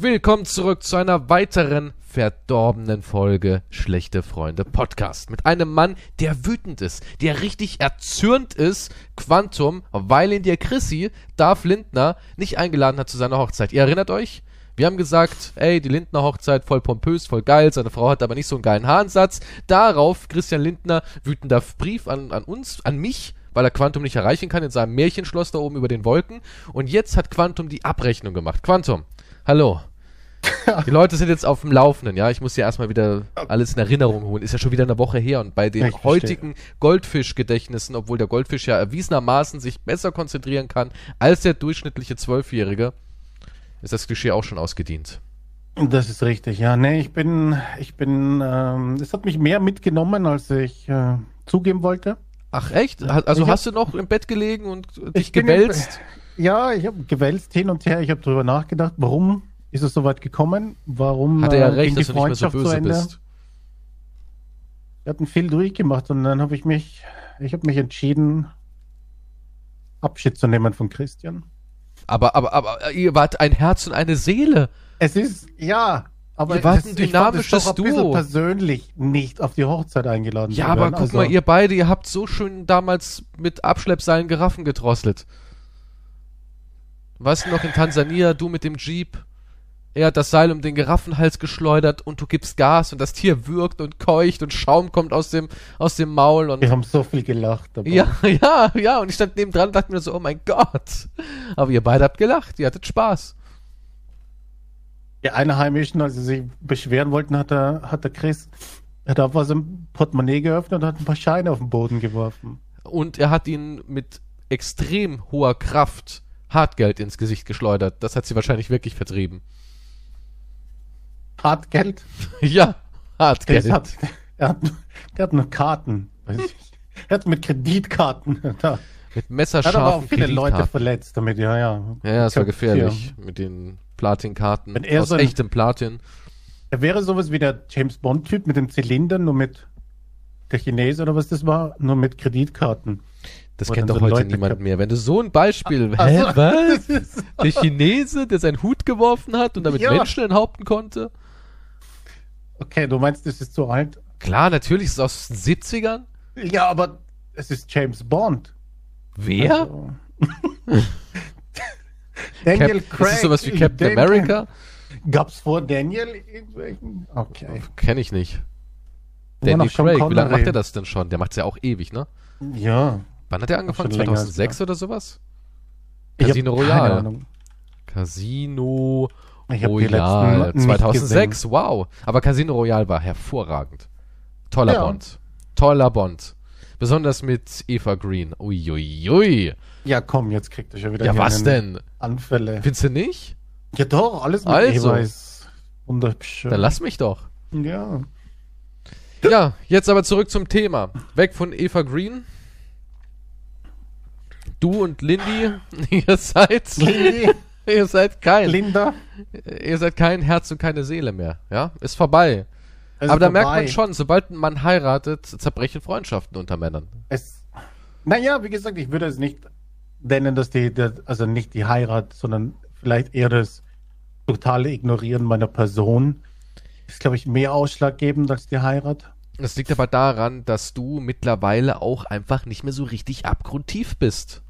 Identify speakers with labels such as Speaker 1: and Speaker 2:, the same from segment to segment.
Speaker 1: Willkommen zurück zu einer weiteren verdorbenen Folge Schlechte Freunde Podcast. Mit einem Mann, der wütend ist, der richtig erzürnt ist, Quantum, weil ihn der Chrissy, Darf Lindner, nicht eingeladen hat zu seiner Hochzeit. Ihr erinnert euch? Wir haben gesagt, ey, die Lindner Hochzeit voll pompös, voll geil, seine Frau hat aber nicht so einen geilen Haarensatz. Darauf Christian Lindner wütender Brief an, an uns, an mich, weil er Quantum nicht erreichen kann in seinem Märchenschloss da oben über den Wolken. Und jetzt hat Quantum die Abrechnung gemacht. Quantum, hallo. Die Leute sind jetzt auf dem Laufenden, ja. Ich muss ja erstmal wieder alles in Erinnerung holen. Ist ja schon wieder eine Woche her und bei den
Speaker 2: Ich verstehe.
Speaker 1: heutigen Goldfischgedächtnissen, obwohl der Goldfisch ja erwiesenermaßen sich besser konzentrieren kann als der durchschnittliche Zwölfjährige, ist das Klischee auch schon ausgedient.
Speaker 2: Das ist richtig, ja. Nee, ich bin, ich bin, ähm, es hat mich mehr mitgenommen, als ich äh, zugeben wollte.
Speaker 1: Ach echt? Ha- Also
Speaker 2: Ich
Speaker 1: hast du noch im Bett gelegen und dich
Speaker 2: Ich bin im
Speaker 1: gewälzt?
Speaker 2: Ja, ich habe gewälzt hin und her. Ich habe darüber nachgedacht, warum ist es so weit gekommen? Warum
Speaker 1: Hat er ja
Speaker 2: äh, ging
Speaker 1: recht,
Speaker 2: die
Speaker 1: dass du nicht mehr so
Speaker 2: Freundschaft zu
Speaker 1: böse
Speaker 2: Ende?
Speaker 1: bist.
Speaker 2: Wir hatten viel durchgemacht und dann habe ich mich, ich habe mich entschieden, Abschied zu nehmen von Christian.
Speaker 1: Aber, aber, aber ihr wart ein Herz und eine Seele.
Speaker 2: Es ist, ja, aber
Speaker 1: Ihr wart
Speaker 2: es-
Speaker 1: ein
Speaker 2: ich fand es
Speaker 1: dynamisches
Speaker 2: doch ein bisschen
Speaker 1: Duo.
Speaker 2: persönlich nicht auf die Hochzeit eingeladen
Speaker 1: Ja,
Speaker 2: zu
Speaker 1: aber
Speaker 2: werden.
Speaker 1: guck
Speaker 2: Also-
Speaker 1: mal, ihr beide, ihr habt so schön damals mit Abschleppseilen Giraffen gedrosselt. Weißt du noch, in Tansania, du mit dem Jeep, er hat das Seil um den Giraffenhals geschleudert und du gibst Gas und das Tier würgt und keucht und Schaum kommt aus dem, aus dem Maul und
Speaker 2: Wir haben so viel gelacht. dabei.
Speaker 1: Ja, ja, ja. Und ich stand nebendran und dachte mir so, oh mein Gott. Aber ihr beide habt gelacht, ihr hattet Spaß.
Speaker 2: Die Einheimischen, als sie sich beschweren wollten, hat der, hat der Chris hat einfach so ein Portemonnaie geöffnet und hat ein paar Scheine auf den Boden geworfen.
Speaker 1: Und er hat ihnen mit extrem hoher Kraft Hartgeld ins Gesicht geschleudert. Das hat sie wahrscheinlich wirklich vertrieben.
Speaker 2: Hartgeld?
Speaker 1: ja, Hartgeld.
Speaker 2: Chris hat, er hat, der hat nur Karten. Weiß ich. Er hat mit Kreditkarten. Da.
Speaker 1: mit
Speaker 2: Er hat aber auch
Speaker 1: messerscharfen
Speaker 2: viele Leute
Speaker 1: Kreditkarten.
Speaker 2: verletzt damit, ja, ja.
Speaker 1: Ja, ja, das war
Speaker 2: Ich glaub,
Speaker 1: gefährlich
Speaker 2: ja.
Speaker 1: mit den Platinkarten.
Speaker 2: Wenn er
Speaker 1: Aus
Speaker 2: so ein-
Speaker 1: echtem Platin.
Speaker 2: Er wäre sowas wie der James Bond-Typ mit dem Zylinder, nur mit der Chinese oder was das war, nur mit Kreditkarten.
Speaker 1: Das
Speaker 2: Wo
Speaker 1: kennt
Speaker 2: Oh, dann
Speaker 1: doch
Speaker 2: so
Speaker 1: heute
Speaker 2: Leute
Speaker 1: niemand
Speaker 2: kap-
Speaker 1: mehr. Wenn du so ein Beispiel. Hä,
Speaker 2: Also,
Speaker 1: was?
Speaker 2: das ist-
Speaker 1: Der Chinese, der seinen Hut geworfen hat und damit
Speaker 2: Ja.
Speaker 1: Menschen enthaupten konnte?
Speaker 2: Okay, du meinst, das ist zu alt?
Speaker 1: Klar, natürlich ist es aus den 70ern.
Speaker 2: Ja, aber es ist James Bond.
Speaker 1: Wer?
Speaker 2: Also. Daniel
Speaker 1: Cap,
Speaker 2: Craig.
Speaker 1: Ist das sowas wie Captain
Speaker 2: Daniel-
Speaker 1: America?
Speaker 2: Gab's vor Daniel? irgendwelchen? Okay.
Speaker 1: Kenne ich nicht.
Speaker 2: Immer
Speaker 1: Danny
Speaker 2: noch Sean
Speaker 1: Craig, wie lange
Speaker 2: Connery.
Speaker 1: macht er das denn schon? Der macht's ja auch ewig, ne?
Speaker 2: Ja.
Speaker 1: Wann hat er angefangen?
Speaker 2: schon länger als
Speaker 1: 2006 oder sowas?
Speaker 2: Ich hab
Speaker 1: Casino
Speaker 2: keine
Speaker 1: Royale. Oh
Speaker 2: Ahnung.
Speaker 1: Casino
Speaker 2: Ich hab die
Speaker 1: Royale
Speaker 2: letzten nicht
Speaker 1: 2006, wow. Aber Casino Royale war hervorragend. Toller
Speaker 2: Ja.
Speaker 1: Bond. Toller Bond. Besonders mit Eva Green. Uiuiui.
Speaker 2: Ja, komm, jetzt kriegt er schon wieder
Speaker 1: Ja,
Speaker 2: hier
Speaker 1: was
Speaker 2: einen
Speaker 1: denn?
Speaker 2: Anfälle.
Speaker 1: Findest du nicht?
Speaker 2: Ja, doch, alles mit
Speaker 1: Also.
Speaker 2: Eva ist wunderschön.
Speaker 1: Dann lass mich doch.
Speaker 2: ja.
Speaker 1: Ja, jetzt aber zurück zum Thema. Weg von Eva Green. Du und Lindy, ihr seid,
Speaker 2: Lindy,
Speaker 1: ihr seid kein,
Speaker 2: Linda.
Speaker 1: ihr seid kein Herz und keine Seele mehr. Ja, ist vorbei.
Speaker 2: es
Speaker 1: aber da
Speaker 2: ist
Speaker 1: merkt
Speaker 2: vorbei.
Speaker 1: man schon, sobald ein Mann heiratet, zerbrechen Freundschaften unter Männern.
Speaker 2: Es, naja, wie gesagt, ich würde es nicht nennen, dass die, der, also nicht die Heirat, sondern vielleicht eher das totale Ignorieren meiner Person ist, glaube ich, mehr ausschlaggebend als die Heirat.
Speaker 1: Das liegt aber daran, dass du mittlerweile auch einfach nicht mehr so richtig abgrundtief bist.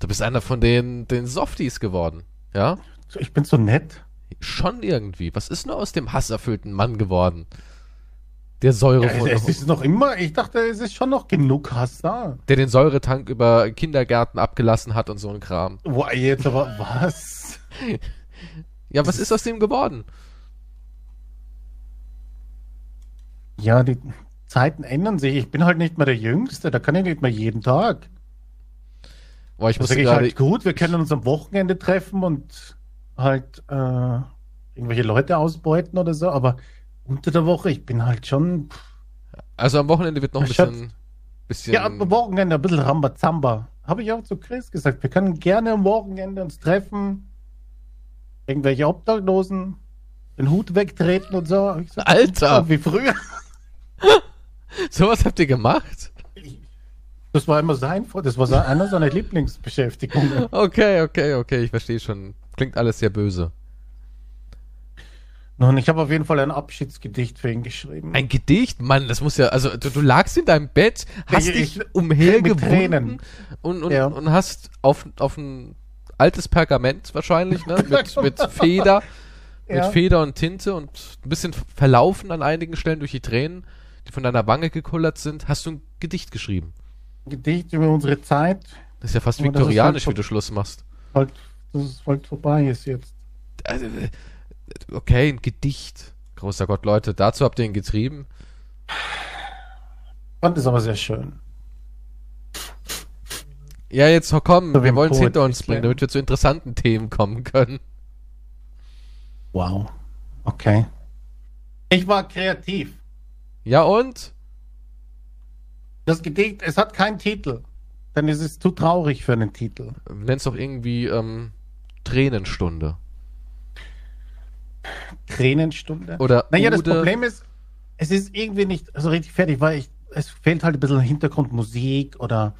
Speaker 1: Du bist einer von den, den Softies geworden. Ja?
Speaker 2: So, Ich bin so nett.
Speaker 1: Schon irgendwie. Was ist nur aus dem hasserfüllten Mann geworden? Der Säure
Speaker 2: Es, es ist noch immer, ich dachte, es ist schon noch genug Hass da.
Speaker 1: der den Säuretank über Kindergärten abgelassen hat und so ein Kram.
Speaker 2: Boah, jetzt aber was?
Speaker 1: Ja, was ist aus dem geworden?
Speaker 2: Ja, die Zeiten ändern sich. Ich bin halt nicht mehr der Jüngste, da kann ich nicht mehr jeden Tag.
Speaker 1: Boah, ich
Speaker 2: Das
Speaker 1: muss
Speaker 2: sage ich
Speaker 1: gerade
Speaker 2: halt gut, wir können uns am Wochenende treffen und halt äh, irgendwelche Leute ausbeuten oder so, aber unter der Woche, ich bin halt schon.
Speaker 1: also am Wochenende wird noch ein
Speaker 2: Ich hab-
Speaker 1: bisschen bisschen
Speaker 2: Ja, am Wochenende ein bisschen Rambazamba. Habe ich auch zu Chris gesagt, wir können gerne am Wochenende uns treffen, irgendwelche Obdachlosen, den Hut wegtreten und so. Hab ich gesagt,
Speaker 1: Alter,
Speaker 2: so Wie früher.
Speaker 1: sowas habt ihr gemacht?
Speaker 2: Das war immer sein, das war se- einer seiner Lieblingsbeschäftigungen.
Speaker 1: Okay, okay, okay, ich verstehe schon. Klingt alles sehr böse.
Speaker 2: Nun, ich habe auf jeden Fall ein Abschiedsgedicht für ihn geschrieben.
Speaker 1: Ein Gedicht? Mann, das muss ja, also du, du lagst in deinem Bett, hast
Speaker 2: Ich- ich-
Speaker 1: dich umhergewunden
Speaker 2: Tränen.
Speaker 1: und, und,
Speaker 2: Ja.
Speaker 1: und hast auf, auf ein altes Pergament wahrscheinlich, ne? Mit, mit Feder, mit
Speaker 2: Ja.
Speaker 1: Feder und Tinte und ein bisschen verlaufen an einigen Stellen durch die Tränen, die von deiner Wange gekullert sind, hast du ein Gedicht geschrieben.
Speaker 2: Gedicht über unsere Zeit,
Speaker 1: Das ist ja fast
Speaker 2: Aber das ist
Speaker 1: viktorianisch, wie
Speaker 2: halt-
Speaker 1: du Schluss machst.
Speaker 2: halt, dass es bald vorbei ist jetzt.
Speaker 1: Also, äh, Okay, ein Gedicht. Großer Gott, Leute, dazu habt ihr ihn getrieben.
Speaker 2: Fand es aber sehr schön.
Speaker 1: Ja, jetzt komm,
Speaker 2: So wie
Speaker 1: wir
Speaker 2: ein
Speaker 1: wollen es
Speaker 2: Poet
Speaker 1: hinter uns
Speaker 2: nicht
Speaker 1: bringen,
Speaker 2: lernen.
Speaker 1: damit wir zu interessanten Themen kommen können.
Speaker 2: Wow. Okay. Ich war kreativ.
Speaker 1: Ja und?
Speaker 2: Das Gedicht, es hat keinen Titel. Denn es ist zu traurig für einen Titel.
Speaker 1: Nenn's doch irgendwie ähm, Tränenstunde.
Speaker 2: Tränenstunde.
Speaker 1: Oder
Speaker 2: Naja, das
Speaker 1: Ude.
Speaker 2: Problem ist, es ist irgendwie nicht so richtig fertig, weil ich, es fehlt halt ein bisschen Hintergrundmusik oder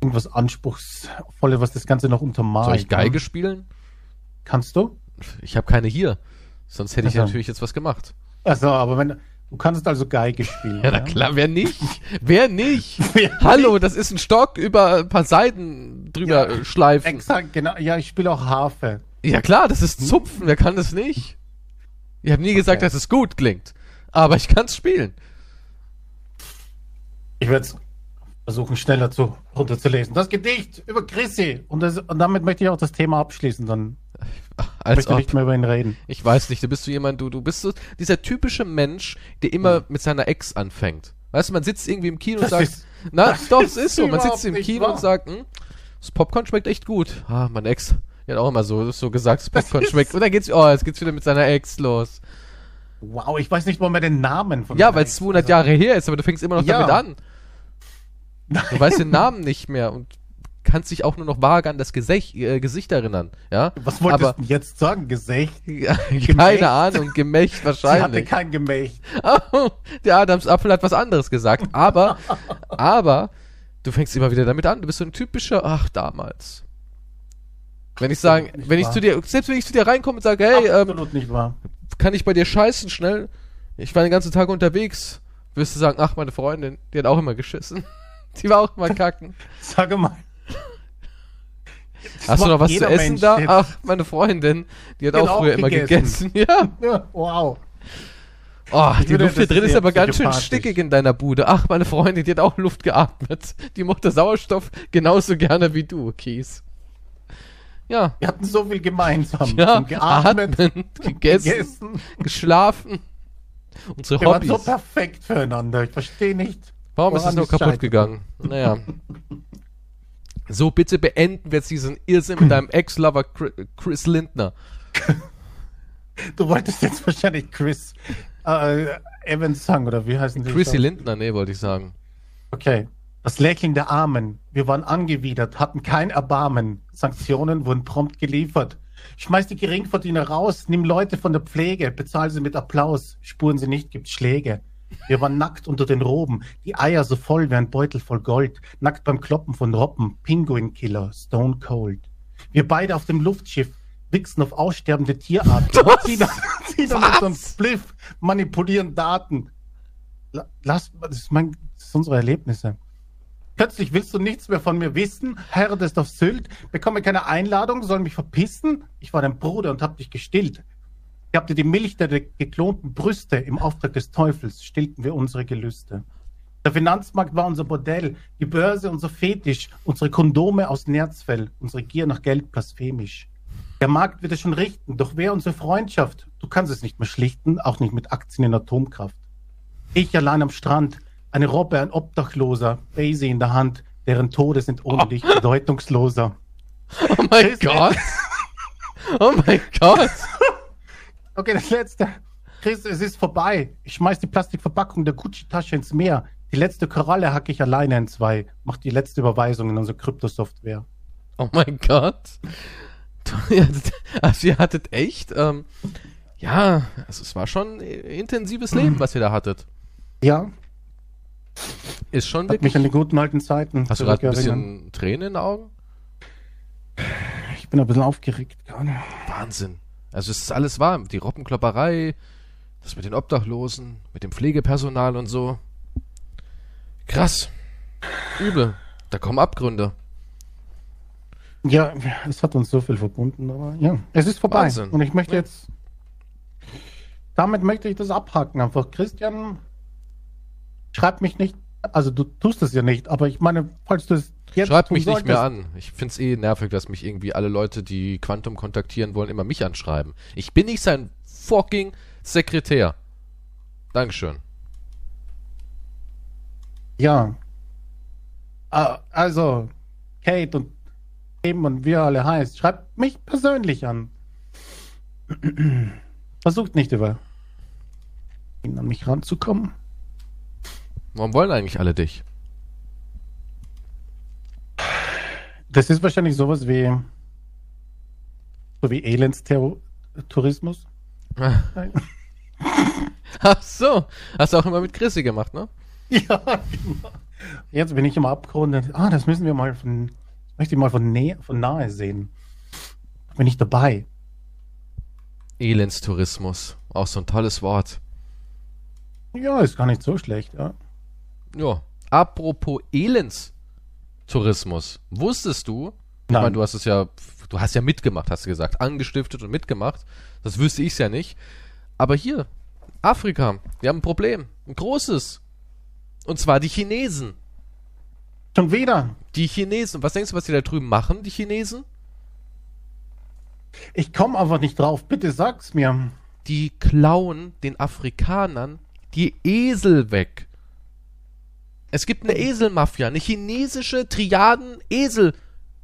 Speaker 2: irgendwas Anspruchsvolles, was das Ganze noch untermalt.
Speaker 1: Soll ich Geige
Speaker 2: ne?
Speaker 1: spielen?
Speaker 2: Kannst du?
Speaker 1: Ich habe keine hier. Sonst hätte ich
Speaker 2: Also.
Speaker 1: natürlich jetzt was gemacht.
Speaker 2: Also, aber wenn du kannst also Geige spielen.
Speaker 1: Ja, na klar, wer nicht? wer nicht?
Speaker 2: Wer
Speaker 1: Hallo, das ist ein Stock über ein paar Seiten drüber
Speaker 2: Ja,
Speaker 1: äh, schleifen.
Speaker 2: Exakt, genau. Ja, ich spiele auch Harfe.
Speaker 1: Ja klar, das ist Zupfen, wer kann das nicht? Ich habe nie gesagt, dass es gut klingt. Aber ich kann's spielen.
Speaker 2: Ich werde es versuchen, schneller zu runterzulesen. Das Gedicht über Chrissy. Und, das, und damit möchte ich auch das Thema abschließen. Dann
Speaker 1: Als
Speaker 2: möchte ich
Speaker 1: ob.
Speaker 2: nicht mehr über ihn reden.
Speaker 1: Ich weiß nicht, du bist so jemand, du, du bist so dieser typische Mensch, der immer mit seiner Ex anfängt. Weißt du, man sitzt irgendwie im Kino und
Speaker 2: Das
Speaker 1: sagt,
Speaker 2: ist-
Speaker 1: na
Speaker 2: das
Speaker 1: doch,
Speaker 2: ist
Speaker 1: es ist so. Man
Speaker 2: überhaupt
Speaker 1: sitzt im
Speaker 2: nicht
Speaker 1: Kino
Speaker 2: wahr.
Speaker 1: und sagt, hm, das Popcorn schmeckt echt gut. Ah, mein Ex, die hat auch immer so, so gesagt, das Popcorn
Speaker 2: ist-
Speaker 1: schmeckt. Und dann geht's, oh, jetzt geht's wieder mit seiner Ex los.
Speaker 2: Wow, ich weiß nicht mal mehr den Namen von Also,
Speaker 1: Ja,
Speaker 2: seiner
Speaker 1: weil
Speaker 2: Ex-
Speaker 1: es 200 Jahre her ist, aber du fängst immer noch
Speaker 2: Ja.
Speaker 1: damit an. Du weißt den Namen nicht mehr und kannst dich auch nur noch vage an das Gesech, äh, Gesicht erinnern. Ja?
Speaker 2: Was wolltest
Speaker 1: aber,
Speaker 2: du jetzt sagen? Gesächt? Gemächt?
Speaker 1: Keine Ahnung, Gemächt
Speaker 2: Sie hatte
Speaker 1: wahrscheinlich.
Speaker 2: kein Gemächt.
Speaker 1: Oh, der Adamsapfel hat was anderes gesagt. Aber, aber, du fängst immer wieder damit an. Du bist so ein typischer, ach, damals. Wenn ich sagen,
Speaker 2: Absolut nicht
Speaker 1: wenn ich
Speaker 2: wahr.
Speaker 1: zu dir, selbst wenn ich zu dir reinkomme und sage, hey, ähm,
Speaker 2: Absolut nicht wahr.
Speaker 1: kann ich bei dir scheißen schnell? Ich war den ganzen Tag unterwegs. Wirst du sagen, ach, meine Freundin, die hat auch immer geschissen. Die war auch immer kacken.
Speaker 2: Sag mal.
Speaker 1: Hast
Speaker 2: Das
Speaker 1: du
Speaker 2: macht
Speaker 1: noch was zu
Speaker 2: jeder
Speaker 1: essen
Speaker 2: Mensch
Speaker 1: da?
Speaker 2: jetzt.
Speaker 1: Ach, meine Freundin, die hat
Speaker 2: Die hat
Speaker 1: auch
Speaker 2: auch
Speaker 1: früher immer gegessen.
Speaker 2: gegessen.
Speaker 1: Ja.
Speaker 2: Ja, wow.
Speaker 1: Oh, die
Speaker 2: würde-
Speaker 1: Luft hier
Speaker 2: das
Speaker 1: drin
Speaker 2: ist
Speaker 1: ist
Speaker 2: sehr
Speaker 1: aber ganz schön
Speaker 2: psychopathisch.
Speaker 1: stickig in deiner Bude. Ach, meine Freundin, die hat auch Luft geatmet. Die mochte Sauerstoff genauso gerne wie du, Kies. Ja.
Speaker 2: Wir hatten so viel gemeinsam.
Speaker 1: Ja,
Speaker 2: Schon geatmet,
Speaker 1: atmen, gegessen,
Speaker 2: gegessen.
Speaker 1: geschlafen. Unsere
Speaker 2: Wir waren
Speaker 1: Hobbys.
Speaker 2: so perfekt füreinander. Ich verstehe nicht.
Speaker 1: Warum ist
Speaker 2: woran
Speaker 1: es nur
Speaker 2: es
Speaker 1: kaputt
Speaker 2: scheitert.
Speaker 1: gegangen? Naja. So, bitte beenden wir jetzt diesen Irrsinn mit deinem Ex-Lover Chri- Chris Lindner.
Speaker 2: Du wolltest jetzt wahrscheinlich Chris äh, Evans sagen, oder wie heißen die?
Speaker 1: Chrissy
Speaker 2: so?
Speaker 1: Lindner, nee, wollte ich sagen.
Speaker 2: Okay. Das Lächeln der Armen. Wir waren angewidert, hatten kein Erbarmen. Sanktionen wurden prompt geliefert. Schmeiß die Geringverdiener raus, nimm Leute von der Pflege, bezahl sie mit Applaus, spuren sie nicht, gibt Schläge. Wir waren nackt unter den Roben, die Eier so voll wie ein Beutel voll Gold, nackt beim Kloppen von Robben, Pinguinkiller, Stone Cold. Wir beide auf dem Luftschiff, wichsen auf aussterbende Tierarten,
Speaker 1: Was?
Speaker 2: ziehen, ziehen
Speaker 1: Was?
Speaker 2: mit uns Spliff, manipulieren Daten, La- Lass, das ist, mein, das ist unsere Erlebnisse. Plötzlich willst du nichts mehr von mir wissen, heiratest auf Sylt, bekomme keine Einladung, soll mich verpissen? Ich war dein Bruder und hab dich gestillt. Ich hab dir die Milch der geklonten Brüste im Auftrag des Teufels, stillten wir unsere Gelüste. Der Finanzmarkt war unser Bordell, die Börse unser Fetisch, unsere Kondome aus Nerzfell, unsere Gier nach Geld blasphemisch. Der Markt wird es schon richten, doch wer unsere Freundschaft? Du kannst es nicht mehr schlichten, auch nicht mit Aktien in Atomkraft. Ich allein am Strand, eine Robbe, ein Obdachloser, Daisy in der Hand, deren Tode sind ohne dich bedeutungsloser.
Speaker 1: Oh mein
Speaker 2: Chris
Speaker 1: Gott. Oh mein Gott.
Speaker 2: Okay, das letzte. Chris, es ist vorbei. Ich schmeiß die Plastikverpackung der Gucci-Tasche ins Meer. Die letzte Koralle hacke ich alleine in zwei. Mach die letzte Überweisung in unsere Kryptosoftware.
Speaker 1: Oh mein Gott. Du, ihr hattet, also ihr hattet echt, ähm, ja, also es war schon ein
Speaker 2: Mhm.
Speaker 1: intensives Leben, was ihr da hattet.
Speaker 2: Ja,
Speaker 1: Ist schon
Speaker 2: hat
Speaker 1: wirklich.
Speaker 2: mich an die guten alten Zeiten
Speaker 1: Hast du gerade ein
Speaker 2: zurückerinnern.
Speaker 1: bisschen Tränen in den Augen?
Speaker 2: Ich bin ein bisschen aufgeregt gerade.
Speaker 1: Wahnsinn. Also es ist alles wahr. Die Robbenklopperei, das mit den Obdachlosen, mit dem Pflegepersonal und so. Krass. Übel. Da kommen Abgründe.
Speaker 2: Ja, es hat uns so viel verbunden, aber ja, es ist vorbei.
Speaker 1: Wahnsinn.
Speaker 2: Und ich möchte
Speaker 1: Ja.
Speaker 2: jetzt, damit möchte ich das abhaken einfach. Christian, schreib mich nicht, also du tust es ja nicht, aber ich meine, falls du es jetzt
Speaker 1: Schreibt
Speaker 2: tun
Speaker 1: mich nicht mehr
Speaker 2: solltest-
Speaker 1: an. Ich find's eh nervig, dass mich irgendwie alle Leute, die Quantum kontaktieren wollen, immer mich anschreiben. Ich bin nicht sein fucking Sekretär. Dankeschön.
Speaker 2: Ja. Ah, Also, Kate und eben und wir alle heißt, schreibt mich persönlich an. Versucht nicht über ihn an mich ranzukommen.
Speaker 1: Warum wollen eigentlich alle dich?
Speaker 2: Das ist wahrscheinlich sowas wie so wie Elendstourismus. Nein.
Speaker 1: Ach so, hast du auch immer mit Chrissy gemacht, ne?
Speaker 2: ja, genau. Jetzt bin ich im Abgrund. und- Ah, das müssen wir mal von das möchte ich mal von, Nä von nahe sehen. Da bin ich dabei.
Speaker 1: Elendstourismus. Auch so ein tolles Wort.
Speaker 2: Ja, ist gar nicht so schlecht, ja.
Speaker 1: Ja. Apropos Elendstourismus. Wusstest du, ich
Speaker 2: Nein.
Speaker 1: meine, du hast es ja, du hast ja mitgemacht, hast du gesagt, angestiftet und mitgemacht. Das wüsste ich ja nicht. Aber hier, Afrika, wir haben ein Problem. Ein großes. Und zwar die Chinesen.
Speaker 2: Schon wieder.
Speaker 1: Die Chinesen. Was denkst du, was die da drüben machen, die Chinesen?
Speaker 2: Ich komme einfach nicht drauf. Bitte sag's mir.
Speaker 1: Die klauen den Afrikanern die Esel weg. Es gibt eine Eselmafia, eine chinesische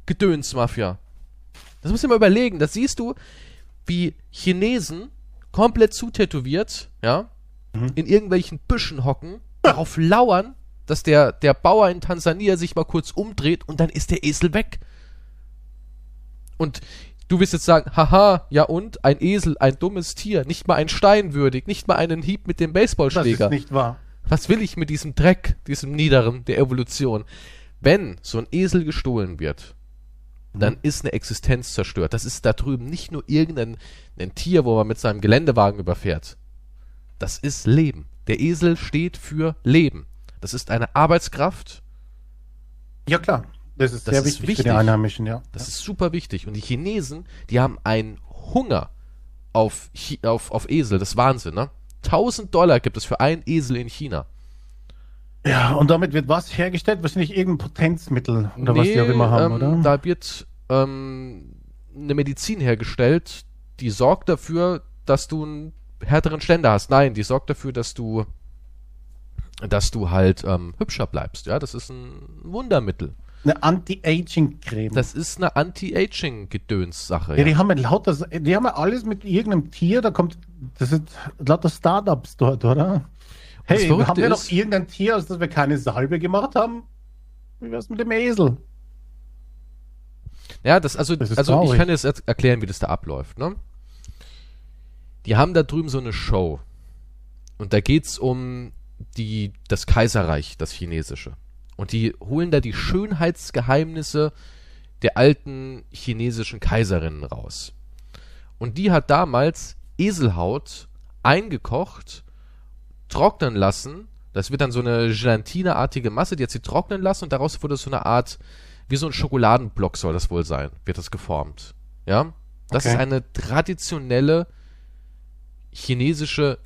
Speaker 1: Triaden-Esel-Gedöns-Mafia. Das musst du dir mal überlegen. Das siehst du, wie Chinesen komplett zutätowiert, ja,
Speaker 2: Mhm.
Speaker 1: in irgendwelchen Büschen hocken, darauf lauern, dass der, der Bauer in Tansania sich mal kurz umdreht und dann ist der Esel weg. Und du wirst jetzt sagen, haha, ja und? Ein Esel, ein dummes Tier, nicht mal ein Stein würdig, nicht mal einen Hieb mit dem
Speaker 2: Das
Speaker 1: Baseballschläger.
Speaker 2: ist nicht wahr.
Speaker 1: Was will ich mit diesem Dreck, diesem Niederen der Evolution? Wenn so ein Esel gestohlen wird,
Speaker 2: Mhm.
Speaker 1: dann ist eine Existenz zerstört. Das ist da drüben nicht nur irgendein ein Tier, wo man mit seinem Geländewagen überfährt. Das ist Leben. Der Esel steht für Leben. Das ist eine Arbeitskraft.
Speaker 2: Ja klar. Das ist
Speaker 1: Das
Speaker 2: sehr
Speaker 1: ist
Speaker 2: wichtig,
Speaker 1: wichtig.
Speaker 2: für die Einheimischen, ja.
Speaker 1: Das ist super wichtig. Und die Chinesen, die haben einen Hunger auf, Chi- auf, auf Esel. Das ist Wahnsinn, ne? 1000 Dollar gibt es für einen Esel in China.
Speaker 2: ja, und damit wird was hergestellt? Wahrscheinlich irgendein Potenzmittel oder was die auch immer haben,
Speaker 1: ähm,
Speaker 2: oder?
Speaker 1: Da wird ähm, eine Medizin hergestellt, die sorgt dafür, dass du einen härteren Ständer hast. Nein, die sorgt dafür, dass du dass du halt ähm, hübscher bleibst. Ja, das ist ein Wundermittel.
Speaker 2: Eine Anti-Aging-Creme.
Speaker 1: Das ist eine Anti-Aging-Gedöns-Sache.
Speaker 2: Mhm. ja,
Speaker 1: Ja.
Speaker 2: die haben ja lauter, die haben ja alles mit irgendeinem Tier, da kommt, das sind lauter Startups dort, oder? Hey,
Speaker 1: Verrückte
Speaker 2: haben wir
Speaker 1: ist-
Speaker 2: noch irgendein Tier, aus dem wir keine Salbe gemacht haben? Wie wär's mit dem Esel?
Speaker 1: Ja, das, also,
Speaker 2: Das ist
Speaker 1: also ich
Speaker 2: traurig.
Speaker 1: kann dir jetzt er- erklären, wie das da abläuft, ne? Die haben da drüben so eine Show. Und da geht's um die, das Kaiserreich, das chinesische. Und die holen da die Schönheitsgeheimnisse der alten chinesischen Kaiserinnen raus. Und die hat damals Eselhaut eingekocht, trocknen lassen. Das wird dann so eine Gelatine-artige Masse, die hat sie trocknen lassen und daraus wurde so eine Art, wie so ein Schokoladenblock soll das wohl sein, wird das geformt. Ja? Das
Speaker 2: Okay.
Speaker 1: ist eine traditionelle chinesische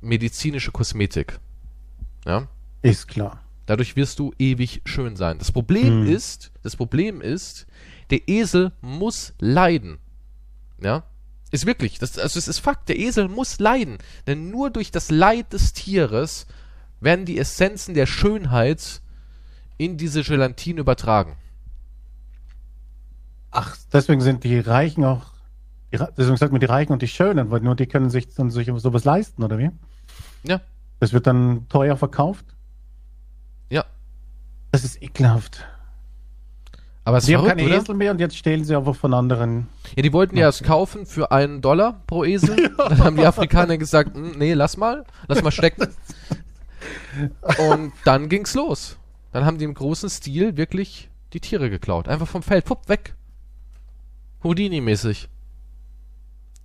Speaker 1: medizinische Kosmetik. Ja?
Speaker 2: Ist klar.
Speaker 1: Dadurch wirst du ewig schön sein. Das Problem
Speaker 2: Hm.
Speaker 1: ist, das Problem ist, der Esel muss leiden. Ja? Ist wirklich, das, also es ist Fakt, der Esel muss leiden. Denn nur durch das Leid des Tieres werden die Essenzen der Schönheit in diese Gelatine übertragen.
Speaker 2: Ach, deswegen sind die Reichen auch, die Re- deswegen sagt man die Reichen und die Schönen, weil nur die können sich dann sich sowas leisten, oder wie?
Speaker 1: Ja,
Speaker 2: Das wird dann teuer verkauft.
Speaker 1: ja.
Speaker 2: Das ist ekelhaft.
Speaker 1: Aber es ist
Speaker 2: sie haben
Speaker 1: verrückt,
Speaker 2: keine
Speaker 1: oder?
Speaker 2: Esel mehr und jetzt stehlen sie einfach von anderen.
Speaker 1: Ja, die wollten ja es kaufen für einen Dollar pro Esel. Dann haben die Afrikaner gesagt, "Hm, nee, lass mal, lass mal stecken. Und dann ging's los. Dann haben die im großen Stil wirklich die Tiere geklaut. Einfach vom Feld, pupp, weg. Houdini-mäßig.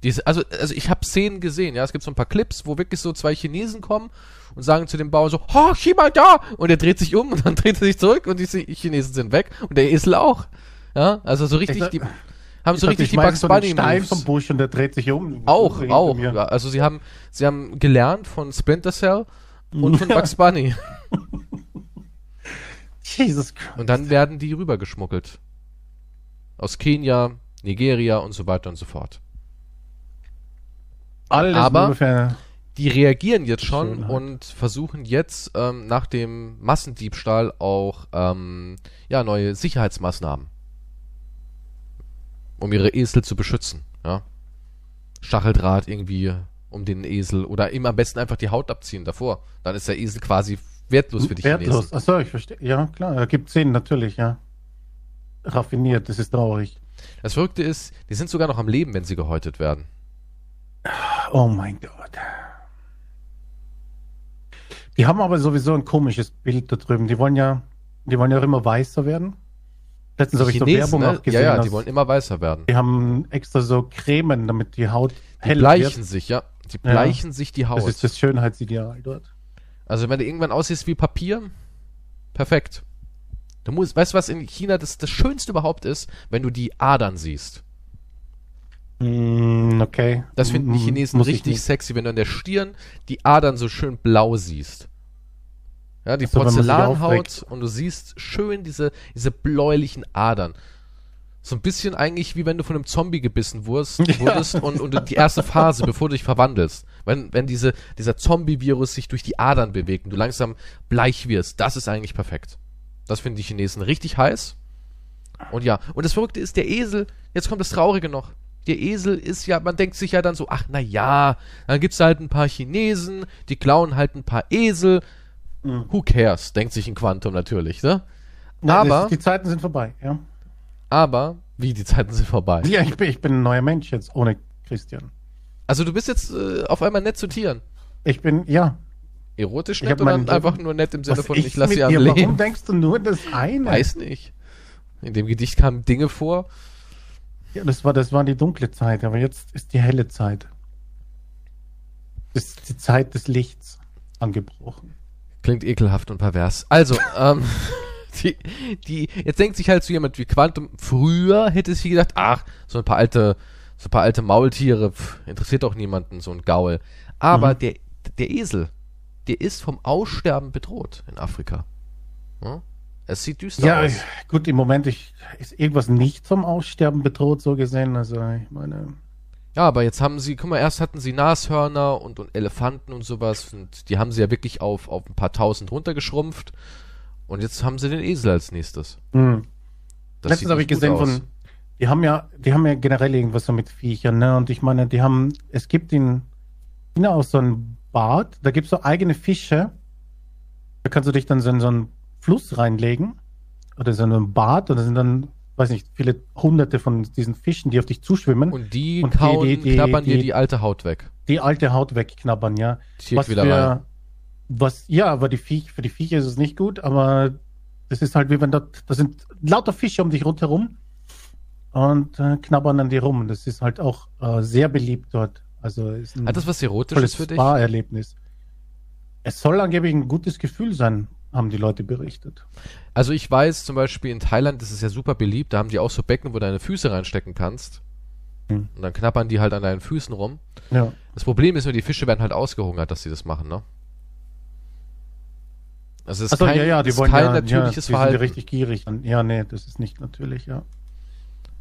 Speaker 1: Diese, also, also ich habe Szenen gesehen, ja. Es gibt so ein paar Clips, wo wirklich so zwei Chinesen kommen und sagen zu dem Bauern so, ha, oh, Chima da! Und er dreht sich um und dann dreht er sich zurück und die Chinesen sind weg und der Esel auch. Ja, also so richtig,
Speaker 2: Ich sag-
Speaker 1: die haben so
Speaker 2: Ich dachte,
Speaker 1: richtig
Speaker 2: ich
Speaker 1: die
Speaker 2: meine
Speaker 1: Bugs
Speaker 2: so einen
Speaker 1: Bunny
Speaker 2: Stein
Speaker 1: Moves.
Speaker 2: vom Busch und der dreht sich um.
Speaker 1: Auch,
Speaker 2: Reden
Speaker 1: auch.
Speaker 2: wir.
Speaker 1: Ja, also sie haben, sie haben gelernt von Splinter Cell und von
Speaker 2: Ja.
Speaker 1: Bugs Bunny.
Speaker 2: Jesus Christ.
Speaker 1: Und dann werden die rübergeschmuggelt. Aus Kenia, Nigeria und so weiter und so fort.
Speaker 2: Alles
Speaker 1: aber-
Speaker 2: nur für-
Speaker 1: Die reagieren jetzt schon
Speaker 2: Schönheit.
Speaker 1: und versuchen jetzt ähm, nach dem Massendiebstahl auch ähm, ja, neue Sicherheitsmaßnahmen. Um ihre Esel zu beschützen. Ja? Stacheldraht irgendwie um den Esel oder ihm am besten einfach die Haut abziehen davor. Dann ist der Esel quasi wertlos für die
Speaker 2: wertlos.
Speaker 1: Chinesen.
Speaker 2: Achso, ich verstehe. Ja, klar. Da gibt Szenen natürlich, ja. Raffiniert, das ist traurig.
Speaker 1: Das Verrückte ist, die sind sogar noch am Leben, wenn sie gehäutet werden.
Speaker 2: Oh mein Gott. Die haben aber sowieso ein komisches Bild da drüben. Die wollen ja, die wollen ja auch immer weißer werden. Letztens habe ich so
Speaker 1: Chinesen,
Speaker 2: Werbung
Speaker 1: ne?
Speaker 2: auch gesehen.
Speaker 1: Ja, ja, die
Speaker 2: dass-
Speaker 1: wollen immer weißer werden.
Speaker 2: die haben extra so Cremen, damit die Haut
Speaker 1: Die
Speaker 2: hell
Speaker 1: bleichen sich, ja. Die
Speaker 2: Ja.
Speaker 1: bleichen sich die
Speaker 2: wird. Das
Speaker 1: Haut.
Speaker 2: ist das Schönheitsideal dort.
Speaker 1: Also wenn du irgendwann aussiehst wie Papier, perfekt. Du musst, weißt du, was in China das, das Schönste überhaupt ist, wenn du die Adern siehst.
Speaker 2: Mm, okay.
Speaker 1: Das finden die
Speaker 2: Mm,
Speaker 1: Chinesen
Speaker 2: muss ich
Speaker 1: richtig
Speaker 2: nicht.
Speaker 1: sexy, wenn du an der Stirn die Adern so schön blau siehst. Ja, die
Speaker 2: Ach so, wenn man sich
Speaker 1: Porzellanhaut
Speaker 2: aufregt.
Speaker 1: und du siehst schön diese, diese bläulichen Adern. So ein bisschen eigentlich wie wenn du von einem Zombie gebissen wurdest,
Speaker 2: Ja.
Speaker 1: wurdest und, und du die erste Phase, bevor du dich verwandelst. Wenn, wenn diese, dieser Zombie-Virus sich durch die Adern bewegt und du langsam bleich wirst, das ist eigentlich perfekt. Das finden die Chinesen richtig heiß. Und ja, und das Verrückte ist, der Esel, jetzt kommt das Traurige noch. Der Esel ist ja, man denkt sich ja dann so, ach na ja, dann gibt's halt ein paar Chinesen, die klauen halt ein paar Esel. Who cares, denkt sich ein Quantum natürlich, ne?
Speaker 2: Nein, das
Speaker 1: Aber-
Speaker 2: ist- die Zeiten sind vorbei, ja.
Speaker 1: Aber, wie, die Zeiten sind vorbei.
Speaker 2: Ja, ich bin, ich bin ein neuer Mensch jetzt, ohne Christian.
Speaker 1: Also du bist jetzt äh, auf einmal nett zu Tieren.
Speaker 2: Ich bin, ja.
Speaker 1: Erotisch
Speaker 2: Ich
Speaker 1: nett
Speaker 2: hab
Speaker 1: oder
Speaker 2: mein-
Speaker 1: einfach nur nett im Sinne
Speaker 2: Was
Speaker 1: von, ich lasse
Speaker 2: mit
Speaker 1: sie am
Speaker 2: dir- Warum
Speaker 1: Leben?
Speaker 2: denkst du nur das eine?
Speaker 1: Weiß nicht. In dem Gedicht kamen Dinge vor.
Speaker 2: Ja, das war, das war die dunkle Zeit, aber jetzt ist die helle Zeit. Das ist die Zeit des Lichts angebrochen.
Speaker 1: Klingt ekelhaft und pervers. Also, ähm, die, die, jetzt denkt sich halt so jemand wie Quantum, früher hätte sich gedacht, ach, so ein paar alte, so ein paar alte Maultiere, pff, interessiert doch niemanden, so ein Gaul. Aber
Speaker 2: Mhm.
Speaker 1: der, der Esel, der ist vom Aussterben bedroht in Afrika. Hm? Es sieht düster
Speaker 2: Ja,
Speaker 1: aus.
Speaker 2: gut, im Moment ich, ist irgendwas nicht vom Aussterben bedroht, so gesehen. Also, ich meine,
Speaker 1: Ja, aber jetzt haben sie, guck mal, erst hatten sie Nashörner und, und Elefanten und sowas und die haben sie ja wirklich auf, auf ein paar tausend runtergeschrumpft und jetzt haben sie den Esel als nächstes.
Speaker 2: hm.
Speaker 1: Das sieht
Speaker 2: Letztens habe ich
Speaker 1: nicht gut
Speaker 2: gesehen
Speaker 1: aus.
Speaker 2: von, die haben ja, die haben ja generell irgendwas so mit Viechern, ne? Und ich meine, die haben, es gibt in China auch so ein Bad, da gibt es so eigene Fische. Da kannst du dich dann so in so einen Fluss reinlegen oder so in ein Bad und da sind dann, weiß nicht, viele hunderte von diesen Fischen, die auf dich zuschwimmen und
Speaker 1: Und die
Speaker 2: Und die-
Speaker 1: kauen,
Speaker 2: die- die-
Speaker 1: knabbern dir
Speaker 2: die-
Speaker 1: die alte Haut weg.
Speaker 2: die alte Haut wegknabbern, ja.
Speaker 1: Tiert wieder rein.
Speaker 2: Was, ja, aber die Viech, für die Viecher ist es nicht gut, aber das ist halt wie wenn dort, da sind lauter Fische um dich rundherum und äh, knabbern an dir rum. Das ist halt auch äh, sehr beliebt dort. Also ist ein
Speaker 1: Hat Ah, das was Erotisches
Speaker 2: tolles
Speaker 1: für dich?
Speaker 2: Spa-Erlebnis. Es soll angeblich ein gutes Gefühl sein, haben die Leute berichtet.
Speaker 1: Also ich weiß zum Beispiel in Thailand, das ist ja super beliebt, da haben die auch so Becken, wo du deine Füße reinstecken kannst.
Speaker 2: Hm.
Speaker 1: Und dann knabbern die halt an deinen Füßen rum.
Speaker 2: Ja.
Speaker 1: Das Problem ist nur, die Fische werden halt ausgehungert, dass sie das machen, ne? Also es ist
Speaker 2: Achso,
Speaker 1: kein,
Speaker 2: ja, ja, die
Speaker 1: ist
Speaker 2: wollen
Speaker 1: kein
Speaker 2: ja, ja, die
Speaker 1: natürliches
Speaker 2: sind ja
Speaker 1: Verhalten.
Speaker 2: richtig gierig. Und, ja, nee, das ist nicht natürlich, ja.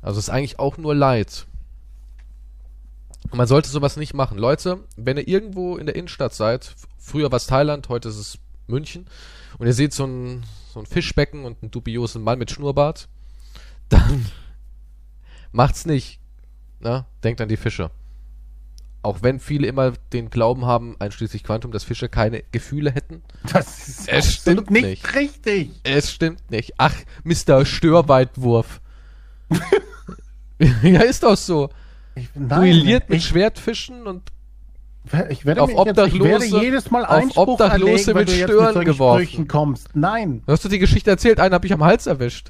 Speaker 1: Also ist eigentlich auch nur Leid. Und man sollte sowas nicht machen. Leute, wenn ihr irgendwo in der Innenstadt seid, f- früher war es Thailand, heute ist es München, und ihr seht so ein, so ein Fischbecken und einen dubiosen Mann mit Schnurrbart, dann macht's nicht. Na, denkt an die Fische. Auch wenn viele immer den Glauben haben, einschließlich Quantum, dass Fische keine Gefühle hätten.
Speaker 2: Das ist
Speaker 1: Es
Speaker 2: absolut
Speaker 1: stimmt
Speaker 2: nicht,
Speaker 1: nicht.
Speaker 2: richtig.
Speaker 1: Es stimmt nicht. Ach, Mr. Störweitwurf. ja, ist doch so.
Speaker 2: Ich,
Speaker 1: duelliert mit
Speaker 2: ich-
Speaker 1: Schwertfischen und
Speaker 2: Ich werde
Speaker 1: Auf
Speaker 2: mich jetzt, ich werde
Speaker 1: Obdachlose-
Speaker 2: jedes Mal
Speaker 1: auf
Speaker 2: Einspruch
Speaker 1: Obdachlose
Speaker 2: erlegen, weil
Speaker 1: mit
Speaker 2: du jetzt
Speaker 1: Stören
Speaker 2: mit solchen
Speaker 1: geworfen.
Speaker 2: Sprüchen kommst. Nein.
Speaker 1: hast du die Geschichte erzählt, einen habe ich am Hals erwischt.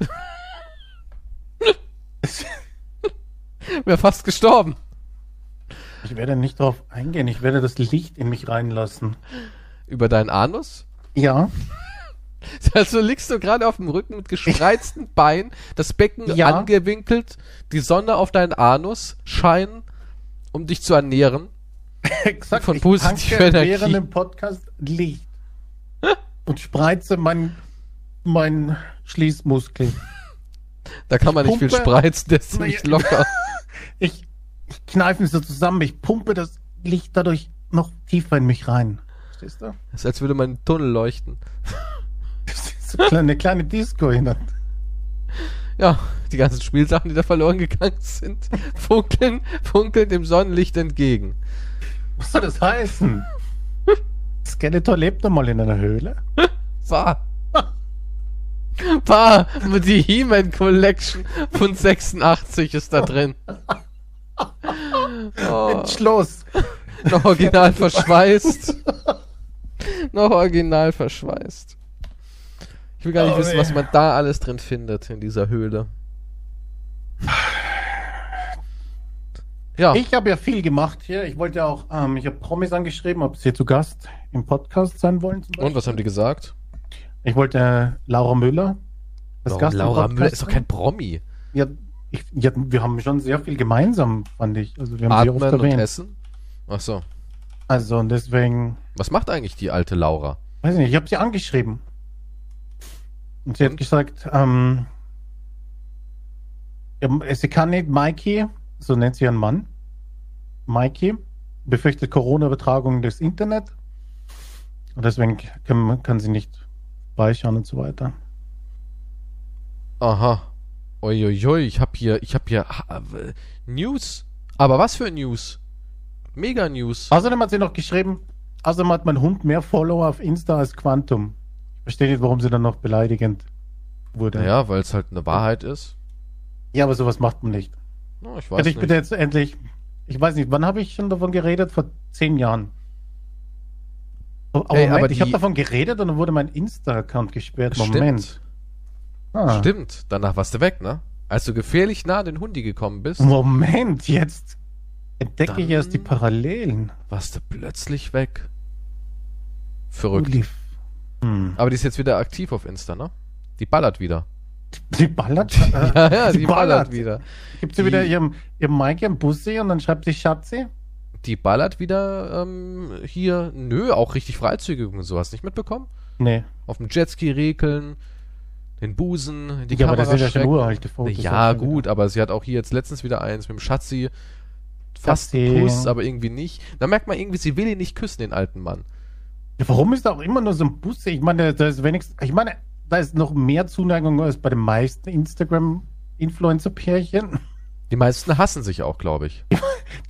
Speaker 1: Wäre fast gestorben.
Speaker 2: Ich werde nicht drauf eingehen. Ich werde das Licht in mich reinlassen.
Speaker 1: Über deinen Anus?
Speaker 2: Ja.
Speaker 1: Also liegst du gerade auf dem Rücken mit gespreizten Beinen, das Becken
Speaker 2: Ja.
Speaker 1: angewinkelt, die Sonne auf deinen Anus scheinen, um dich zu ernähren.
Speaker 2: Exakt.
Speaker 1: Von
Speaker 2: ich
Speaker 1: positiver
Speaker 2: tanke
Speaker 1: Energie.
Speaker 2: während dem Podcast Licht. und spreize meinen mein Schließmuskel.
Speaker 1: Da kann man nicht viel
Speaker 2: pumpe-
Speaker 1: spreizen, der ist ziemlich
Speaker 2: Naja.
Speaker 1: locker.
Speaker 2: Ich, ich kneife mich so zusammen. Ich pumpe das Licht dadurch noch tiefer in mich rein. Verstehst du?
Speaker 1: Das ist, als würde man einen Tunnel leuchten.
Speaker 2: Das ist so kleine, eine kleine Disco hinter.
Speaker 1: Ja, die ganzen Spielsachen, die da verloren gegangen sind, funkeln, funkeln dem Sonnenlicht entgegen.
Speaker 2: Was soll das heißen? Skeletor lebt noch mal in einer Höhle.
Speaker 1: War. War. Die He-Man Collection von 86 ist da drin. Oh,
Speaker 2: Schluss.
Speaker 1: noch original verschweißt. Noch original verschweißt. Ich will gar nicht
Speaker 2: Oh,
Speaker 1: wissen,
Speaker 2: nee.
Speaker 1: was man da alles drin findet in dieser Höhle. Ja,
Speaker 2: Ich habe ja viel gemacht hier. Ich wollte ja auch, ähm, ich habe Promis angeschrieben, ob sie zu Gast im Podcast sein wollen. Zum
Speaker 1: und was haben die gesagt?
Speaker 2: Beispiel. Ich wollte äh, Laura Müller. als
Speaker 1: Warum
Speaker 2: Gast im
Speaker 1: Laura
Speaker 2: Podcast
Speaker 1: Müller ist doch kein
Speaker 2: sein.
Speaker 1: Promi.
Speaker 2: Ja, ich, ja, wir haben schon sehr viel gemeinsam, fand ich. Also wir haben sie oft
Speaker 1: Atmen und
Speaker 2: erwähnt.
Speaker 1: Essen? Ach so.
Speaker 2: Also und deswegen,
Speaker 1: Was macht eigentlich die alte Laura?
Speaker 2: weiß nicht, ich habe sie angeschrieben. Und sie hat gesagt, ähm, ja, sie kann nicht Mikey, so nennt sie ihren Mann. Mikey befürchtet Corona-Übertragung durchs Internet. Und deswegen kann, kann sie nicht beischauen und so weiter.
Speaker 1: Aha. Uiuiui, ich hab hier, ich hab hier ha- äh, News. Aber was für News? Mega News.
Speaker 2: Außerdem hat sie noch geschrieben, außerdem hat mein Hund mehr Follower auf Insta als Quantum. Ich verstehe nicht, warum sie dann noch beleidigend wurde.
Speaker 1: Naja, weil es halt eine Wahrheit ist.
Speaker 2: ja aber sowas macht man nicht.
Speaker 1: Na, ich
Speaker 2: Hätte
Speaker 1: weiß
Speaker 2: Also ich
Speaker 1: nicht.
Speaker 2: bitte jetzt endlich, ich weiß nicht, wann habe ich schon davon geredet? Vor zehn Jahren. Oh, Aber,
Speaker 1: Ey,
Speaker 2: Moment,
Speaker 1: aber
Speaker 2: ich habe
Speaker 1: die-
Speaker 2: davon geredet und dann wurde mein Insta-Account gesperrt.
Speaker 1: Stimmt.
Speaker 2: Moment. Ah,
Speaker 1: Stimmt, danach warst du weg, ne? Als du gefährlich nah an den Hundi gekommen bist,
Speaker 2: Moment, jetzt entdecke
Speaker 1: Dann-
Speaker 2: ich erst die Parallelen.
Speaker 1: warst du plötzlich weg. Verrückt.
Speaker 2: Uli- Hm.
Speaker 1: Aber die ist jetzt wieder aktiv auf Insta, ne? Die ballert wieder.
Speaker 2: Die ballert. Äh,
Speaker 1: Ja, ja,
Speaker 2: sie
Speaker 1: die ballert
Speaker 2: ballert.
Speaker 1: wieder.
Speaker 2: Gibt sie wieder
Speaker 1: Die-
Speaker 2: ihrem, ihrem Mike ihren Bussi und dann schreibt sie Schatzi?
Speaker 1: Die ballert wieder ähm, hier, nö, auch richtig Freizügig und so. Hast du nicht mitbekommen?
Speaker 2: Nee.
Speaker 1: Auf dem Jetski rekeln, den Busen, in die
Speaker 2: Ja, aber
Speaker 1: Kamera
Speaker 2: das sind ja schon
Speaker 1: strecken.
Speaker 2: uralte Fotos. genau.
Speaker 1: Ja, gut, aber sie hat auch hier jetzt letztens wieder eins mit dem Schatzi. Fast
Speaker 2: Schatzi.
Speaker 1: einen Kuss, aber irgendwie nicht. Da merkt man irgendwie, sie will ihn nicht küssen, den alten Mann.
Speaker 2: Ja, Warum ist da auch immer nur so ein Bussi? Ich meine, da ist wenigstens, ich meine, da ist noch mehr Zuneigung als bei den meisten Instagram-Influencer-Pärchen.
Speaker 1: Die meisten hassen sich auch, glaube ich.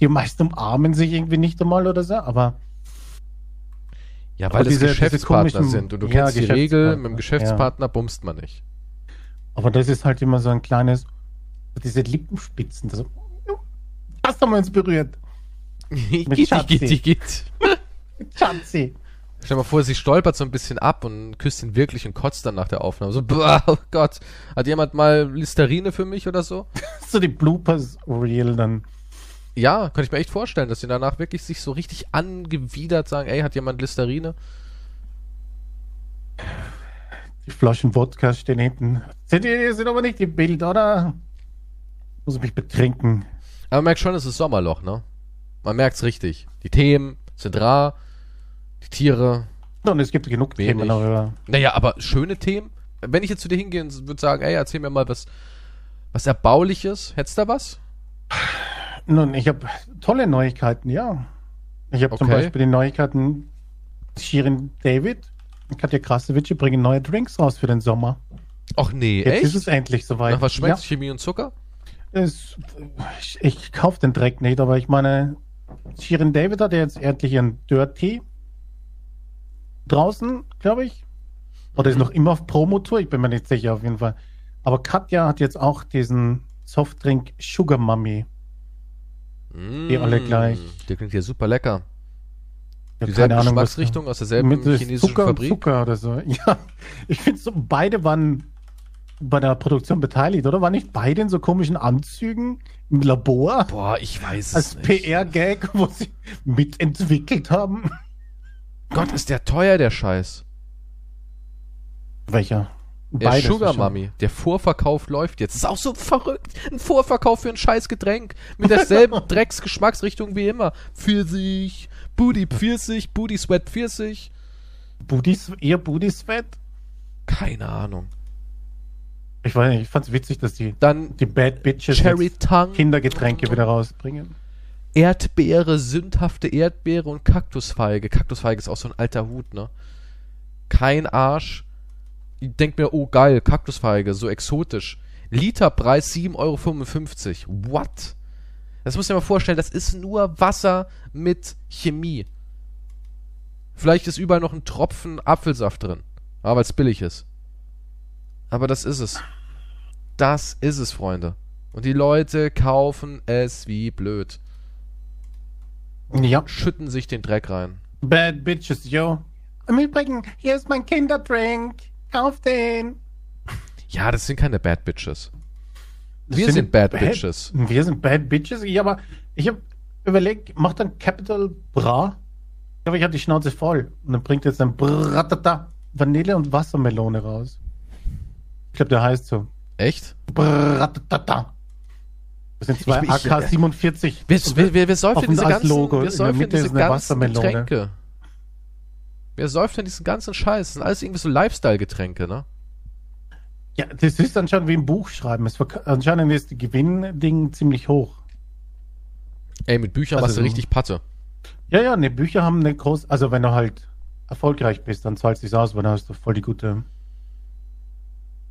Speaker 2: Die meisten umarmen sich irgendwie nicht einmal oder so, aber
Speaker 1: Ja,
Speaker 2: Aber
Speaker 1: weil es
Speaker 2: diese- diese
Speaker 1: Geschäftspartner
Speaker 2: komischen-
Speaker 1: sind. Und du
Speaker 2: ja,
Speaker 1: kennst die Regel, mit dem
Speaker 2: Geschäftspartner, ja.
Speaker 1: Geschäftspartner bumst man nicht.
Speaker 2: Aber das ist halt immer so ein kleines, diese Lippenspitzen. Das, das haben wir uns berührt.
Speaker 1: Gitti,
Speaker 2: Schatzi.
Speaker 1: gitti, gitti.
Speaker 2: Schatzi.
Speaker 1: Stell dir mal vor, sie stolpert so ein bisschen ab und küsst ihn wirklich und kotzt dann nach der Aufnahme. So, boah, oh Gott, hat jemand mal Listerine für mich oder so?
Speaker 2: So die Bloopers real dann.
Speaker 1: Ja, könnte ich mir echt vorstellen, dass sie danach wirklich sich so richtig angewidert sagen, ey, hat jemand Listerine?
Speaker 2: Die Flaschen Wodka stehen hinten. Sind, die, sind aber nicht im Bild, oder? Muss ich mich betrinken.
Speaker 1: Aber man merkt schon, es ist Sommerloch, ne? Man merkt's richtig. Die Themen sind rar, die Tiere.
Speaker 2: Und es gibt genug
Speaker 1: Wenig.
Speaker 2: Themen darüber.
Speaker 1: Naja, aber schöne Themen. Wenn ich jetzt zu dir hingehe und würde sagen, ey, erzähl mir mal was, was Erbauliches, hättest du da was?
Speaker 2: Nun, ich habe tolle Neuigkeiten, ja. Ich habe zum
Speaker 1: Okay.
Speaker 2: Beispiel die Neuigkeiten Shirin David und Katja Krasowitsch bringen neue Drinks raus für den Sommer.
Speaker 1: Och nee,
Speaker 2: Jetzt ist es
Speaker 1: echt?
Speaker 2: endlich soweit.
Speaker 1: Nach was schmeckt's? Chemie und Zucker?
Speaker 2: Ja, es, ich ich kaufe den Dreck nicht, aber ich meine, Shirin David hat ja jetzt endlich ihren Dirty draußen, glaube ich. Oder ist noch immer auf Promotour, ich bin mir nicht sicher auf jeden Fall. Aber Katja hat jetzt auch diesen Softdrink Sugar Mummy.
Speaker 1: Die
Speaker 2: alle gleich.
Speaker 1: Mmh, Der klingt ja super lecker.
Speaker 2: Ja,
Speaker 1: Dieselbe
Speaker 2: keine Ahnung, was-
Speaker 1: Äh, Geschmacksrichtung aus derselben
Speaker 2: mit
Speaker 1: chinesischen
Speaker 2: Zucker
Speaker 1: Fabrik.
Speaker 2: und Zucker oder so. Ja, ich finde so, beide waren bei der Produktion beteiligt, oder? War nicht beide in so komischen Anzügen im Labor
Speaker 1: Boah, ich weiß es
Speaker 2: als
Speaker 1: nicht.
Speaker 2: PR-Gag, wo sie mitentwickelt haben?
Speaker 1: Gott, ist der teuer, der Scheiß.
Speaker 2: Welcher?
Speaker 1: Der
Speaker 2: Beides
Speaker 1: Sugar
Speaker 2: wahrscheinlich.
Speaker 1: Mummy. Der Vorverkauf läuft jetzt. Ist auch so verrückt. Ein Vorverkauf für ein scheiß Getränk. Mit derselben Drecksgeschmacksrichtung wie immer. Pfirsich, Booty Pfirsich, Booty Sweat Pfirsich.
Speaker 2: Booties, eher Booty-Sweat?
Speaker 1: Keine Ahnung.
Speaker 2: Ich weiß nicht, ich fand's witzig, dass die,
Speaker 1: Dann
Speaker 2: die Bad Bitches
Speaker 1: Cherry
Speaker 2: jetzt
Speaker 1: Tongue,
Speaker 2: Kindergetränke wieder rausbringen.
Speaker 1: Erdbeere, sündhafte Erdbeere und Kaktusfeige. Kaktusfeige ist auch so ein alter Hut, ne? Kein Arsch. Ich denk mir, oh geil, Kaktusfeige, so exotisch. Literpreis 7,55 Euro. What? Das muss ich mir mal vorstellen, das ist nur Wasser mit Chemie. Vielleicht ist überall noch ein Tropfen Apfelsaft drin. Aber weil es billig ist. Aber das ist es. Das ist es, Freunde. Und die Leute kaufen es wie blöd.
Speaker 2: Ja.
Speaker 1: Schütten sich den Dreck rein.
Speaker 2: Bad Bitches, yo. Im Übrigen, hier ist mein Kinderdrink. Kauf den.
Speaker 1: Ja, das sind keine Bad Bitches.
Speaker 2: Das
Speaker 1: Wir sind Bad Bitches.
Speaker 2: Wir sind Bad Bitches. Ich aber ich habe überlegt, macht dann Capital Bra? Ich glaube, ich habe die Schnauze voll. Und dann bringt jetzt ein Bratata Vanille und Wassermelone raus. Ich glaube, der heißt so.
Speaker 1: Echt?
Speaker 2: Bratata. Das sind zwei
Speaker 1: Ich- ich-
Speaker 2: AK-47.
Speaker 1: Wir,
Speaker 2: Und
Speaker 1: wir, wir, wir
Speaker 2: auf
Speaker 1: säufen
Speaker 2: dem
Speaker 1: diese ganzen,
Speaker 2: Logo
Speaker 1: wir
Speaker 2: in der
Speaker 1: säufen
Speaker 2: Mitte
Speaker 1: diese
Speaker 2: ist eine
Speaker 1: ganzen
Speaker 2: Wassermelone.
Speaker 1: Getränke. Wir säufen diesen ganzen Scheiß. Das sind alles irgendwie so Lifestyle-Getränke, ne?
Speaker 2: Ja, das ist anscheinend wie ein Buch schreiben. Es verk- anscheinend ist die Gewinnding ziemlich hoch.
Speaker 1: Ey, mit Büchern
Speaker 2: Also
Speaker 1: machst du
Speaker 2: so-
Speaker 1: richtig Patte.
Speaker 2: Ja, ja, ne, Bücher haben eine große, also wenn du halt erfolgreich bist, dann zahlt sich's aus, weil dann hast du voll die gute,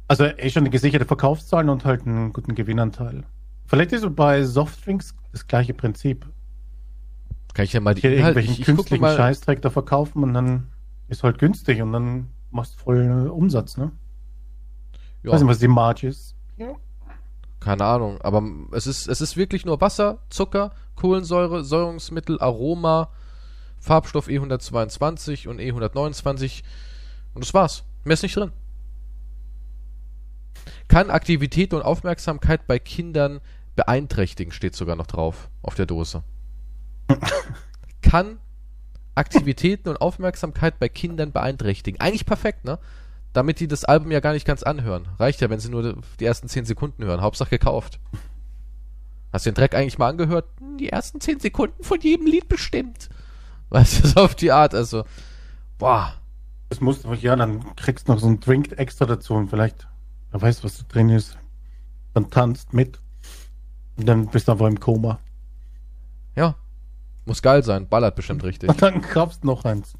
Speaker 2: also eh schon eine gesicherte Verkaufszahlen und halt einen guten Gewinnanteil. Vielleicht ist bei Softdrinks das gleiche Prinzip.
Speaker 1: Kann ich ja mal die
Speaker 2: Hier
Speaker 1: Inhalte... Ich,
Speaker 2: irgendwelchen
Speaker 1: ich guck mir
Speaker 2: künstlichen
Speaker 1: mal...
Speaker 2: Scheißdreck da verkaufen und dann ist halt günstig und dann machst du voll äh, Umsatz, ne? Ich weiß
Speaker 1: Ja,
Speaker 2: nicht, was die Marge ist. Ja.
Speaker 1: keine Ahnung. Aber es ist, es ist wirklich nur Wasser, Zucker, Kohlensäure, Säurungsmittel, Aroma, Farbstoff E122 und E129. Und das war's. Mehr ist nicht drin. Kann Aktivität und Aufmerksamkeit bei Kindern beeinträchtigen, steht sogar noch drauf auf der Dose. Kann Aktivitäten und Aufmerksamkeit bei Kindern beeinträchtigen. Eigentlich perfekt, ne? Damit die das Album ja gar nicht ganz anhören. Reicht ja, wenn sie nur die ersten 10 Sekunden hören. Hauptsache gekauft. Hast du den Dreck eigentlich mal angehört? Hm, Die ersten 10 Sekunden von jedem Lied bestimmt. Weißt du, so auf die Art, also. Boah.
Speaker 2: Das musst du, ja, dann kriegst du noch so einen Drink extra dazu und vielleicht, wer weiß, was da drin ist. Dann tanzt mit. Und dann bist du einfach im Koma.
Speaker 1: Ja. Muss geil sein. Ballert bestimmt richtig.
Speaker 2: Und dann kaufst du noch eins.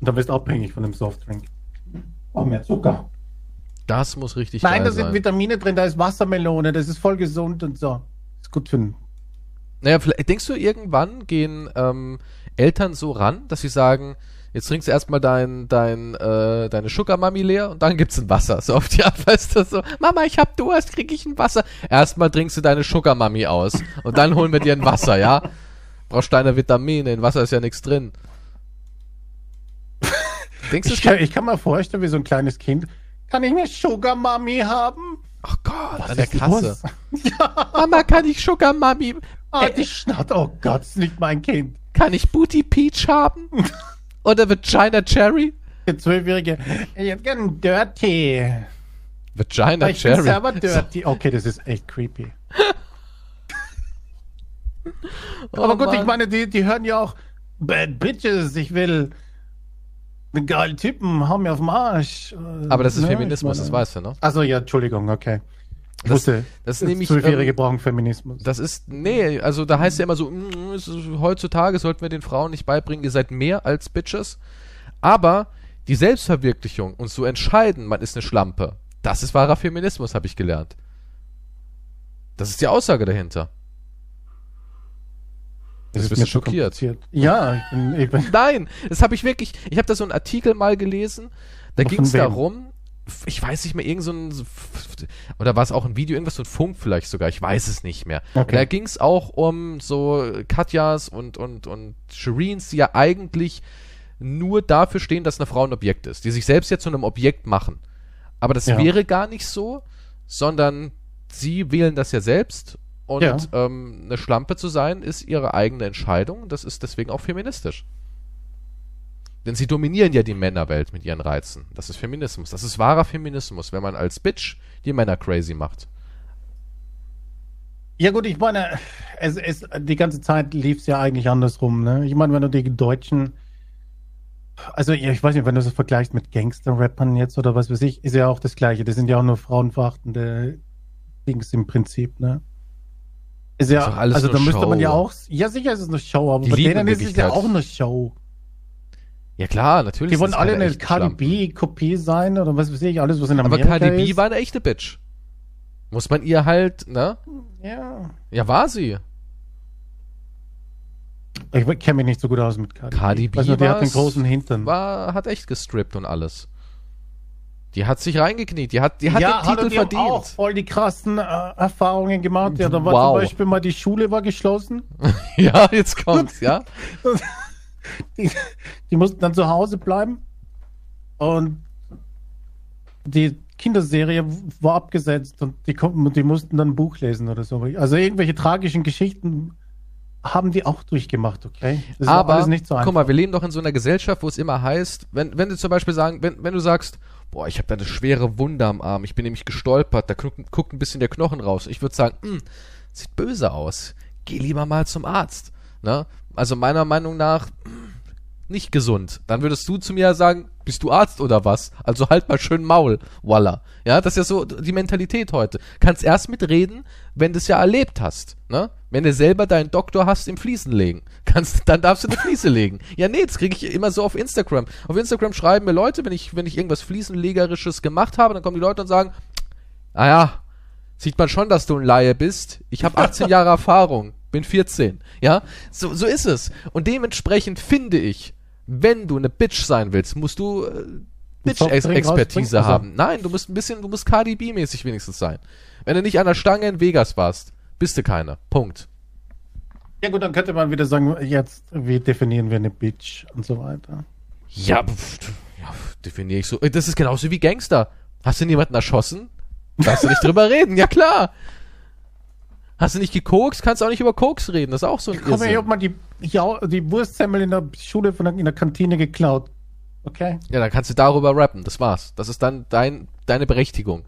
Speaker 2: Und dann bist du abhängig von dem Softdrink. Oh, mehr Zucker.
Speaker 1: Das muss richtig
Speaker 2: Nein,
Speaker 1: geil
Speaker 2: da sind
Speaker 1: sein.
Speaker 2: Vitamine drin, da ist Wassermelone, das ist voll gesund und so. Ist gut für den.
Speaker 1: Naja, vielleicht, denkst du, irgendwann gehen ähm, Eltern so ran, dass sie sagen, jetzt trinkst du erstmal dein, dein, äh, deine Sugar Mami leer und dann gibt's ein Wasser. So auf die Art, weißt du, so, Mama, ich hab Durst, krieg ich ein Wasser. Erstmal trinkst du deine Sugar Mami aus und dann holen wir dir ein Wasser, ja? Brauchst deine Vitamine, in Wasser ist ja nichts drin. denkst du,
Speaker 2: Ich kann, ich kann mir vorstellen, wie so ein kleines Kind. Kann ich eine Sugar Mami haben?
Speaker 1: oh Gott, an
Speaker 2: Was
Speaker 1: der
Speaker 2: ist
Speaker 1: Kasse.
Speaker 2: los?
Speaker 1: Mama, kann ich Sugar Mami,
Speaker 2: Ah,
Speaker 1: Äh.
Speaker 2: die Schnatter. Oh Gott, das ist nicht mein Kind.
Speaker 1: kann ich Booty Peach haben? Oder Vagina Cherry?
Speaker 2: Der Zwölfjährige. Ich hätte gerne einen Dirty.
Speaker 1: Vagina
Speaker 2: ich bin selber dirty. Okay, das ist echt creepy.
Speaker 1: Oh
Speaker 2: Aber gut, ich meine, die, die hören ja auch Bad Bitches, ich will einen geilen Typen, hau mir auf den Arsch. Äh,
Speaker 1: Aber das ist
Speaker 2: ne, ich
Speaker 1: Feminismus,
Speaker 2: meine-
Speaker 1: das weißt du, ne?
Speaker 2: Also ja, Entschuldigung, okay.
Speaker 1: Das-
Speaker 2: Ich wusste,
Speaker 1: das nehme ich,
Speaker 2: Zwölfjährige
Speaker 1: ähm,
Speaker 2: brauchen Feminismus.
Speaker 1: Das ist, nee, also da heißt ja immer so, mm, es ist, heutzutage sollten wir den Frauen nicht beibringen, ihr seid mehr als Bitches. Aber die Selbstverwirklichung und zu entscheiden, man ist eine Schlampe, das ist wahrer Feminismus, habe ich gelernt. Das ist die Aussage dahinter.
Speaker 2: Das
Speaker 1: ist ein bisschen
Speaker 2: mir zu
Speaker 1: schockiert.
Speaker 2: kompliziert. Ja, ich bin, ich bin
Speaker 1: Nein, das habe ich wirklich, ich habe da so einen Artikel mal gelesen, da
Speaker 2: Von
Speaker 1: ging es
Speaker 2: wem?
Speaker 1: darum, f- ich weiß nicht mehr, irgend so ein, oder war es auch ein Video, irgendwas von Funk vielleicht sogar, ich weiß es nicht mehr.
Speaker 2: Okay.
Speaker 1: Da ging es auch um so Katjas und, und, und Shireens, die ja eigentlich nur dafür stehen, dass eine Frau ein Objekt ist, die sich selbst ja zu einem Objekt machen. Aber das
Speaker 2: Ja.
Speaker 1: wäre gar nicht so, sondern sie wählen das ja selbst. Und
Speaker 2: Ja.
Speaker 1: ähm, eine Schlampe zu sein, ist ihre eigene Entscheidung. Das ist deswegen auch feministisch. Denn sie dominieren ja die Männerwelt mit ihren Reizen. Das ist Feminismus. Das ist wahrer Feminismus, wenn man als Bitch die Männer crazy macht.
Speaker 2: Ja gut, ich meine, es, es, die ganze Zeit lief es ja eigentlich andersrum. Ne? Ich meine, wenn du die Deutschen, also ja, ich weiß nicht, wenn du es vergleichst mit Gangster-Rappern jetzt oder was weiß ich, ist ja auch das Gleiche. Das sind ja auch nur frauenverachtende Dings im Prinzip. Ne? Ist ja,
Speaker 1: Ist doch alles
Speaker 2: also da
Speaker 1: nur
Speaker 2: müsste man ja
Speaker 1: Show.
Speaker 2: auch, ja sicher ist es eine Show, aber
Speaker 1: Die
Speaker 2: bei
Speaker 1: lieben
Speaker 2: denen
Speaker 1: in
Speaker 2: ist es ja
Speaker 1: Wirklichkeit.
Speaker 2: auch eine Show.
Speaker 1: Ja klar, natürlich.
Speaker 2: Die wollen
Speaker 1: sind
Speaker 2: alle
Speaker 1: keine
Speaker 2: eine
Speaker 1: echten halt Schlampen.
Speaker 2: Cardi B-Kopie sein oder was weiß ich, alles was in
Speaker 1: Aber
Speaker 2: Amerika
Speaker 1: Cardi B
Speaker 2: ist.
Speaker 1: war eine echte Bitch. Muss man ihr halt, ne?
Speaker 2: Ja.
Speaker 1: Ja, war sie.
Speaker 2: Ich kenne mich nicht so gut aus mit Cardi,
Speaker 1: Cardi B
Speaker 2: B. Also, die hat
Speaker 1: war's-
Speaker 2: einen großen Hintern.
Speaker 1: War, hat echt gestrippt und alles. Die hat sich reingekniet. Die hat, die hat den Titel
Speaker 2: die
Speaker 1: verdient.
Speaker 2: Haben auch voll die krassen äh, Erfahrungen gemacht. Ja, da war
Speaker 1: Wow.
Speaker 2: zum Beispiel mal die Schule war geschlossen.
Speaker 1: Ja, jetzt kommt's, ja.
Speaker 2: Die, die mussten dann zu Hause bleiben. Und die Kinderserie war abgesetzt und die, konnten, die mussten dann ein Buch lesen oder so. Also irgendwelche tragischen Geschichten haben die auch durchgemacht, okay? Das war
Speaker 1: Aber,
Speaker 2: alles nicht so
Speaker 1: guck
Speaker 2: einfach.
Speaker 1: mal, wir leben doch in so einer Gesellschaft, wo es immer heißt, wenn, wenn du zum Beispiel sagen, wenn, wenn du sagst, boah, ich habe da eine schwere Wunde am Arm, ich bin nämlich gestolpert, da guckt, guckt ein bisschen der Knochen raus. Ich würde sagen, hm, sieht böse aus. Geh lieber mal zum Arzt. Ne? Also meiner Meinung nach hm, nicht gesund. Dann würdest du zu mir sagen, bist du Arzt oder was? Also halt mal schön Maul, Walla. Ja, das ist ja so die Mentalität heute. Kannst erst mitreden, wenn du es ja erlebt hast. Ne? Wenn du selber deinen Doktor hast im Fliesen legen. Kannst, dann darfst du eine Fliese legen. Ja, nee, das kriege ich immer so auf Instagram. Auf Instagram schreiben mir Leute, wenn ich, wenn ich irgendwas Fliesenlegerisches gemacht habe, dann kommen die Leute und sagen, naja, Ah sieht man schon, dass du ein Laie bist. Ich habe 18 Jahre Erfahrung, bin 14. Ja, so, so ist es. Und dementsprechend finde ich, wenn du eine Bitch sein willst, musst du äh,
Speaker 2: Softdrink
Speaker 1: Bitch-Expertise
Speaker 2: rausbringen,
Speaker 1: haben. Nein, du musst ein bisschen, du musst Cardi B-mäßig wenigstens sein. Wenn du nicht an der Stange in Vegas warst, bist du keine. Punkt.
Speaker 2: Ja gut, dann könnte man wieder sagen, jetzt, wie definieren wir eine Bitch und so weiter.
Speaker 1: Ja, pf, ja definiere ich so. Äh, Das ist genauso wie Gangster. Hast du niemanden erschossen? Darfst du nicht drüber reden? Ja, klar. Hast du nicht gekokst, kannst du auch nicht über Koks reden. Das ist auch so ein
Speaker 2: Guck mal, ich
Speaker 1: Irrsinn.
Speaker 2: hab mal die, ja, die Wurstsemmel in der Schule von der, in der Kantine geklaut. Okay?
Speaker 1: Ja, dann kannst du darüber rappen. Das war's. Das ist dann dein, deine Berechtigung.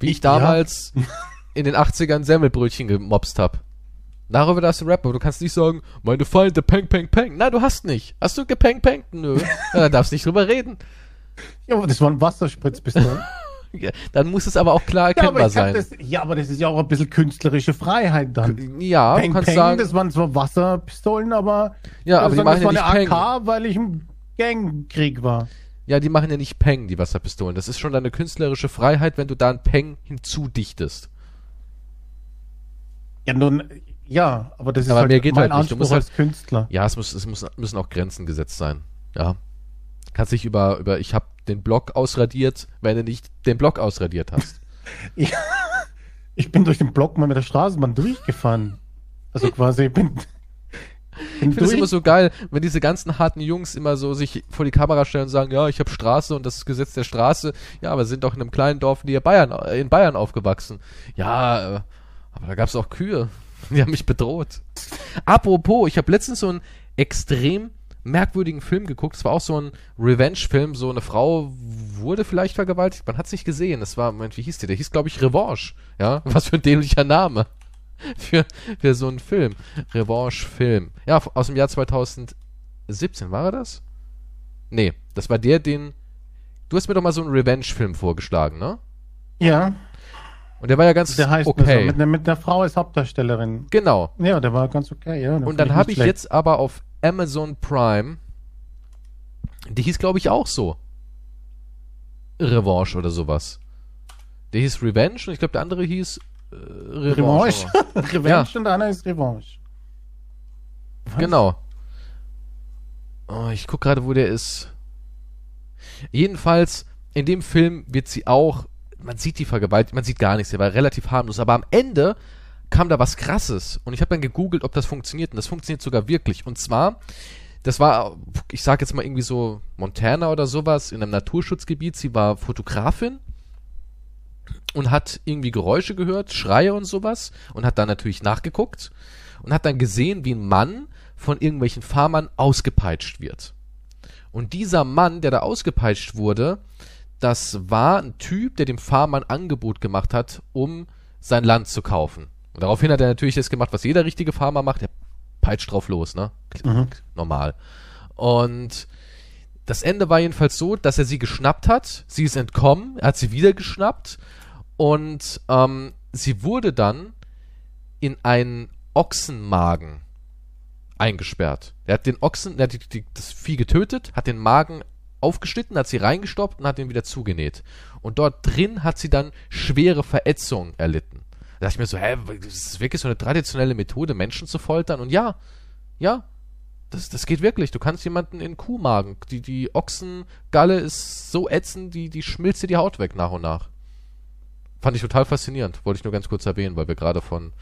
Speaker 1: Wie ich
Speaker 2: Ja.
Speaker 1: damals in den 80ern Semmelbrötchen gemobst hab. Darüber darfst du rappen, aber du kannst nicht sagen, meine Feinde, peng, peng, peng. Nein, du hast nicht. Hast du gepeng, peng? Nö. Ja, dann darfst du nicht drüber reden.
Speaker 2: Ja, aber das war ein Wasserspritzpistol.
Speaker 1: Ja, Dann muss es aber auch klar
Speaker 2: ja,
Speaker 1: erkennbar
Speaker 2: aber ich hab
Speaker 1: sein.
Speaker 2: das, ja, aber das ist ja auch ein bisschen künstlerische Freiheit dann.
Speaker 1: ja, du kannst sagen,
Speaker 2: das waren zwar Wasserpistolen, aber,
Speaker 1: Ja, aber die
Speaker 2: ich
Speaker 1: machen
Speaker 2: würde
Speaker 1: ja
Speaker 2: sagen, das war
Speaker 1: nicht
Speaker 2: eine AK, weil ich im Gangkrieg war.
Speaker 1: Ja, die machen ja nicht Peng, die Wasserpistolen. Das ist schon deine künstlerische Freiheit, wenn du da ein Peng hinzudichtest.
Speaker 2: Ja, nun, ja, aber das ist
Speaker 1: Aber mir geht
Speaker 2: mein
Speaker 1: halt nicht. Du
Speaker 2: Anspruch
Speaker 1: musst halt-
Speaker 2: als Künstler.
Speaker 1: Ja, es, muss, es muss, müssen auch Grenzen gesetzt sein. Ja. Kannst dich über, über ich hab den Block ausradiert, wenn du nicht den Block ausradiert hast.
Speaker 2: Ich bin durch den Block mal mit der Straßenbahn durchgefahren. Also quasi, ich bin, bin
Speaker 1: Ich finde es immer so geil, wenn diese ganzen harten Jungs immer so sich vor die Kamera stellen und sagen, ja, ich hab Straße und das ist Gesetz der Straße. Ja, aber sind doch in einem kleinen Dorf näher Bayern, äh, in Bayern aufgewachsen. Ja, äh, aber da gab's auch Kühe. Die haben mich bedroht. Apropos, ich habe letztens so einen extrem merkwürdigen Film geguckt. Es war auch so ein Revenge-Film. So eine Frau wurde vielleicht vergewaltigt. Man hat es nicht gesehen. Das war, Moment, wie hieß der? Der hieß, glaube ich, Revanche. Ja, was für ein dämlicher Name für, für so einen Film. Revanche-Film. Ja, f- aus dem Jahr 2017, war er das? Nee, das war der, den... Du hast mir doch mal so einen Revenge-Film vorgeschlagen, ne?
Speaker 2: ja,
Speaker 1: Und der war ja ganz
Speaker 2: der heißt nur so.
Speaker 1: okay.
Speaker 2: Mit, einer- mit einer Frau als Hauptdarstellerin.
Speaker 1: Genau.
Speaker 2: Ja, der war ganz okay, ja. den
Speaker 1: Und
Speaker 2: fand
Speaker 1: dann habe ich
Speaker 2: nicht schlecht.
Speaker 1: jetzt aber auf Amazon Prime, die hieß glaube ich auch so. Revanche oder sowas. Der hieß Revenge und ich glaube der andere hieß äh, Revanche.
Speaker 2: Revanche.
Speaker 1: aber-
Speaker 2: Revenge und einer ist Revanche.
Speaker 1: Genau. Oh, ich guck gerade, wo der ist. Jedenfalls, in dem Film wird sie auch, man sieht die Vergewaltigung, man sieht gar nichts, der war relativ harmlos, aber am Ende kam da was Krasses und ich habe dann gegoogelt, ob das funktioniert und das funktioniert sogar wirklich. Und zwar, das war, ich sag jetzt mal irgendwie so Montana oder sowas, in einem Naturschutzgebiet, sie war Fotografin und hat irgendwie Geräusche gehört, Schreie und sowas und hat dann natürlich nachgeguckt und hat dann gesehen, wie ein Mann von irgendwelchen Farmern ausgepeitscht wird. Und dieser Mann, der da ausgepeitscht wurde, das war ein Typ, der dem Farmer ein Angebot gemacht hat, um sein Land zu kaufen. Und daraufhin hat er natürlich das gemacht, was jeder richtige Farmer macht. Er peitscht drauf los, ne?
Speaker 2: Mhm.
Speaker 1: Normal. Und das Ende war jedenfalls so, dass er sie geschnappt hat. Sie ist entkommen. Er hat sie wieder geschnappt. Und ähm, sie wurde dann in einen Ochsenmagen eingesperrt. Er hat den Ochsen, er hat die, die, das Vieh getötet, hat den Magen aufgeschnitten, hat sie reingestoppt und hat ihn wieder zugenäht. Und dort drin hat sie dann schwere Verätzungen erlitten. Da dachte ich mir so, hä, das ist wirklich so eine traditionelle Methode, Menschen zu foltern. Und ja, ja, das, das geht wirklich. Du kannst jemanden in Kuhmagen, die, die Ochsengalle ist so ätzend, die, die schmilzt dir die Haut weg nach und nach. Fand ich total faszinierend. Wollte ich nur ganz kurz erwähnen, weil wir gerade von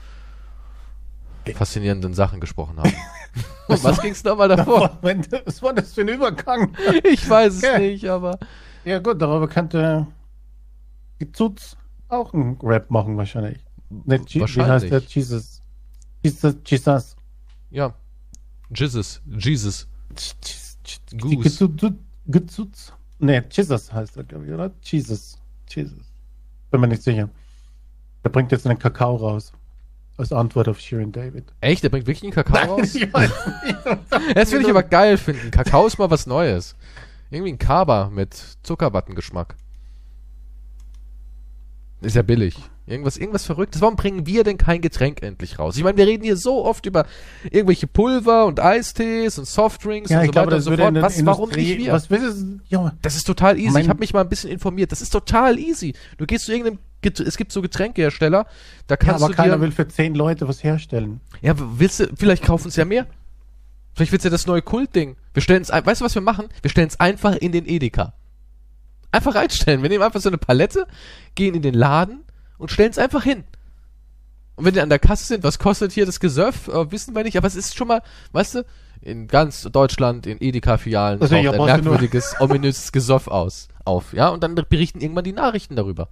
Speaker 1: faszinierenden Sachen gesprochen haben. Um was ging's nochmal davor?
Speaker 2: Was war das für ein Übergang?
Speaker 1: Ich weiß es
Speaker 2: Okay.
Speaker 1: nicht, aber
Speaker 2: Ja gut, darüber könnte die Zutz auch einen Rap machen wahrscheinlich. Ne, Je- Wie heißt
Speaker 1: Wahrscheinlich.
Speaker 2: der? Jesus. Jesus. Jesus.
Speaker 1: ja. Jesus, Jesus. Goose.
Speaker 2: Gezutz. Ne, Jesus heißt er, glaube ich, oder? Jesus. Jesus. Bin mir nicht sicher. Der bringt jetzt einen Kakao raus. Als Antwort auf Shirin David.
Speaker 1: Echt, der bringt wirklich einen Kakao raus?
Speaker 2: Ich weiß nicht.
Speaker 1: Das würde ich aber geil finden. Kakao ist mal was Neues. Irgendwie ein Kaba mit Zuckerwattengeschmack. Ist ja billig. Irgendwas, irgendwas Verrücktes. Warum bringen wir denn kein Getränk endlich raus? Ich meine, wir reden hier so oft über irgendwelche Pulver und Eistees und Softdrinks
Speaker 2: ja,
Speaker 1: und
Speaker 2: ich
Speaker 1: so
Speaker 2: glaube,
Speaker 1: Also weiter und
Speaker 2: das
Speaker 1: so fort. Was,
Speaker 2: würde in der
Speaker 1: warum nicht
Speaker 2: Industrie-
Speaker 1: wir?
Speaker 2: Was willst du? Junge,
Speaker 1: Das ist total easy.
Speaker 2: Mein-
Speaker 1: ich habe mich mal ein bisschen informiert. Das ist total easy. Du gehst zu irgendeinem Get es gibt so Getränkehersteller, da
Speaker 2: ja,
Speaker 1: kannst
Speaker 2: aber
Speaker 1: du dir
Speaker 2: keiner will für zehn Leute was herstellen.
Speaker 1: ja, w- willst du, vielleicht kaufen es ja mehr. Vielleicht wird's ja das neue Kultding. Wir stellen es, weißt du, was wir machen? Wir stellen es einfach in den Edeka. Einfach reinstellen. Wir nehmen einfach so eine Palette, gehen in den Laden und stellen es einfach hin. Und wenn wir an der Kasse sind, was kostet hier das Gesöff, äh, wissen wir nicht. Aber es ist schon mal, weißt du, in ganz Deutschland, in Edeka-Filialen
Speaker 2: Also,
Speaker 1: taucht
Speaker 2: ja,
Speaker 1: ein
Speaker 2: brauchst du nur-
Speaker 1: merkwürdiges, ominöses Gesöff aus, auf. Ja, und dann berichten irgendwann die Nachrichten darüber.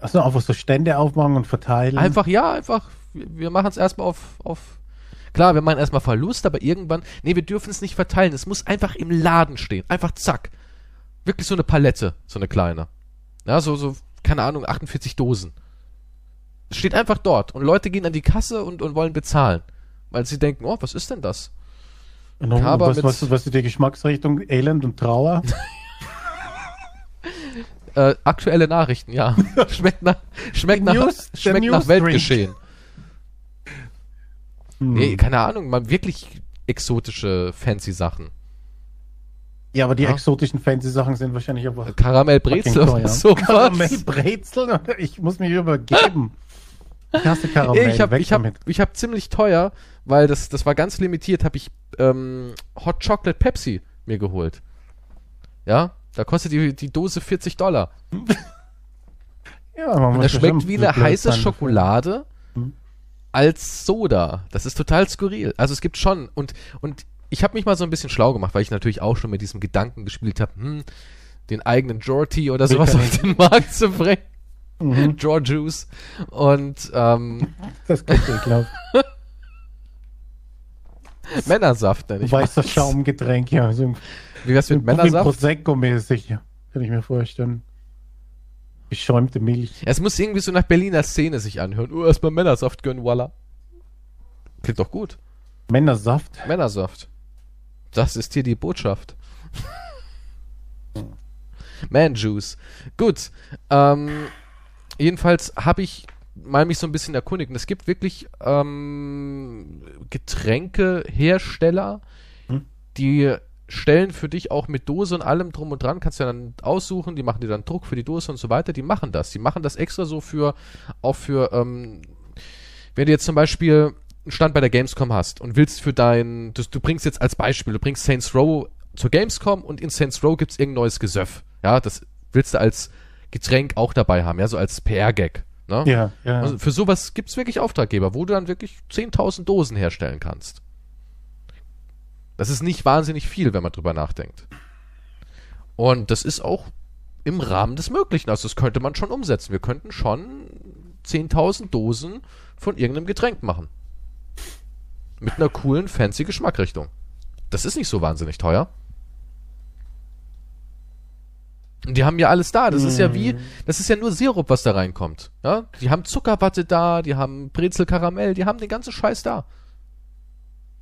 Speaker 2: Also einfach so Stände aufmachen und verteilen.
Speaker 1: Einfach, ja, einfach. Wir wir machen es erstmal auf, auf. Klar, wir machen erstmal Verlust, aber irgendwann. Nee, wir dürfen es nicht verteilen. Es muss einfach im Laden stehen. Einfach zack. Wirklich so eine Palette, so eine kleine. Ja, so, so, keine Ahnung, 48 Dosen. Es Steht einfach dort. Und Leute gehen an die Kasse und, und wollen bezahlen. Weil sie denken, oh, was ist denn das?
Speaker 2: Und noch,
Speaker 1: Kaba
Speaker 2: was,
Speaker 1: mit-
Speaker 2: was, was ist die Geschmacksrichtung? Elend und Trauer?
Speaker 1: Äh, aktuelle Nachrichten, ja. Schmeckt nach, schmeckt
Speaker 2: Die
Speaker 1: nach,
Speaker 2: News- der
Speaker 1: schmeckt nach
Speaker 2: Newsdrink.
Speaker 1: Weltgeschehen.
Speaker 2: Hm.
Speaker 1: Nee, keine Ahnung, mal wirklich exotische, fancy Sachen.
Speaker 2: ja, aber die
Speaker 1: Ja.
Speaker 2: exotischen Fancy-Sachen sind wahrscheinlich einfach
Speaker 1: Karamellbrezel
Speaker 2: fucking
Speaker 1: oder sowas.
Speaker 2: Karamellbrezeln? Ich muss mich übergeben. Ich hasse Karamell.
Speaker 1: ich habe
Speaker 2: Weg
Speaker 1: ich hab,
Speaker 2: damit.
Speaker 1: ich hab ziemlich teuer, weil das, das war ganz limitiert, habe ich ähm, Hot Chocolate Pepsi mir geholt. Ja, da kostet die, die Dose 40 Dollar.
Speaker 2: Ja, man
Speaker 1: Und
Speaker 2: muss
Speaker 1: das
Speaker 2: ja
Speaker 1: schmeckt
Speaker 2: schon
Speaker 1: wie
Speaker 2: so
Speaker 1: eine
Speaker 2: blöd
Speaker 1: heiße
Speaker 2: sein.
Speaker 1: Schokolade
Speaker 2: Mhm.
Speaker 1: als Soda. Das ist total skurril. Also es gibt schon und und ich habe mich mal so ein bisschen schlau gemacht, weil ich natürlich auch schon mit diesem Gedanken gespielt habe, hm, den eigenen Jorty oder
Speaker 2: Will
Speaker 1: sowas
Speaker 2: ich ja
Speaker 1: auf den Markt zu bringen.
Speaker 2: Mhm,
Speaker 1: Jaw Juice. Und ähm,
Speaker 2: das klingt ekelhaft.
Speaker 1: Männersaft nenne ich
Speaker 2: Weißer
Speaker 1: mal's.
Speaker 2: Schaumgetränk, ja. So ein-
Speaker 1: Wie wär's
Speaker 2: so
Speaker 1: mit
Speaker 2: ein wie
Speaker 1: Männersaft?
Speaker 2: Prosecco-mäßig, ja. kann ich mir vorstellen. Geschäumte Milch.
Speaker 1: Es muss irgendwie so nach Berliner Szene sich anhören. Oh, erstmal Männersaft gönnen, voila. Klingt doch gut.
Speaker 2: Männersaft.
Speaker 1: Männersaft. Das ist hier die Botschaft. Man Juice. Gut. Ähm, jedenfalls habe ich mal mich so ein bisschen erkundigt. Und es gibt wirklich ähm, Getränkehersteller, die stellen für dich auch mit Dose und allem drum und dran, kannst du ja dann aussuchen, die machen dir dann Druck für die Dose und so weiter, die machen das. Die machen das extra so für, auch für, ähm, wenn du jetzt zum Beispiel einen Stand bei der Gamescom hast und willst für dein, du, du bringst jetzt als Beispiel, du bringst Saints Row zur Gamescom und in Saints Row gibt's irgendein neues Gesöff. Ja, das willst du als Getränk auch dabei haben, ja, so als PR-Gag. Ne?
Speaker 2: Ja, ja.
Speaker 1: Also für sowas gibt's wirklich Auftraggeber, wo du dann wirklich 10.000 Dosen herstellen kannst. Das ist nicht wahnsinnig viel, wenn man drüber nachdenkt. Und das ist auch im Rahmen des Möglichen. Also das könnte man schon umsetzen. Wir könnten schon 10.000 Dosen von irgendeinem Getränk machen. Mit einer coolen, fancy Geschmackrichtung. Das ist nicht so wahnsinnig teuer. Und die haben ja alles da. Das ist ja
Speaker 2: Mhm.
Speaker 1: wie, das ist ja nur Sirup, was da reinkommt. Ja? Die haben Zuckerwatte da, die haben Brezelkaramell, die haben den ganzen Scheiß da.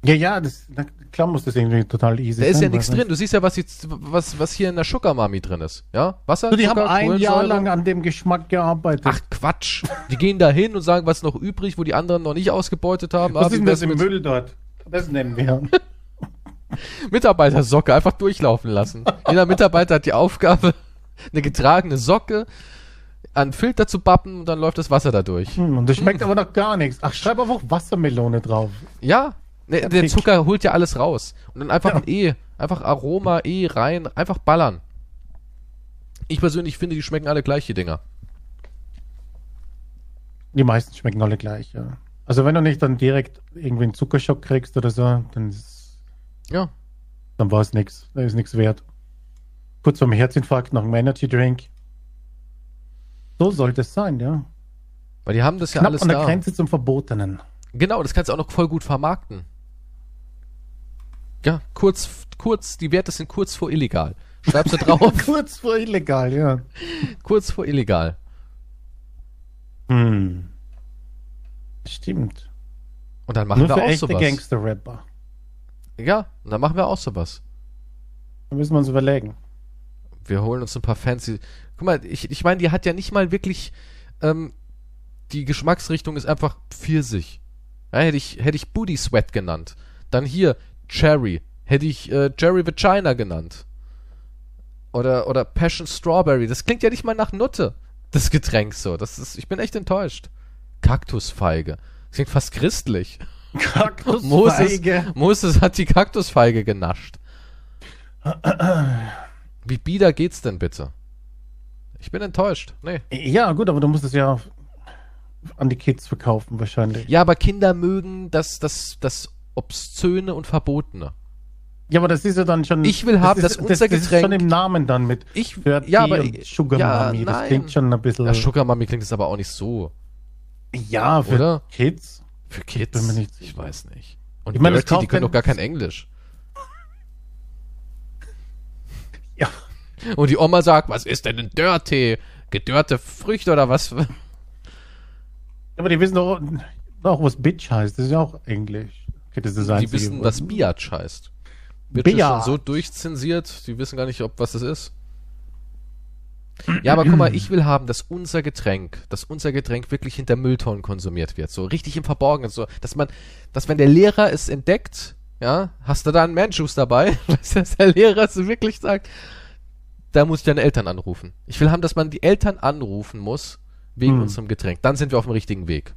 Speaker 2: Ja, ja, das, na, klar muss das irgendwie total easy
Speaker 1: Da ist ja
Speaker 2: sein,
Speaker 1: nichts
Speaker 2: weil
Speaker 1: drin. Du siehst ja, was, jetzt, was, was hier in der Sugar-Mami drin ist. Ja? Wasser,
Speaker 2: sonst- So, die haben
Speaker 1: Zucker,
Speaker 2: ein Jahr
Speaker 1: Kohlensäure.
Speaker 2: lang an dem Geschmack gearbeitet.
Speaker 1: Ach Quatsch. Die gehen da hin und sagen, was ist noch übrig, wo die anderen noch nicht ausgebeutet haben.
Speaker 2: was ist denn
Speaker 1: wie
Speaker 2: das
Speaker 1: wär's
Speaker 2: im
Speaker 1: mit
Speaker 2: Müll dort? Das nennen wir.
Speaker 1: Mitarbeitersocke einfach durchlaufen lassen. Jeder Mitarbeiter hat die Aufgabe, eine getragene Socke an einen Filter zu bappen und dann läuft das Wasser da durch.
Speaker 2: Hm, Und das schmeckt aber noch gar nichts. Ach, schreib einfach Wassermelone drauf.
Speaker 1: Ja, ne, der
Speaker 2: Pick.
Speaker 1: Zucker holt ja alles raus. Und dann einfach
Speaker 2: Ja.
Speaker 1: ein E, einfach Aroma, E rein, einfach ballern. Ich persönlich finde, die schmecken alle gleich, die Dinger.
Speaker 2: Die meisten schmecken alle gleich, ja. Also wenn du nicht dann direkt irgendwie einen Zuckerschock kriegst oder so, dann, ist-
Speaker 1: Ja.
Speaker 2: dann war es nichts. Dann ist nichts wert. Kurz vom Herzinfarkt nach einem Energy Drink. So sollte es sein, ja.
Speaker 1: Weil die haben das ja
Speaker 2: Knapp
Speaker 1: alles
Speaker 2: an der
Speaker 1: da.
Speaker 2: Grenze zum Verbotenen.
Speaker 1: Genau, das kannst du auch noch voll gut vermarkten. Ja, kurz, kurz, die Werte sind kurz vor illegal. Schreibst du
Speaker 2: Oh.
Speaker 1: drauf,
Speaker 2: Kurz vor illegal, ja.
Speaker 1: kurz vor illegal.
Speaker 2: Hm. Stimmt.
Speaker 1: Und dann machen
Speaker 2: Nur
Speaker 1: wir
Speaker 2: für
Speaker 1: auch
Speaker 2: echte
Speaker 1: sowas.
Speaker 2: Gangster-Rapper.
Speaker 1: Ja, und dann machen wir auch sowas.
Speaker 2: Da müssen wir uns überlegen.
Speaker 1: Wir holen uns ein paar fancy. Guck mal, ich, ich meine, die hat ja nicht mal wirklich. Ähm, die Geschmacksrichtung ist einfach Pfirsich. Ja, hätte ich, hätte ich Booty Sweat genannt. Dann hier Cherry. Hätte ich äh, Cherry Vagina genannt. Oder, oder Passion Strawberry. Das klingt ja nicht mal nach Nutte, das Getränk so. Das ist, ich bin echt enttäuscht. Kaktusfeige. Das klingt fast christlich. Moses,
Speaker 2: Kaktusfeige.
Speaker 1: Moses hat die Kaktusfeige genascht. Wie bieder geht's denn bitte? Ich bin enttäuscht. Nee.
Speaker 2: Ja, gut, aber du musst es ja an die Kids verkaufen wahrscheinlich.
Speaker 1: Ja, aber Kinder mögen das, das, das Obszöne und Verbotene.
Speaker 2: Ja, aber das ist ja dann schon.
Speaker 1: Ich will haben, dass
Speaker 2: das,
Speaker 1: unser
Speaker 2: das ist
Speaker 1: Getränk-
Speaker 2: schon im Namen dann mit.
Speaker 1: Ich,
Speaker 2: Dirty
Speaker 1: ja, aber,
Speaker 2: und Sugar Mami.
Speaker 1: Ja,
Speaker 2: das
Speaker 1: nein.
Speaker 2: klingt schon ein bisschen.
Speaker 1: ja, Sugar Mami klingt es aber auch nicht so.
Speaker 2: ja, für
Speaker 1: Oder?
Speaker 2: Kids.
Speaker 1: Für Kids?
Speaker 2: Bin mir nicht sicher.
Speaker 1: ich weiß nicht. Und
Speaker 2: Ich meine, das
Speaker 1: Dirty, die
Speaker 2: kauft
Speaker 1: können
Speaker 2: denn-
Speaker 1: doch gar kein Englisch.
Speaker 2: Ja.
Speaker 1: Und die Oma sagt, was ist denn ein Dirty? Gedörrte Früchte oder was?
Speaker 2: Aber die wissen doch auch, was Bitch heißt. Das ist ja auch Englisch. Okay, das ist das
Speaker 1: Die
Speaker 2: einzige
Speaker 1: wissen,
Speaker 2: Wort.
Speaker 1: was Biatch heißt. Wird schon
Speaker 2: Biatch.
Speaker 1: so durchzensiert, die wissen gar nicht, ob was das ist. Ja, aber guck mal, ich will haben, dass unser Getränk, dass unser Getränk wirklich hinter Mülltonnen konsumiert wird, so richtig im Verborgenen, so, dass man, dass wenn der Lehrer es entdeckt, ja, hast du da einen Manchus dabei, dass der Lehrer es wirklich sagt, da muss ich deine Eltern anrufen. Ich will haben, dass man die Eltern anrufen muss wegen
Speaker 2: Hm.
Speaker 1: unserem Getränk. Dann sind wir auf dem richtigen Weg.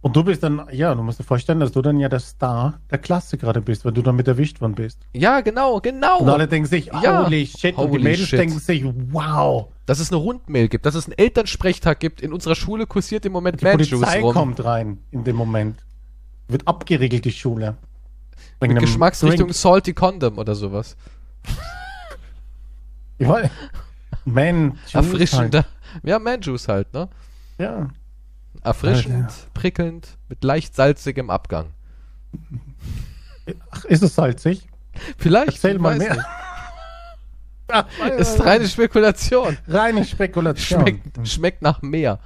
Speaker 2: Und du bist dann, ja, du musst dir vorstellen, dass du dann ja der Star der Klasse gerade bist, weil du damit erwischt worden bist.
Speaker 1: Ja, genau, genau.
Speaker 2: Und alle denken sich,
Speaker 1: Ja.
Speaker 2: holy shit. und
Speaker 1: Holy
Speaker 2: die Mädels
Speaker 1: shit.
Speaker 2: denken sich, wow.
Speaker 1: dass es eine Rundmail gibt, dass es einen Elternsprechtag gibt. In unserer Schule kursiert im Moment
Speaker 2: Die Polizei kommt rein in dem Moment. Wird abgeriegelt, die Schule. Wegen
Speaker 1: Mit
Speaker 2: einem
Speaker 1: Geschmacksrichtung
Speaker 2: Drink.
Speaker 1: Salty Condom oder sowas.
Speaker 2: Ja. Man, Juice
Speaker 1: Erfrischender. Ja, Manjuice halt, ne?
Speaker 2: Halt. Ja.
Speaker 1: Erfrischend,
Speaker 2: Alter.
Speaker 1: prickelnd, mit leicht salzigem Abgang.
Speaker 2: Ach, ist es salzig?
Speaker 1: Vielleicht.
Speaker 2: Erzähl
Speaker 1: ich
Speaker 2: mal
Speaker 1: weiß
Speaker 2: mehr.
Speaker 1: nicht.
Speaker 2: Ach,
Speaker 1: Ist reine Spekulation.
Speaker 2: reine Spekulation.
Speaker 1: Schmeckt, schmeckt nach Meer.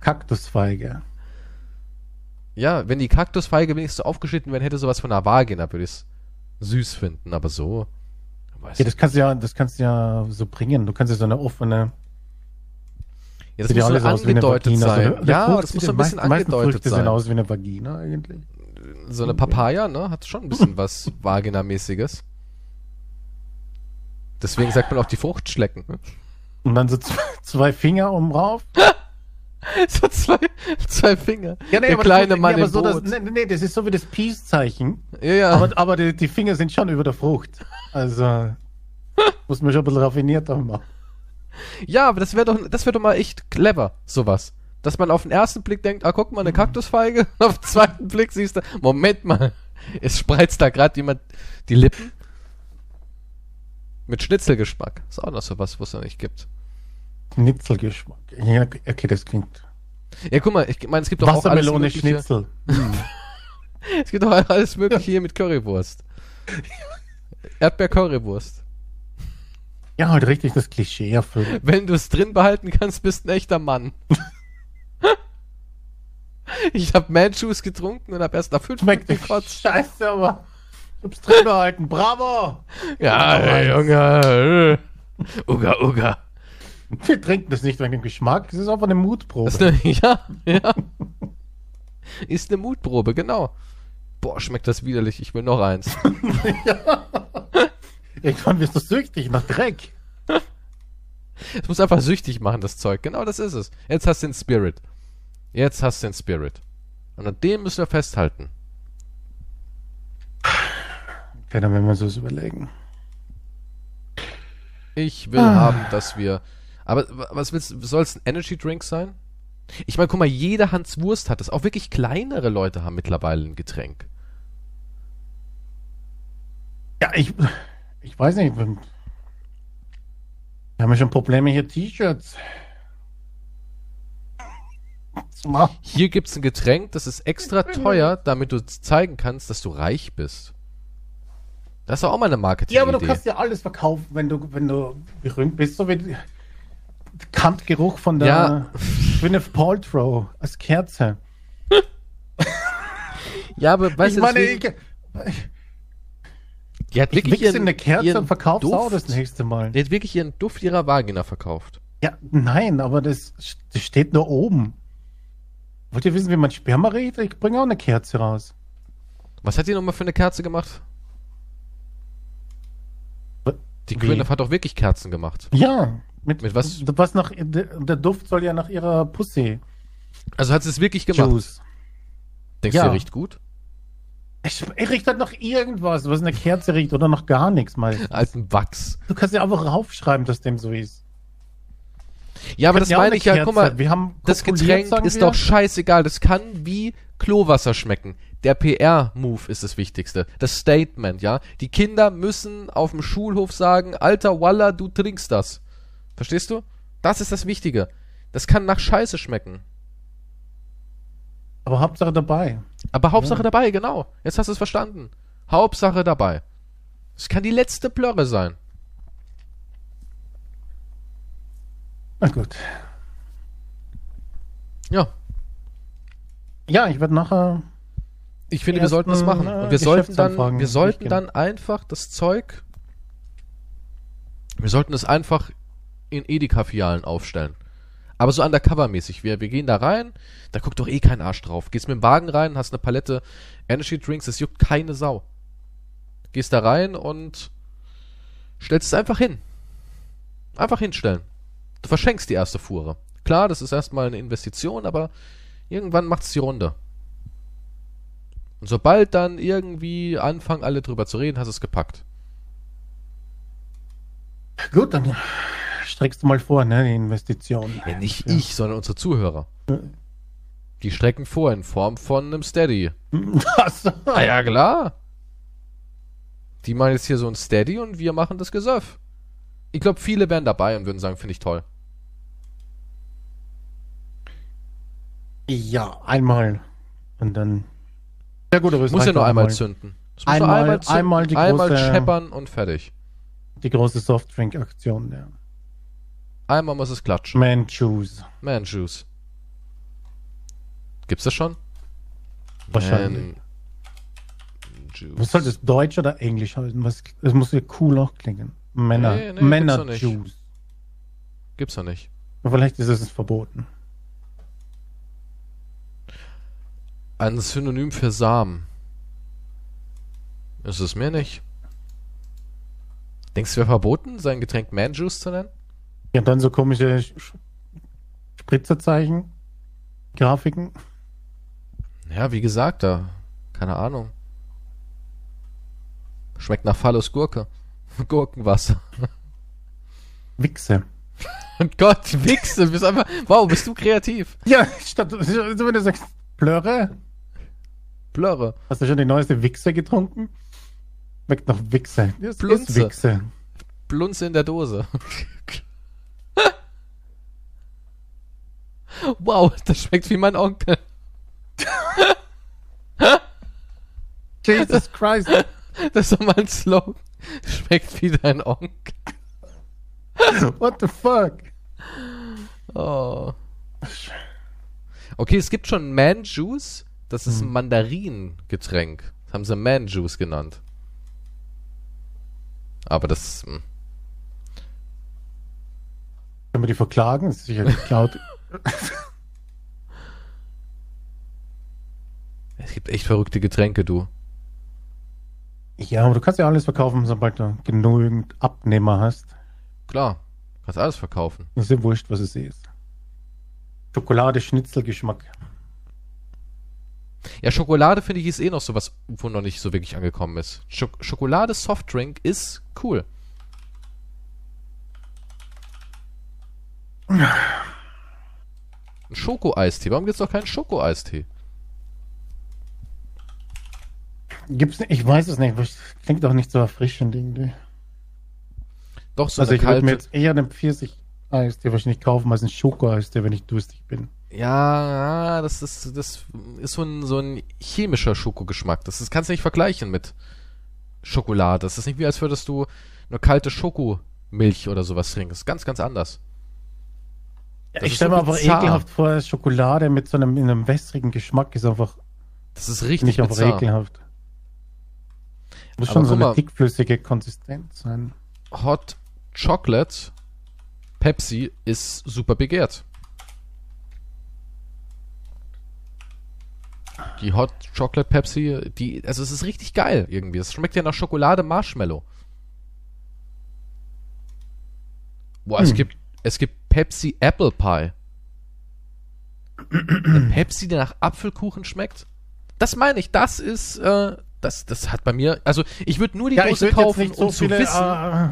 Speaker 2: Kaktusfeige.
Speaker 1: Ja, wenn die Kaktusfeige wenigstens aufgeschnitten wäre, hätte sowas von einer Vagina, würde ich es süß finden. Aber so. Weiß
Speaker 2: Ja, das kannst du ja, das kannst du ja so bringen. Du kannst ja so eine offene.
Speaker 1: ja, das
Speaker 2: sieht ja
Speaker 1: muss so
Speaker 2: alles aus wie eine
Speaker 1: angedeutet
Speaker 2: Vagina.
Speaker 1: sein.
Speaker 2: So eine-
Speaker 1: ja,
Speaker 2: der
Speaker 1: aber
Speaker 2: Frucht
Speaker 1: das
Speaker 2: sieht
Speaker 1: muss so
Speaker 2: in
Speaker 1: ein bisschen
Speaker 2: meisten- meisten
Speaker 1: angedeutet
Speaker 2: Früchte
Speaker 1: sein.
Speaker 2: sehen aus wie eine Vagina eigentlich.
Speaker 1: So eine Papaya, ne? Hat schon ein bisschen was Vagina-mäßiges. Deswegen sagt man auch die Fruchtschlecken. ne?
Speaker 2: Und dann so zwei, zwei Finger um rauf.
Speaker 1: so zwei, zwei Finger.
Speaker 2: Ja, nee,
Speaker 1: Der
Speaker 2: aber
Speaker 1: kleine
Speaker 2: das, nee,
Speaker 1: Mann
Speaker 2: aber
Speaker 1: im
Speaker 2: so
Speaker 1: Boot.
Speaker 2: Das, nee, nee, das ist so wie das Peace-Zeichen.
Speaker 1: ja, ja.
Speaker 2: Aber, aber die, die Finger sind schon über der Frucht. Also muss man schon ein bisschen raffinierter machen.
Speaker 1: ja, aber das wäre doch, das wäre doch mal echt clever, sowas. Dass man auf den ersten Blick denkt, ah, guck mal, eine Kaktusfeige. Und auf den zweiten Blick siehst du, Moment mal, es spreizt da gerade jemand die Lippen. Mit Schnitzelgeschmack. Ist auch noch so was, was es noch nicht gibt.
Speaker 2: Schnitzelgeschmack. Ja, okay, das klingt.
Speaker 1: Ja, guck mal, ich meine, es gibt doch auch alles
Speaker 2: Wassermelone,
Speaker 1: mögliche.
Speaker 2: Schnitzel. Hm.
Speaker 1: Es gibt doch alles mögliche hier mit Currywurst. Erdbeer-Currywurst.
Speaker 2: Ja, halt richtig das Klischee erfüllt.
Speaker 1: Wenn du es drin behalten kannst, bist ein echter Mann. ich hab Man-Juice getrunken und hab erst nach fünf
Speaker 2: Schmeckt
Speaker 1: Minuten
Speaker 2: die
Speaker 1: gekotzt.
Speaker 2: Scheiße, aber. Ich hab's drin behalten. Bravo!
Speaker 1: Ja, ey, Junge. äh. Uga, uga.
Speaker 2: Wir trinken das nicht wegen dem Geschmack, es ist einfach eine Mutprobe.
Speaker 1: Das ist eine, ja, ja. Ist eine Mutprobe, genau. Boah, schmeckt das widerlich. Ich will noch eins.
Speaker 2: Irgendwann wirst du süchtig nach Dreck.
Speaker 1: Es muss einfach süchtig machen, das Zeug. Genau das ist es. Jetzt hast du den Spirit. Jetzt hast du den Spirit. Und an dem müssen wir festhalten.
Speaker 2: Okay, dann werden wir so überlegen.
Speaker 1: Ich will haben, dass wir. Aber w- was willst du? Soll es ein Energy Drink sein? Ich meine, guck mal, jeder Hans Wurst hat das. Auch wirklich kleinere Leute haben mittlerweile ein Getränk.
Speaker 2: Ja, ich, ich weiß nicht. Wir wir haben ja schon Probleme hier T-Shirts. Was machen?
Speaker 1: Hier gibt's ein Getränk, das ist extra
Speaker 2: Mhm.
Speaker 1: teuer, damit du zeigen kannst, dass du reich bist. Das ist doch auch mal eine Marketing-Idee.
Speaker 2: Ja, aber du kannst ja alles verkaufen, wenn du, wenn du berühmt bist. So wie der Kampfgeruch von der
Speaker 1: Ja.
Speaker 2: Gwyneth Paltrow als Kerze.
Speaker 1: ja, aber weißt
Speaker 2: ich
Speaker 1: du,
Speaker 2: meine,
Speaker 1: deswegen-
Speaker 2: ich,
Speaker 1: die hat
Speaker 2: ich
Speaker 1: wirklich
Speaker 2: wichse
Speaker 1: ihren,
Speaker 2: in eine Kerze
Speaker 1: ihren
Speaker 2: und verkauf's auch
Speaker 1: Duft,
Speaker 2: das nächste Mal.
Speaker 1: Die hat wirklich ihren Duft ihrer Vagina verkauft.
Speaker 2: Ja, nein, aber das, das steht nur oben. Wollt ihr wissen, wie man Sperma riecht? Ich bringe auch eine Kerze raus.
Speaker 1: Was hat die nochmal für eine Kerze gemacht? Die
Speaker 2: Wie?
Speaker 1: Queen hat doch wirklich Kerzen gemacht.
Speaker 2: Ja. Mit,
Speaker 1: Mit was?
Speaker 2: Was nach, der Duft soll ja nach ihrer Pussy.
Speaker 1: Also hat sie es wirklich gemacht.
Speaker 2: Juice.
Speaker 1: Denkst
Speaker 2: Ja.
Speaker 1: du, die riecht gut?
Speaker 2: Ich, ich riecht halt nach irgendwas, was eine Kerze riecht oder nach gar nichts meistens.
Speaker 1: Alten Wachs.
Speaker 2: Du kannst ja einfach raufschreiben, dass dem so ist.
Speaker 1: Ja, aber das
Speaker 2: Wir hatten
Speaker 1: meine ich
Speaker 2: auch eine
Speaker 1: ja, guck mal,
Speaker 2: Kerze. wir haben
Speaker 1: das
Speaker 2: kopuliert,
Speaker 1: Getränk
Speaker 2: sagen
Speaker 1: ist
Speaker 2: wir.
Speaker 1: doch scheißegal. Das kann wie Klowasser schmecken. Der PR-Move ist das Wichtigste. Das Statement, ja. Die Kinder müssen auf dem Schulhof sagen, alter Walla, du trinkst das. Verstehst du? Das ist das Wichtige. Das kann nach Scheiße schmecken.
Speaker 2: Aber Hauptsache dabei.
Speaker 1: Aber Hauptsache dabei, genau. Jetzt hast du es verstanden. Hauptsache dabei. Es kann die letzte Plörre sein.
Speaker 2: Na gut.
Speaker 1: Ja.
Speaker 2: Ja, ich werde nachher.
Speaker 1: Ich finde,
Speaker 2: Die
Speaker 1: wir sollten das
Speaker 2: ersten,
Speaker 1: machen.
Speaker 2: äh,
Speaker 1: Und wir sollten dann,
Speaker 2: Geschäftsanfragen
Speaker 1: wir sollten
Speaker 2: durchgehen.
Speaker 1: dann einfach das Zeug, wir sollten es einfach in Edeka-Filialen aufstellen. Aber so undercover-mäßig. Wir, wir gehen da rein, da guckt doch eh kein Arsch drauf. Gehst mit dem Wagen rein, hast eine Palette Energy Drinks, das juckt keine Sau. Gehst da rein und stellst es einfach hin. Einfach hinstellen. Du verschenkst die erste Fuhre. Klar, das ist erstmal eine Investition, aber irgendwann macht's die Runde. Und sobald dann irgendwie anfangen, alle drüber zu reden, hast du es gepackt.
Speaker 2: Gut, dann streckst du mal vor, ne, die Investition.
Speaker 1: Ja, nicht
Speaker 2: Ja.
Speaker 1: ich, sondern unsere Zuhörer. Die strecken vor in Form von einem Steady.
Speaker 2: Hm, Was?
Speaker 1: Ah ja, klar. Die machen jetzt hier so ein Steady und wir machen das Gesöff. Ich glaube, viele wären dabei und würden sagen, finde ich toll.
Speaker 2: Ja, einmal. Und dann. Ja, gut, aber es
Speaker 1: Muss ja
Speaker 2: reicht
Speaker 1: nur
Speaker 2: auch
Speaker 1: einmal zünden. Es muss
Speaker 2: Einmal-
Speaker 1: nur
Speaker 2: einmal die
Speaker 1: einmal
Speaker 2: große-
Speaker 1: scheppern und fertig.
Speaker 2: Die große Softdrink-Aktion, ja.
Speaker 1: Einmal muss es klatschen.
Speaker 2: Man Choose.
Speaker 1: Man Juice. Gibt's das schon? Ähm,
Speaker 2: Wahrscheinlich.
Speaker 1: Man Juice.
Speaker 2: Was soll das Deutsch oder Englisch heißen? Was, das muss ja cool auch klingen. Männer.
Speaker 1: Nee, nee,
Speaker 2: Männer
Speaker 1: gibt's doch nicht.
Speaker 2: Juice.
Speaker 1: Gibt's doch nicht.
Speaker 2: Vielleicht ist es verboten.
Speaker 1: Ein Synonym für Samen. Ist es mir nicht. Denkst du, wäre verboten, sein Getränk Man Juice zu nennen?
Speaker 2: Ja, dann so komische Sch- Sch- Spritzerzeichen, Grafiken.
Speaker 1: Ja, wie gesagt, da. Keine Ahnung. Schmeckt nach Phallus Gurke. Gurkenwasser.
Speaker 2: Wichse.
Speaker 1: Und Gott, Wichse, du bist einfach. Wow, bist du kreativ.
Speaker 2: Ja, statt, so wenn du sagst, Plörre,
Speaker 1: Blöre.
Speaker 2: hast du schon die neueste Wichse getrunken? Weckt noch Wichse. Das
Speaker 1: Plunze.
Speaker 2: Wichse.
Speaker 1: Blunze in der Dose. wow, das schmeckt wie mein Onkel.
Speaker 2: Jesus Christ.
Speaker 1: Das ist doch mein Slogan. Schmeckt wie dein Onkel.
Speaker 2: What the fuck?
Speaker 1: Oh. Okay, es gibt schon Man Juice. Das ist
Speaker 2: Mhm.
Speaker 1: ein Mandarinengetränk. Das haben sie Man Juice genannt. Aber das. hm.
Speaker 2: Können wir die verklagen? Das ist sicher geklaut.
Speaker 1: Es gibt echt verrückte Getränke, du.
Speaker 2: ja, aber du kannst ja alles verkaufen, sobald du genügend Abnehmer hast.
Speaker 1: Klar. Kannst alles verkaufen.
Speaker 2: Ist ja wurscht, was es ist. Schokolade, Schnitzelgeschmack.
Speaker 1: Ja, Schokolade finde ich ist eh noch sowas, wo noch nicht so wirklich angekommen ist. Schok Schokolade Softdrink ist cool. Ein Schoko-Eistee. Warum gibt's doch keinen Schoko-Eistee?
Speaker 2: Gibt's nicht, ich weiß es nicht, aber es klingt doch nicht so erfrischend irgendwie.
Speaker 1: Doch so
Speaker 2: also
Speaker 1: eine
Speaker 2: ich würde
Speaker 1: kalte.
Speaker 2: mir jetzt eher einen Pfirsich-Eis dir wahrscheinlich kaufen, als einen Schokoeis dir, wenn ich durstig bin.
Speaker 1: Ja, das ist das ist so ein so ein chemischer Schokogeschmack. Das, das kannst du nicht vergleichen mit Schokolade. Das ist nicht wie als würdest du eine kalte Schokomilch oder sowas trinken. Das ist ganz ganz anders. Das
Speaker 2: ich
Speaker 1: ist
Speaker 2: stelle
Speaker 1: so
Speaker 2: mir aber
Speaker 1: bizarr.
Speaker 2: ekelhaft vor, Schokolade mit so einem, in einem wässrigen Geschmack ist einfach
Speaker 1: Das ist richtig
Speaker 2: nicht einfach
Speaker 1: bizarr.
Speaker 2: ekelhaft. Muss
Speaker 1: Aber
Speaker 2: schon so
Speaker 1: guck
Speaker 2: eine
Speaker 1: mal.
Speaker 2: dickflüssige Konsistenz sein.
Speaker 1: Hot Chocolate Pepsi ist super begehrt. Die Hot Chocolate Pepsi, die, also es ist richtig geil irgendwie. Es schmeckt ja nach Schokolade Marshmallow. Boah, es
Speaker 2: Hm.
Speaker 1: gibt, es gibt Pepsi Apple Pie. Eine Pepsi, die nach Apfelkuchen schmeckt. Das meine ich, das ist, äh, das, das hat bei mir, also ich würde nur die Dose
Speaker 2: würd
Speaker 1: kaufen, um zu wissen.
Speaker 2: äh,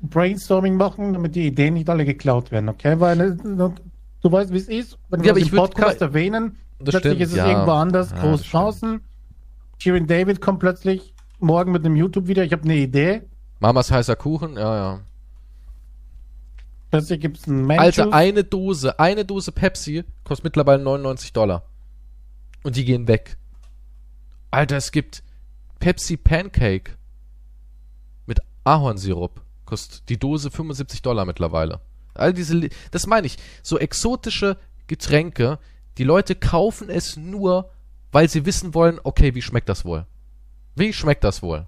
Speaker 2: Brainstorming machen, damit die Ideen nicht alle geklaut werden, okay? Weil äh, du weißt, wie es ist. Wenn
Speaker 1: Ja,
Speaker 2: wir
Speaker 1: aber
Speaker 2: das
Speaker 1: ich
Speaker 2: im
Speaker 1: würd-
Speaker 2: Podcast
Speaker 1: guck mal,
Speaker 2: erwähnen,
Speaker 1: das
Speaker 2: plötzlich
Speaker 1: stimmt,
Speaker 2: ist es
Speaker 1: ja.
Speaker 2: irgendwo anders,
Speaker 1: Ja,
Speaker 2: groß
Speaker 1: das stimmt.
Speaker 2: draußen. Shirin David kommt plötzlich morgen mit einem YouTube wieder, ich habe eine Idee.
Speaker 1: Mamas heißer Kuchen, ja, ja.
Speaker 2: Plötzlich gibt es einen Mensch.
Speaker 1: Alter, Also eine Dose, eine Dose Pepsi kostet mittlerweile 99 Dollar. Und die gehen weg. Alter, es gibt Pepsi Pancake mit Ahornsirup. Kostet die Dose 75 Dollar mittlerweile. All diese, Li- das meine ich, so exotische Getränke, die Leute kaufen es nur, weil sie wissen wollen, okay, wie schmeckt das wohl? Wie schmeckt das wohl?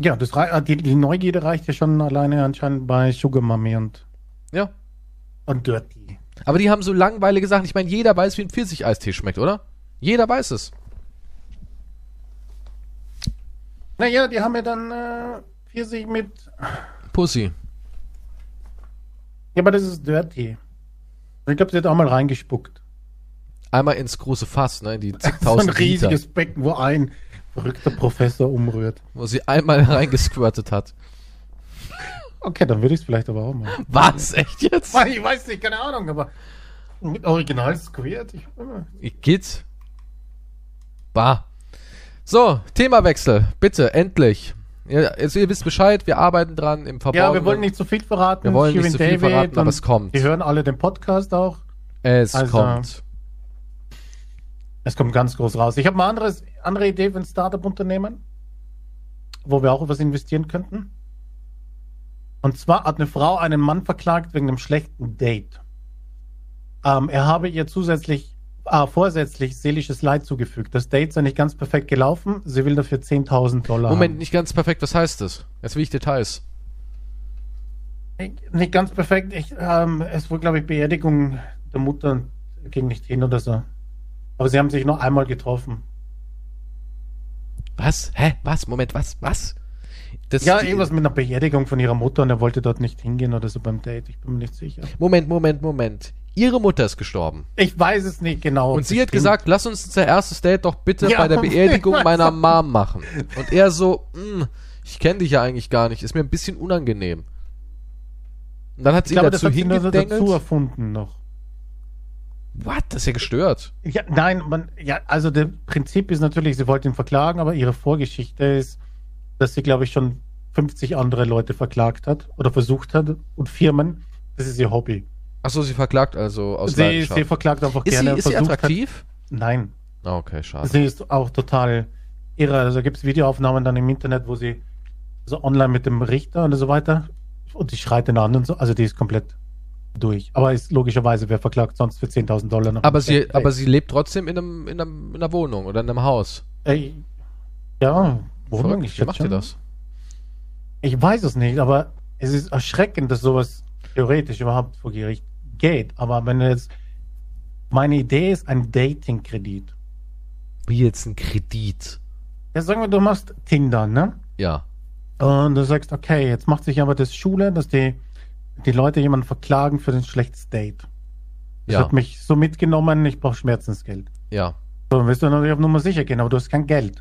Speaker 2: ja, das rei- äh, die, die Neugierde reicht ja schon alleine anscheinend bei Sugar Mami und,
Speaker 1: Ja.
Speaker 2: und Dirty.
Speaker 1: Aber die haben so langweilige Sachen. Ich meine, jeder weiß, wie ein Pfirsicheistee schmeckt, oder? Jeder weiß es.
Speaker 2: Naja, die haben ja dann äh, Pfirsich mit
Speaker 1: Pussy.
Speaker 2: Ja, aber das ist dirty. Ich glaube, sie hat auch mal reingespuckt.
Speaker 1: Einmal ins große Fass, ne? In die
Speaker 2: So ein
Speaker 1: zigtausend Liter,
Speaker 2: riesiges Becken, wo ein verrückter Professor umrührt.
Speaker 1: wo sie einmal reingesquirtet hat.
Speaker 2: Okay, dann würde ich es vielleicht aber auch machen.
Speaker 1: Was? Echt jetzt?
Speaker 2: Mann, Ich weiß nicht, keine Ahnung, aber mit Original Squared. Ich,
Speaker 1: Ich geht. Bah. So, Themawechsel. Bitte, endlich. Ihr, also ihr wisst Bescheid, wir arbeiten dran im Verborgenen.
Speaker 2: ja, wir wollen nicht zu viel verraten.
Speaker 1: Wir wollen nicht zu viel verraten, aber
Speaker 2: und
Speaker 1: es kommt.
Speaker 2: Die hören alle den Podcast auch.
Speaker 1: Es
Speaker 2: also-
Speaker 1: kommt.
Speaker 2: Es kommt ganz groß raus. Ich habe eine anderes, andere Idee für ein Startup-Unternehmen, wo wir auch was investieren könnten. Und zwar hat eine Frau einen Mann verklagt wegen einem schlechten Date. Ähm, er habe ihr zusätzlich, ah, vorsätzlich seelisches Leid zugefügt. Das Date sei nicht ganz perfekt gelaufen. Sie will dafür 10.000 Dollar.
Speaker 1: Moment,
Speaker 2: haben.
Speaker 1: nicht ganz perfekt. Was heißt das? Jetzt will ich Details.
Speaker 2: nicht, nicht ganz perfekt. Ich, ähm, es wurde, glaube ich, Beerdigung der Mutter ging nicht hin oder so. Aber sie haben sich nur einmal getroffen.
Speaker 1: Was? Hä? Was? Moment, was? Was? Das
Speaker 2: Ja,
Speaker 1: die-
Speaker 2: irgendwas mit einer Beerdigung von ihrer Mutter und er wollte dort nicht hingehen oder so beim Date. Ich bin mir nicht sicher.
Speaker 1: Moment, Moment, Moment. Ihre Mutter ist gestorben.
Speaker 2: Ich weiß es nicht genau.
Speaker 1: Und sie hat
Speaker 2: Bestimmt.
Speaker 1: gesagt, lass uns unser erstes Date doch bitte
Speaker 2: Ja,
Speaker 1: bei der Beerdigung
Speaker 2: ich weiß
Speaker 1: meiner
Speaker 2: auch.
Speaker 1: Mom machen. Und er so, "Mm, ich kenne dich ja eigentlich gar nicht, ist mir ein bisschen unangenehm. Und dann hat
Speaker 2: ich
Speaker 1: sie ihn
Speaker 2: glaube, das
Speaker 1: dazu
Speaker 2: hat sie nur so dazu
Speaker 1: hingedengelt.
Speaker 2: erfunden noch.
Speaker 1: What? Das ist ja gestört.
Speaker 2: Ja, nein, man, ja, also der Prinzip ist natürlich, sie wollte ihn verklagen, aber ihre Vorgeschichte ist, dass sie, glaube ich, schon 50 andere Leute verklagt hat oder versucht hat und Firmen. Das ist ihr Hobby.
Speaker 1: Achso, sie verklagt also aus
Speaker 2: Sie,
Speaker 1: Leidenschaft.
Speaker 2: sie verklagt einfach
Speaker 1: ist sie,
Speaker 2: gerne.
Speaker 1: ist sie
Speaker 2: versucht
Speaker 1: attraktiv?
Speaker 2: Hat, nein,
Speaker 1: Ah, okay, schade.
Speaker 2: sie ist auch total irre. Also gibt es Videoaufnahmen dann im Internet, wo sie so online mit dem Richter und so weiter und die schreit den an und so. Also die ist komplett durch. Aber ist logischerweise, wer verklagt sonst für 10.000 Dollar noch?
Speaker 1: Aber sie, aber sie lebt trotzdem in, einem, in, einem, in einer Wohnung oder in einem Haus.
Speaker 2: Ey, ja,
Speaker 1: Verrückt,
Speaker 2: Wohnung,
Speaker 1: Wie
Speaker 2: schätze
Speaker 1: macht ihr
Speaker 2: schon.
Speaker 1: das?
Speaker 2: Ich weiß es nicht, aber es ist erschreckend, dass sowas theoretisch überhaupt vor Gericht geht. Aber wenn du jetzt. Meine Idee ist ein Dating-Kredit.
Speaker 1: Wie jetzt ein Kredit.
Speaker 2: Ja, sagen wir, du machst Tinder, ne?
Speaker 1: Ja.
Speaker 2: Und du sagst, okay, jetzt macht sich aber das Schule, dass die, die Leute jemanden verklagen für ein schlechtes Date. Das
Speaker 1: Ja.
Speaker 2: hat mich so mitgenommen, ich brauche Schmerzensgeld.
Speaker 1: Ja.
Speaker 2: So, dann willst du natürlich auf Nummer sicher gehen, aber du hast kein Geld.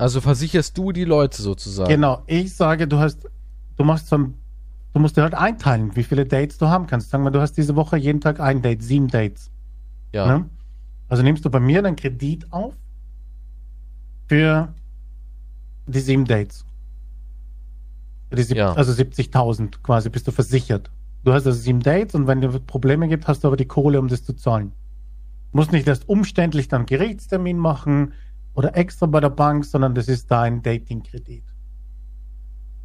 Speaker 1: Also versicherst du die Leute sozusagen.
Speaker 2: Genau, ich sage, du hast, du machst so ein, du musst dir halt einteilen, wie viele Dates du haben kannst. Sagen wir, du hast diese Woche jeden Tag ein Date, sieben Dates.
Speaker 1: Ja.
Speaker 2: Ne? Also nimmst du bei mir dann Kredit auf für die sieben Dates. Für Die sieb
Speaker 1: Ja.
Speaker 2: Also 70.000 quasi, bist du versichert. Du hast also sieben Dates und wenn es Probleme gibt, hast du aber die Kohle, um das zu zahlen. Musst nicht erst umständlich dann Gerichtstermin machen oder extra bei der Bank, sondern das ist dein Dating-Kredit.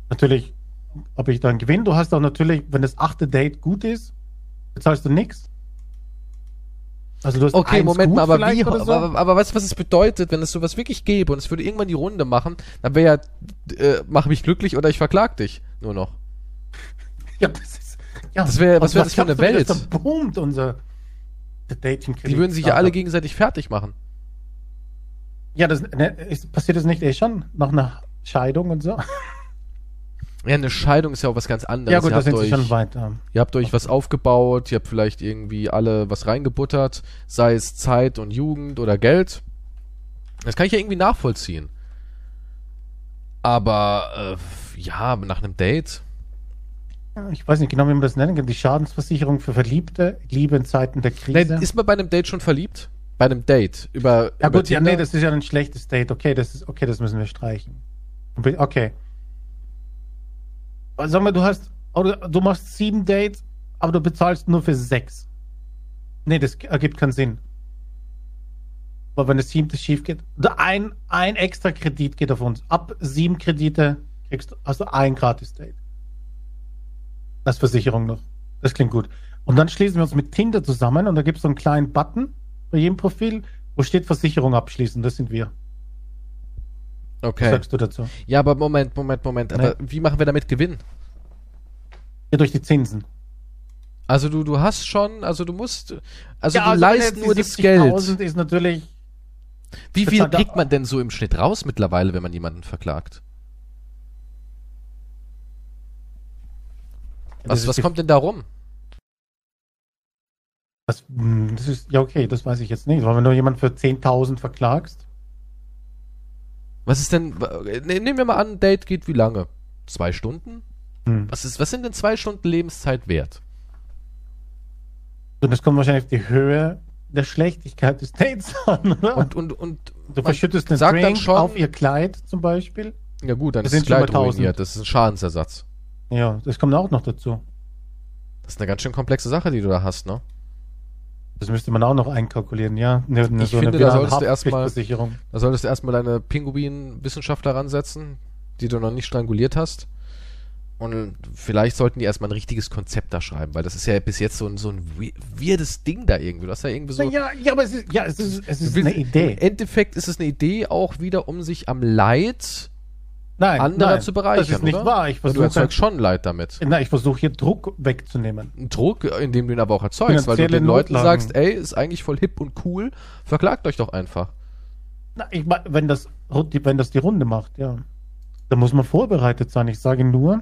Speaker 2: Natürlich ob ich da einen Gewinn. Du hast auch natürlich, wenn das achte Date gut ist, bezahlst du nichts. Also du hast
Speaker 1: Okay,
Speaker 2: eins
Speaker 1: Moment
Speaker 2: gut
Speaker 1: mal, aber
Speaker 2: vielleicht
Speaker 1: wie,
Speaker 2: oder so.
Speaker 1: aber, aber weißt du, was es bedeutet, wenn es sowas wirklich gäbe und es würde irgendwann die Runde machen, dann wäre ja, äh, mach mich glücklich oder ich verklag dich nur noch.
Speaker 2: ja, das ist, ja.
Speaker 1: Das wär- was
Speaker 2: Und
Speaker 1: wär das für
Speaker 2: glaubst
Speaker 1: eine
Speaker 2: du, wie
Speaker 1: Welt?
Speaker 2: Das da boomt unser dating
Speaker 1: Die würden sich ja alle gegenseitig fertig machen.
Speaker 2: Ja, das ne, ist, passiert das nicht eh schon nach einer Scheidung und so?
Speaker 1: Ja, eine Scheidung ist ja auch was ganz anderes.
Speaker 2: ja gut,
Speaker 1: ihr,
Speaker 2: da
Speaker 1: habt
Speaker 2: sind sie
Speaker 1: euch,
Speaker 2: schon weiter.
Speaker 1: ihr habt euch was aufgebaut, ihr habt vielleicht irgendwie alle was reingebuttert, sei es Zeit und Jugend oder Geld. Das kann ich ja irgendwie nachvollziehen. Aber äh, ja, nach einem Date.
Speaker 2: Ich weiß nicht genau, wie man das nennen kann. Die Schadensversicherung für Verliebte, Liebe in Zeiten der
Speaker 1: Nee,
Speaker 2: Krise.
Speaker 1: ist man bei einem Date schon verliebt? Bei einem Date über
Speaker 2: Ja
Speaker 1: über
Speaker 2: gut, ja,
Speaker 1: Tinder?
Speaker 2: nee, das ist ja ein schlechtes Date. Okay, das ist okay, das müssen wir streichen. Be- Okay. Aber Sag mal, du hast oder du machst sieben Dates, aber du bezahlst nur für sechs. Nee, das ergibt keinen Sinn. Aber wenn das siebte schief geht, da ein, ein extra Kredit geht auf uns. Ab sieben Kredite kriegst du, hast du ein Gratis-Date. Das Versicherung noch. Das klingt gut. Und dann schließen wir uns mit Tinder zusammen und da gibt es so einen kleinen Button bei jedem Profil, wo steht Versicherung abschließen. Das sind wir. Was
Speaker 1: Okay.
Speaker 2: sagst du dazu?
Speaker 1: Ja, aber Moment, Moment, Moment. Aber wie machen wir damit Gewinn?
Speaker 2: Ja, durch die Zinsen.
Speaker 1: Also du, du hast schon, also du musst, also
Speaker 2: ja,
Speaker 1: du
Speaker 2: wenn
Speaker 1: leist
Speaker 2: jetzt die
Speaker 1: nur das
Speaker 2: 70.000
Speaker 1: Geld.
Speaker 2: ist natürlich.
Speaker 1: Wie viel
Speaker 2: bezahlt-
Speaker 1: kriegt man denn so im Schnitt raus mittlerweile, wenn man jemanden verklagt? Was,
Speaker 2: das
Speaker 1: was
Speaker 2: ist-
Speaker 1: kommt denn da rum?
Speaker 2: Das, hm, das ist, ja, okay, das weiß ich jetzt nicht. Aber wenn du jemanden für 10.000 verklagst,
Speaker 1: Was ist denn, w- ne- nehmen wir mal an, ein Date geht wie lange? Zwei Stunden?
Speaker 2: hm.
Speaker 1: Was, ist, was sind denn zwei Stunden Lebenszeit wert?
Speaker 2: und das kommt wahrscheinlich auf die Höhe der Schlechtigkeit des Dates an, oder?
Speaker 1: Und, und, und
Speaker 2: du
Speaker 1: man
Speaker 2: verschüttest einen
Speaker 1: sagt dann
Speaker 2: Drink
Speaker 1: schon-
Speaker 2: auf ihr Kleid zum Beispiel.
Speaker 1: Ja gut, dann
Speaker 2: Das
Speaker 1: ist das
Speaker 2: sind schon mal
Speaker 1: Kleid ruiniert.
Speaker 2: 1000.
Speaker 1: Das ist ein Schadensersatz.
Speaker 2: Ja, das kommt auch noch dazu.
Speaker 1: Das ist eine ganz schön komplexe Sache, die du da hast, ne?
Speaker 2: Das müsste man auch noch einkalkulieren, ja. Ne, ne,
Speaker 1: Ich finde, da
Speaker 2: Wieder-
Speaker 1: solltest du erst mal-
Speaker 2: Haftpflichtversicherung.
Speaker 1: Da solltest du erstmal deine Pinguin-Wissenschaftler ransetzen, die du noch nicht stranguliert hast. Und vielleicht sollten die erstmal ein richtiges Konzept da schreiben, weil das ist ja bis jetzt so ein, so ein we- weirdes Ding da irgendwie. Du hast ja irgendwie so.
Speaker 2: Ja, ja, aber es ist, ja, es ist, es
Speaker 1: Also du
Speaker 2: ist
Speaker 1: willst-
Speaker 2: eine Idee.
Speaker 1: Im Endeffekt ist es eine Idee auch wieder, um sich am Leid
Speaker 2: Nein,
Speaker 1: anderer zu bereichern.
Speaker 2: Das ist nicht
Speaker 1: oder?
Speaker 2: wahr. Ich
Speaker 1: Weil du halt
Speaker 2: versuche
Speaker 1: erzeugst schon Leid damit.
Speaker 2: Na, ich versuche hier Druck wegzunehmen.
Speaker 1: Einen Druck, indem du ihn aber auch erzeugst, weil du
Speaker 2: Finanzielle
Speaker 1: den Leuten
Speaker 2: Notlagen.
Speaker 1: sagst, ey, ist eigentlich voll hip und cool, verklagt euch doch einfach.
Speaker 2: Na, ich mein, wenn das, ru- die- wenn das die Runde macht, ja. Da muss man vorbereitet sein. Ich sage nur,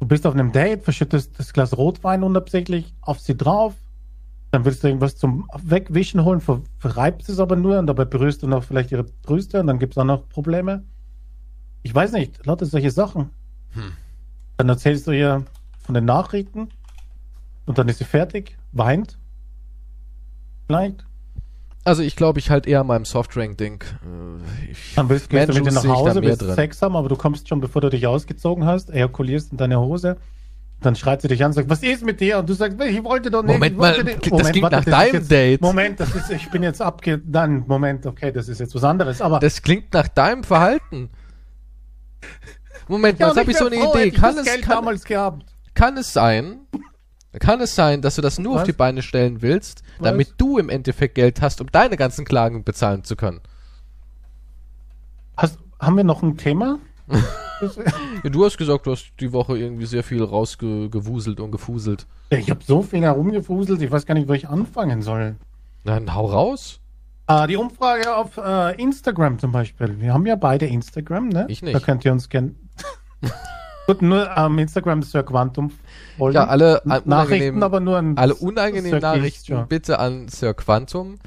Speaker 2: du bist auf einem Date, verschüttest das Glas Rotwein unabsichtlich auf sie drauf. Dann willst du irgendwas zum Wegwischen holen, ver verreibst es aber nur und dabei berührst du noch vielleicht ihre Brüste und dann gibt es auch noch Probleme. Ich weiß nicht, lauter solche Sachen.
Speaker 1: Hm.
Speaker 2: Dann erzählst du ihr von den Nachrichten und dann ist sie fertig, weint. Vielleicht.
Speaker 1: Also ich glaube, ich halt eher meinem Softrank-Ding. äh, ich-
Speaker 2: Dann bist, gehst du
Speaker 1: Menschen
Speaker 2: mit dir nach
Speaker 1: sehe ich da
Speaker 2: Hause,
Speaker 1: mehr
Speaker 2: willst
Speaker 1: drin.
Speaker 2: Sex haben, aber du kommst schon, bevor du dich ausgezogen hast, ejakulierst in deine Hose. Dann schreit sie dich an, sagt, was ist mit dir? Und du sagst, ich wollte doch nicht.
Speaker 1: Moment
Speaker 2: ich
Speaker 1: mal,
Speaker 2: wollte nicht.
Speaker 1: das klingt nach
Speaker 2: ist
Speaker 1: deinem
Speaker 2: jetzt,
Speaker 1: Date.
Speaker 2: Moment, das ist, ich bin jetzt abge... Dann, Moment, okay, das ist jetzt was anderes. Aber
Speaker 1: Das klingt nach deinem Verhalten. Moment,
Speaker 2: Ja,
Speaker 1: mal, jetzt
Speaker 2: und
Speaker 1: habe ich so
Speaker 2: wär
Speaker 1: eine
Speaker 2: froh,
Speaker 1: Idee.
Speaker 2: hätte ich
Speaker 1: Kann
Speaker 2: das
Speaker 1: es,
Speaker 2: Geld
Speaker 1: kann,
Speaker 2: damals gehabt.
Speaker 1: kann es sein, kann es sein, dass du das nur auf
Speaker 2: Was?
Speaker 1: die Beine stellen willst,
Speaker 2: Was?
Speaker 1: damit du im Endeffekt Geld hast, um deine ganzen Klagen bezahlen zu können?
Speaker 2: Hast, haben wir noch ein Thema? Das-
Speaker 1: Ja, du hast gesagt, du hast die Woche irgendwie sehr viel rausgewuselt und gefuselt.
Speaker 2: ich habe so viel herumgefuselt, ich weiß gar nicht, wo ich anfangen soll.
Speaker 1: Dann hau raus.
Speaker 2: Ah, die Umfrage auf äh, Instagram zum Beispiel. Wir haben ja beide Instagram, ne?
Speaker 1: Ich nicht.
Speaker 2: Da könnt ihr uns kennen. Gut, nur am Instagram Sir Quantum. folgen.
Speaker 1: Ja, alle äh, unangenehmen-
Speaker 2: Hm? Nachrichten, aber nur an
Speaker 1: Alle unangenehmen
Speaker 2: Sir Keith,
Speaker 1: Nachrichten
Speaker 2: ja.
Speaker 1: bitte an Sir Quantum.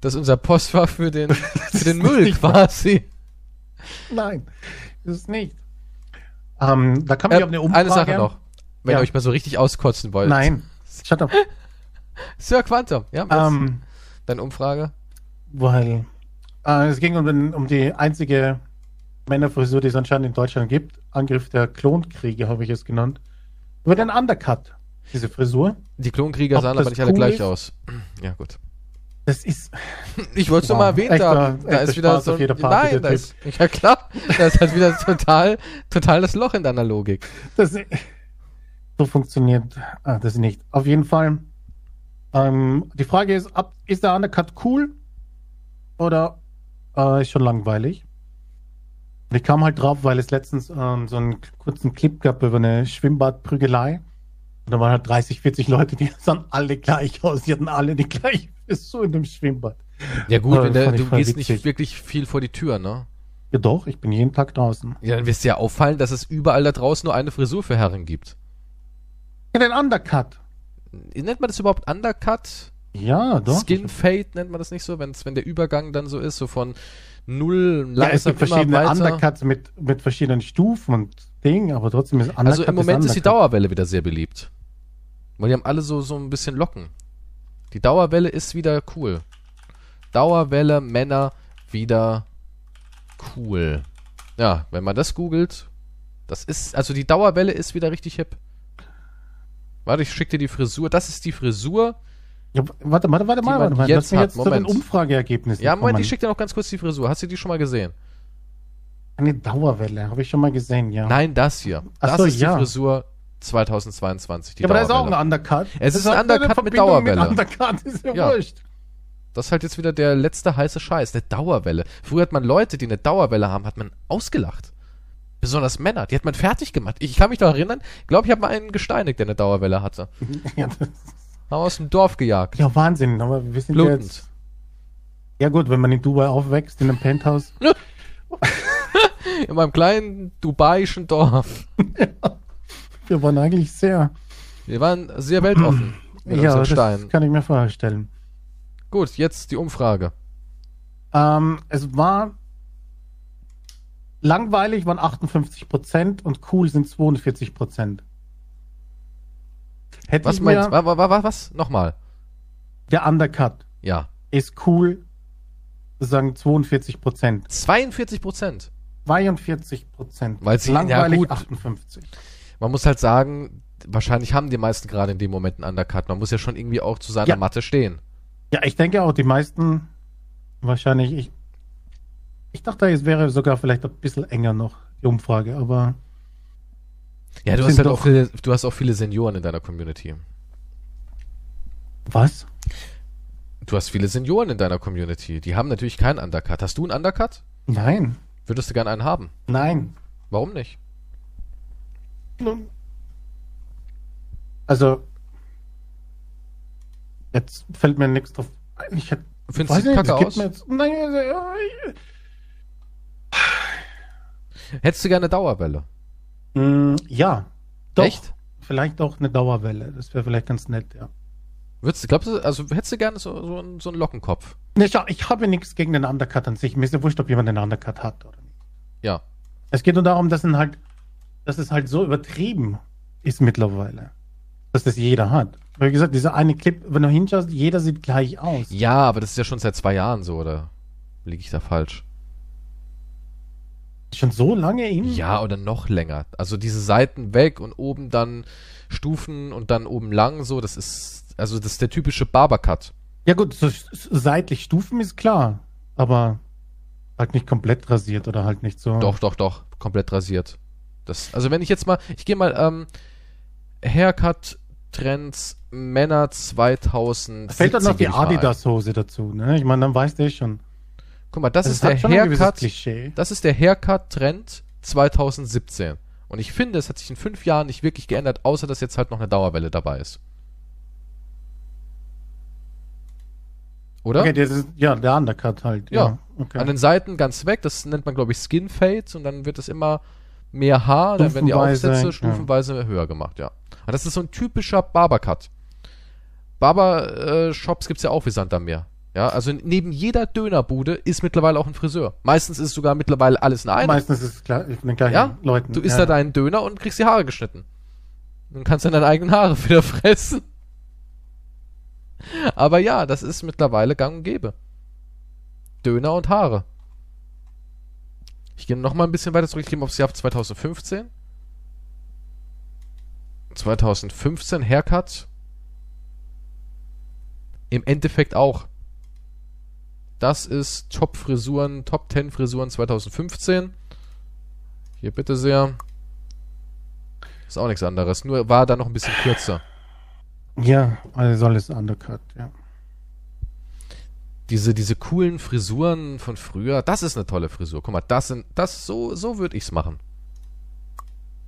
Speaker 1: Das ist unser Postfach für den, für den Müll quasi.
Speaker 2: Nein, das ist nicht. Ähm, da kann man
Speaker 1: Äh,
Speaker 2: ja eine Umfrage.
Speaker 1: Eine Sache noch. Wenn
Speaker 2: Ja.
Speaker 1: ihr euch mal so richtig auskotzen wollt.
Speaker 2: Nein, shut up.
Speaker 1: Sir Quantum, ja, um.
Speaker 2: ähm,
Speaker 1: deine Umfrage.
Speaker 2: weil äh, es ging um, den, um die einzige Männerfrisur, die es anscheinend in Deutschland gibt. Angriff der Klonkriege habe ich es genannt. Über den Undercut, diese Frisur.
Speaker 1: Die Klonkrieger
Speaker 2: Ob
Speaker 1: sahen
Speaker 2: das
Speaker 1: aber nicht alle
Speaker 2: cool
Speaker 1: gleich
Speaker 2: ist?
Speaker 1: aus. Ja, gut.
Speaker 2: Das ist
Speaker 1: Ich wollte es nur mal
Speaker 2: Wow.
Speaker 1: erwähnt
Speaker 2: Echter-
Speaker 1: haben. Da
Speaker 2: echter
Speaker 1: ist wieder
Speaker 2: Spaß
Speaker 1: so
Speaker 2: auf jeder
Speaker 1: ein,
Speaker 2: Party,
Speaker 1: Nein,
Speaker 2: der
Speaker 1: da ist, ja klar, da ist halt wieder total, total das Loch in deiner Logik.
Speaker 2: Das, so funktioniert ah, das nicht. Auf jeden Fall. Ähm, die Frage ist, ab, ist der Undercut cool oder äh, ist schon langweilig? Und ich kam halt drauf, weil es letztens ähm, so einen kurzen Clip gab über eine Schwimmbadprügelei. Und da waren halt 30, 40 Leute, die sahen alle gleich aus. Die hatten alle die gleiche Frisur in dem Schwimmbad.
Speaker 1: Ja gut,
Speaker 2: Ja,
Speaker 1: wenn
Speaker 2: Oh, das
Speaker 1: der,
Speaker 2: fand ich
Speaker 1: du
Speaker 2: voll
Speaker 1: gehst nicht
Speaker 2: witzig.
Speaker 1: wirklich viel vor die Tür, ne?
Speaker 2: Ja doch, ich bin jeden Tag draußen.
Speaker 1: Ja, dann wirst du ja auffallen, dass es überall da draußen nur eine Frisur für Herren gibt.
Speaker 2: Ja, den Undercut.
Speaker 1: Nennt man das überhaupt Undercut?
Speaker 2: Ja, Ah, doch.
Speaker 1: Skin Fade nennt man das nicht so, wenn's, wenn der Übergang dann so ist, so von null
Speaker 2: Ja, es
Speaker 1: langsam
Speaker 2: gibt
Speaker 1: immer
Speaker 2: verschiedene
Speaker 1: weiter.
Speaker 2: Undercuts mit, mit verschiedenen Stufen und Dingen, aber trotzdem ist Undercut
Speaker 1: also im Moment ist die
Speaker 2: Undercut.
Speaker 1: Dauerwelle wieder sehr beliebt. Weil die haben alle so, so ein bisschen Locken. Die Dauerwelle ist wieder cool. Dauerwelle Männer wieder cool. Ja, wenn man das googelt, das ist, also die Dauerwelle ist wieder richtig hip. Warte, ich schick dir die Frisur. Das ist die Frisur.
Speaker 2: Ja, warte, warte, warte
Speaker 1: Die
Speaker 2: mal,
Speaker 1: man
Speaker 2: warte mal.
Speaker 1: jetzt
Speaker 2: Lass mich
Speaker 1: hat.
Speaker 2: jetzt zu den
Speaker 1: Moment.
Speaker 2: Umfrageergebnissen
Speaker 1: Ja, Moment,
Speaker 2: kommen.
Speaker 1: ich schick dir noch ganz kurz die Frisur. Hast du die schon mal gesehen?
Speaker 2: Eine Dauerwelle, habe ich schon mal gesehen, ja.
Speaker 1: Nein, das hier.
Speaker 2: Ach
Speaker 1: Das
Speaker 2: so,
Speaker 1: ist
Speaker 2: ja.
Speaker 1: die Frisur 2022. Die
Speaker 2: ja, aber da ist auch
Speaker 1: Dauerwelle.
Speaker 2: ein Undercut.
Speaker 1: Es ist ein
Speaker 2: auch nur eine
Speaker 1: Undercut mit
Speaker 2: Verbindung
Speaker 1: Dauerwelle.
Speaker 2: Undercut ist ja,
Speaker 1: Ja.
Speaker 2: wurscht.
Speaker 1: Das ist halt jetzt wieder der letzte heiße Scheiß, eine Dauerwelle. Früher hat man Leute, die eine Dauerwelle haben, hat man ausgelacht. Besonders Männer, die hat man fertig gemacht. Ich kann mich noch erinnern, ich glaube, ich habe mal einen gesteinigt, der eine Dauerwelle hatte.
Speaker 2: Ja, das,
Speaker 1: Haben wir aus dem Dorf gejagt.
Speaker 2: ja, Wahnsinn, aber wir sind ja
Speaker 1: Blutend.
Speaker 2: jetzt. Ja, gut, wenn man in Dubai aufwächst, in einem Penthouse.
Speaker 1: In meinem kleinen dubaischen Dorf.
Speaker 2: Wir waren eigentlich sehr.
Speaker 1: Wir waren sehr weltoffen mit
Speaker 2: ja,
Speaker 1: unserem
Speaker 2: das
Speaker 1: Stein.
Speaker 2: kann ich mir vorstellen.
Speaker 1: Gut, jetzt die Umfrage.
Speaker 2: Ähm, es war langweilig waren 58 Prozent und cool sind 42 Prozent. Hätte
Speaker 1: Was
Speaker 2: ich
Speaker 1: meinst
Speaker 2: mir
Speaker 1: du? Was? was? Nochmal.
Speaker 2: der Undercut
Speaker 1: Ja.
Speaker 2: ist cool, sagen 42 Prozent.
Speaker 1: 42 Prozent.
Speaker 2: 42 Prozent.
Speaker 1: Weil sie- ja,
Speaker 2: langweilig
Speaker 1: gut.
Speaker 2: 58.
Speaker 1: Man muss halt sagen, wahrscheinlich haben die meisten gerade in dem Moment einen Undercut. Man muss ja schon irgendwie auch zu seiner
Speaker 2: Ja.
Speaker 1: Matte stehen.
Speaker 2: Ja, ich denke auch, die meisten wahrscheinlich. Ich, ich dachte, es wäre sogar vielleicht ein bisschen enger noch, die Umfrage, aber
Speaker 1: Ja, du
Speaker 2: Sind
Speaker 1: hast, halt
Speaker 2: doch-
Speaker 1: auch viele, du hast auch viele Senioren in deiner Community.
Speaker 2: was?
Speaker 1: Du hast viele Senioren in deiner Community. Die haben natürlich keinen Undercut. Hast du einen Undercut?
Speaker 2: Nein,
Speaker 1: Würdest du gerne einen haben?
Speaker 2: nein.
Speaker 1: Warum nicht?
Speaker 2: Nun, Also, jetzt fällt mir nichts drauf ein. Ich hätte,
Speaker 1: Findest du die
Speaker 2: das
Speaker 1: Kacke
Speaker 2: gibt
Speaker 1: aus?
Speaker 2: mir jetzt, nein, also, ja, ich-
Speaker 1: Hättest du gerne eine Dauerwelle?
Speaker 2: Mm, ja, doch.
Speaker 1: Echt?
Speaker 2: Vielleicht auch eine Dauerwelle. Das wäre vielleicht ganz nett, ja.
Speaker 1: Würdest du, glaubst du, also hättest du gerne so, so, einen- so einen Lockenkopf?
Speaker 2: Ne, schau, ich habe nichts gegen den Undercut an sich. Mir ist ja wurscht, ob jemand den Undercut hat oder nicht.
Speaker 1: Ja.
Speaker 2: Es geht nur darum, dass, ihn halt, dass es halt so übertrieben ist mittlerweile, dass das jeder hat. Wie gesagt, dieser eine Clip, wenn du hinschaust, jeder sieht gleich aus.
Speaker 1: Ja, aber das ist ja schon seit zwei Jahren so, oder? Liege ich da falsch?
Speaker 2: Schon so lange hin?
Speaker 1: Ja, oder noch länger. Also diese Seiten weg und oben dann Stufen und dann oben lang so, das ist, also das ist der typische Barbercut.
Speaker 2: Ja gut, so s- s- seitlich Stufen ist klar, aber halt nicht komplett rasiert oder halt nicht so.
Speaker 1: Doch, doch, doch, komplett rasiert. Das, also wenn ich jetzt mal, ich gehe mal, ähm, Haircut Trends Männer 2000.
Speaker 2: Da fällt dann noch die Adidas-Hose dazu, ne? Ich meine, dann weißt du eh schon.
Speaker 1: Guck mal, das
Speaker 2: Also
Speaker 1: ist
Speaker 2: es hat
Speaker 1: der
Speaker 2: schon ein gewisses
Speaker 1: Haircut.
Speaker 2: Klischee.
Speaker 1: Das ist der Haircut-Trend 2017. Und ich finde, es hat sich in fünf Jahren nicht wirklich geändert, außer dass jetzt halt noch eine Dauerwelle dabei ist. Oder?
Speaker 2: Okay, das ist, ja, der Undercut halt.
Speaker 1: Ja.
Speaker 2: okay.
Speaker 1: An den Seiten ganz weg, das nennt man, glaube ich, Skin Fades und dann wird es immer mehr Haar, dann werden die
Speaker 2: Stufenweise,
Speaker 1: Aufsätze
Speaker 2: ja.
Speaker 1: stufenweise höher gemacht, ja. Und das ist so ein typischer Barbercut. Barbershops gibt es ja auch wie Sand am Meer. Ja, also neben jeder Dönerbude ist mittlerweile auch ein Friseur. Meistens ist sogar mittlerweile alles in einem.
Speaker 2: Meistens ist es klar, von den gleichen
Speaker 1: Ja,
Speaker 2: Leuten.
Speaker 1: Du isst
Speaker 2: ja.
Speaker 1: da deinen Döner und kriegst die Haare geschnitten. Dann kannst du deine eigenen Haare wieder fressen. Aber ja, das ist mittlerweile gang und gäbe. Döner und Haare. Ich gehe nochmal ein bisschen weiter zurück. Ich gehe mal aufs Jahr 2015. 2015 Haircut. Im Endeffekt auch. Das ist Top-Frisuren, Top 10 Frisuren 2015. Hier bitte sehr. Ist auch nichts anderes. Nur war da noch ein bisschen kürzer.
Speaker 2: Ja, also soll es Undercut, ja.
Speaker 1: Diese, diese coolen Frisuren von früher, das ist eine tolle Frisur. Guck mal, das sind, das, so, so würde ich's machen.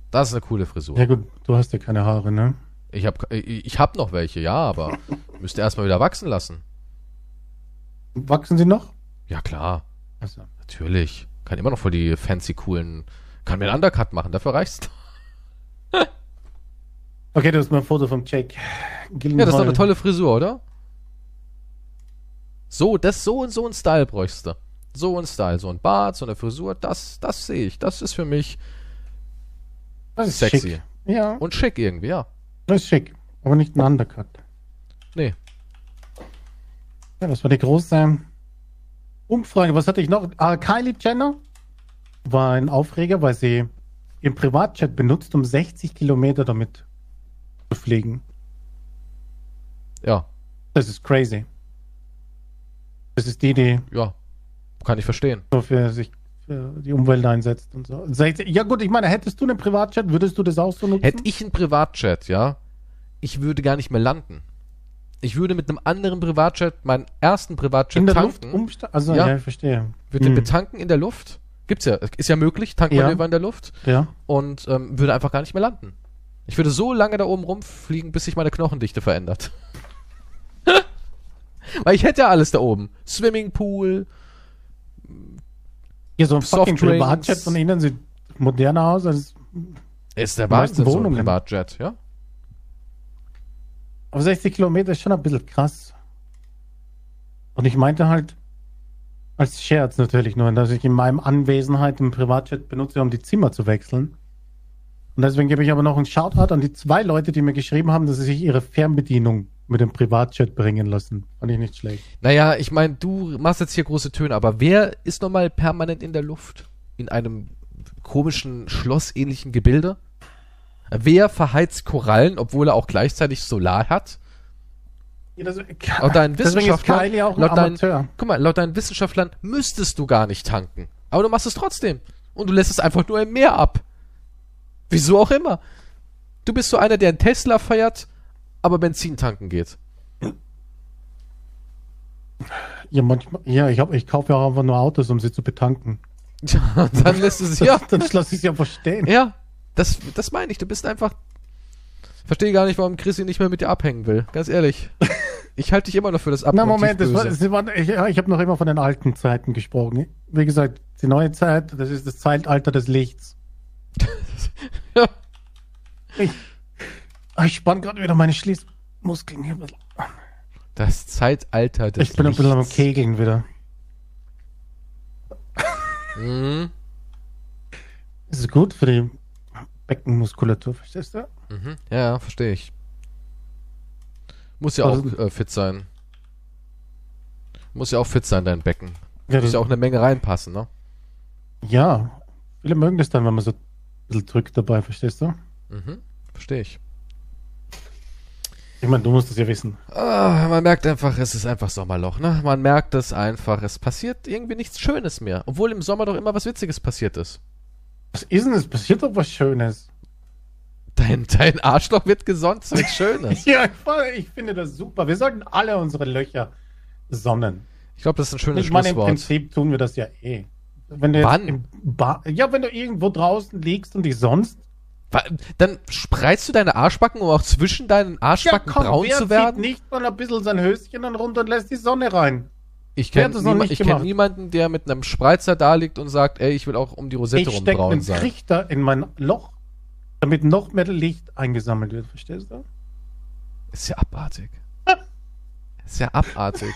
Speaker 1: Das ist eine coole Frisur.
Speaker 2: Ja gut, du hast ja keine Haare, ne?
Speaker 1: Ich hab, ich ich hab noch welche, ja, aber müsste erstmal wieder wachsen lassen.
Speaker 2: Wachsen sie noch?
Speaker 1: Ja, klar,
Speaker 2: Also,
Speaker 1: natürlich. Kann immer noch voll die fancy coolen, kann mir einen Undercut machen, dafür reicht's.
Speaker 2: okay, du hast mal ein Foto vom Jake
Speaker 1: Ja, das ist doch eine tolle Frisur, oder? So, das so und so ein Style bräuchst du. So ein Style, so ein Bart, so eine Frisur, das, das sehe ich. Das ist für mich
Speaker 2: das ist
Speaker 1: sexy.
Speaker 2: Schick. Ja,
Speaker 1: und schick irgendwie, ja.
Speaker 2: das ist schick, aber nicht ein Undercut.
Speaker 1: Nee.
Speaker 2: Ja, das war die große ähm, Umfrage. Was hatte ich noch? Ah, Kylie Jenner war ein Aufreger, weil sie im Privatjet benutzt, um 60 Kilometer damit zu fliegen.
Speaker 1: Ja,
Speaker 2: Das ist crazy. Das ist die, die
Speaker 1: ja. Kann ich verstehen.
Speaker 2: so für sich für die Umwelt einsetzt und so. 60 Ja gut, ich meine, hättest du einen Privatjet, würdest du das auch so nutzen?
Speaker 1: Hätte ich einen Privatjet, ja, ich würde gar nicht mehr landen. Ich würde mit einem anderen Privatjet meinen ersten Privatjet
Speaker 2: in der
Speaker 1: tanken.
Speaker 2: Luft umsteigen? Also,
Speaker 1: Ja.
Speaker 2: ja. ich verstehe.
Speaker 1: würde
Speaker 2: Hm.
Speaker 1: den betanken in der Luft. Gibt's ja, ist ja möglich, Tankmanöver in der Luft.
Speaker 2: Ja.
Speaker 1: und ähm, würde einfach gar nicht mehr landen. Ich würde so lange da oben rumfliegen, bis sich meine Knochendichte verändert. Weil ich hätte ja alles da oben. Swimmingpool.
Speaker 2: Hier so ein fucking
Speaker 1: Softdrinks.
Speaker 2: Privatjet von innen sieht moderner aus als
Speaker 1: Ist der
Speaker 2: Die meisten
Speaker 1: Wahnsinn, so ein
Speaker 2: Wohnungen.
Speaker 1: Privatjet, ja?
Speaker 2: Aber 60 Kilometer ist schon ein bisschen krass. Und ich meinte halt, als Scherz natürlich nur, dass ich in meinem Anwesenheit im Privatjet benutze, um die Zimmer zu wechseln. Und deswegen gebe ich aber noch einen Shoutout an die zwei Leute, die mir geschrieben haben, dass sie sich ihre Fernbedienung mit dem Privatjet bringen lassen. Fand ich nicht schlecht.
Speaker 1: Naja, ich meine, du machst jetzt hier große Töne, aber wer ist nochmal permanent in der Luft? In einem komischen, schlossähnlichen Gebilde? Wer verheizt Korallen, obwohl er auch gleichzeitig Solar hat? Laut deinen
Speaker 2: deswegen ist
Speaker 1: Wissenschaftlern,
Speaker 2: Kylie auch ein
Speaker 1: laut deinen,
Speaker 2: Amateur.
Speaker 1: guck mal, laut deinen Wissenschaftlern müsstest du gar nicht tanken. Aber du machst es trotzdem. Und du lässt es einfach nur im Meer ab. Wieso auch immer. Du bist so einer, der einen Tesla feiert, aber Benzin tanken geht.
Speaker 2: Ja, manchmal, ja ich, hab, ich kaufe ja auch einfach nur Autos, um sie zu betanken.
Speaker 1: Ja, dann lässt du es ja.
Speaker 2: Dann lasse ich sie einfach stehen.
Speaker 1: Ja, das, das meine ich. Du bist einfach. Verstehe gar nicht, warum Chrissy nicht mehr mit dir abhängen will. Ganz ehrlich. Ich halte dich immer noch für das
Speaker 2: Na
Speaker 1: Abhängen.
Speaker 2: Moment, das war, sie waren, ich, ja, ich habe noch immer von den alten Zeiten gesprochen. Wie gesagt, die neue Zeit, das ist das Zeitalter des Lichts.
Speaker 1: Ja.
Speaker 2: Ich, Ah, ich spann gerade wieder meine Schließmuskeln hier. ein bisschen.
Speaker 1: Das Zeitalter des
Speaker 2: ich bin ein bisschen am
Speaker 1: Lichts.
Speaker 2: Kegeln wieder.
Speaker 1: Mhm.
Speaker 2: Das ist gut für die Beckenmuskulatur, verstehst du?
Speaker 1: Mhm. Ja, ja, verstehe ich. Muss ja auch
Speaker 2: Also-
Speaker 1: äh, fit sein. Muss ja auch fit sein, dein Becken.
Speaker 2: Ja,
Speaker 1: Muss
Speaker 2: das,
Speaker 1: ja auch eine Menge reinpassen, ne?
Speaker 2: ja, viele mögen das dann, wenn man so ein bisschen drückt dabei, verstehst du?
Speaker 1: Mhm. Verstehe ich.
Speaker 2: Ich meine, du musst das ja wissen.
Speaker 1: Ah, man merkt einfach, es ist einfach Sommerloch, ne? Man merkt es einfach. Es passiert irgendwie nichts Schönes mehr. Obwohl im Sommer doch immer was Witziges passiert ist.
Speaker 2: Was ist denn das? Passiert doch was Schönes.
Speaker 1: Dein, dein Arschloch wird gesonnt, wird Schönes.
Speaker 2: Ja, ich, fa- ich finde das super. Wir sollten alle unsere Löcher sonnen.
Speaker 1: Ich glaube, das ist ein schönes
Speaker 2: Ich meine, im
Speaker 1: Schlusswort.
Speaker 2: Prinzip tun wir das ja eh. Wenn du jetzt
Speaker 1: Wann?
Speaker 2: im Ba ja, wenn du irgendwo draußen liegst und dich sonst.
Speaker 1: Wa- Dann spreizt du deine Arschbacken, um auch zwischen deinen Arschbacken braun
Speaker 2: wer
Speaker 1: zu werden?
Speaker 2: zieht nicht mal ein bisschen sein Höschen dann runter und lässt die Sonne rein?
Speaker 1: Ich
Speaker 2: Wer
Speaker 1: kenne
Speaker 2: hat das noch
Speaker 1: niema
Speaker 2: nicht
Speaker 1: ich kenn
Speaker 2: gemacht?
Speaker 1: niemanden, der mit einem Spreizer da liegt und sagt, ey, ich will auch um die Rosette
Speaker 2: ich
Speaker 1: rum
Speaker 2: stecke
Speaker 1: braun
Speaker 2: einen
Speaker 1: sein.
Speaker 2: Trichter in mein Loch, damit noch mehr Licht eingesammelt wird, verstehst du?
Speaker 1: Ist ja abartig. Ist ja abartig.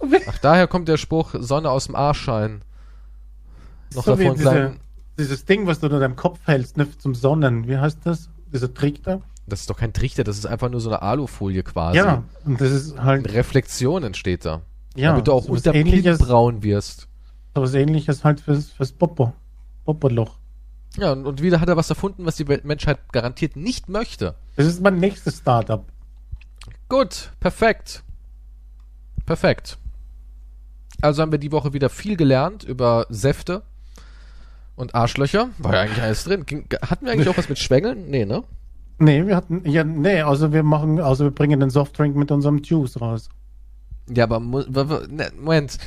Speaker 2: So wie,
Speaker 1: Ach, daher kommt der Spruch, Sonne aus dem Arsch scheinen. Noch
Speaker 2: so wie
Speaker 1: davon
Speaker 2: diese,
Speaker 1: kleinen.
Speaker 2: dieses Ding, was du unter deinem Kopf hältst, ne, zum Sonnen, wie heißt das? Dieser Trichter?
Speaker 1: Das ist doch kein Trichter, das ist einfach nur so eine Alufolie quasi.
Speaker 2: ja, und das ist halt,
Speaker 1: Reflexion entsteht da.
Speaker 2: ja,
Speaker 1: damit du auch
Speaker 2: sowas
Speaker 1: unterm Kinn
Speaker 2: ähnliches,
Speaker 1: braun wirst.
Speaker 2: sowas ähnliches halt fürs, fürs Popo, Popo-Loch.
Speaker 1: Ja, und, und wieder hat er was erfunden, was die Welt- Menschheit garantiert nicht möchte.
Speaker 2: Das ist mein nächstes Startup.
Speaker 1: Gut, perfekt. Perfekt. Also haben wir die Woche wieder viel gelernt über Säfte und Arschlöcher. War ja eigentlich alles drin. Ging, hatten wir eigentlich auch was mit Schwängeln? Nee, ne?
Speaker 2: Nee, wir hatten, ja, nee, also wir machen, also wir bringen den Softdrink mit unserem Juice raus.
Speaker 1: Ja, aber mu- wa- wa- ne, Moment.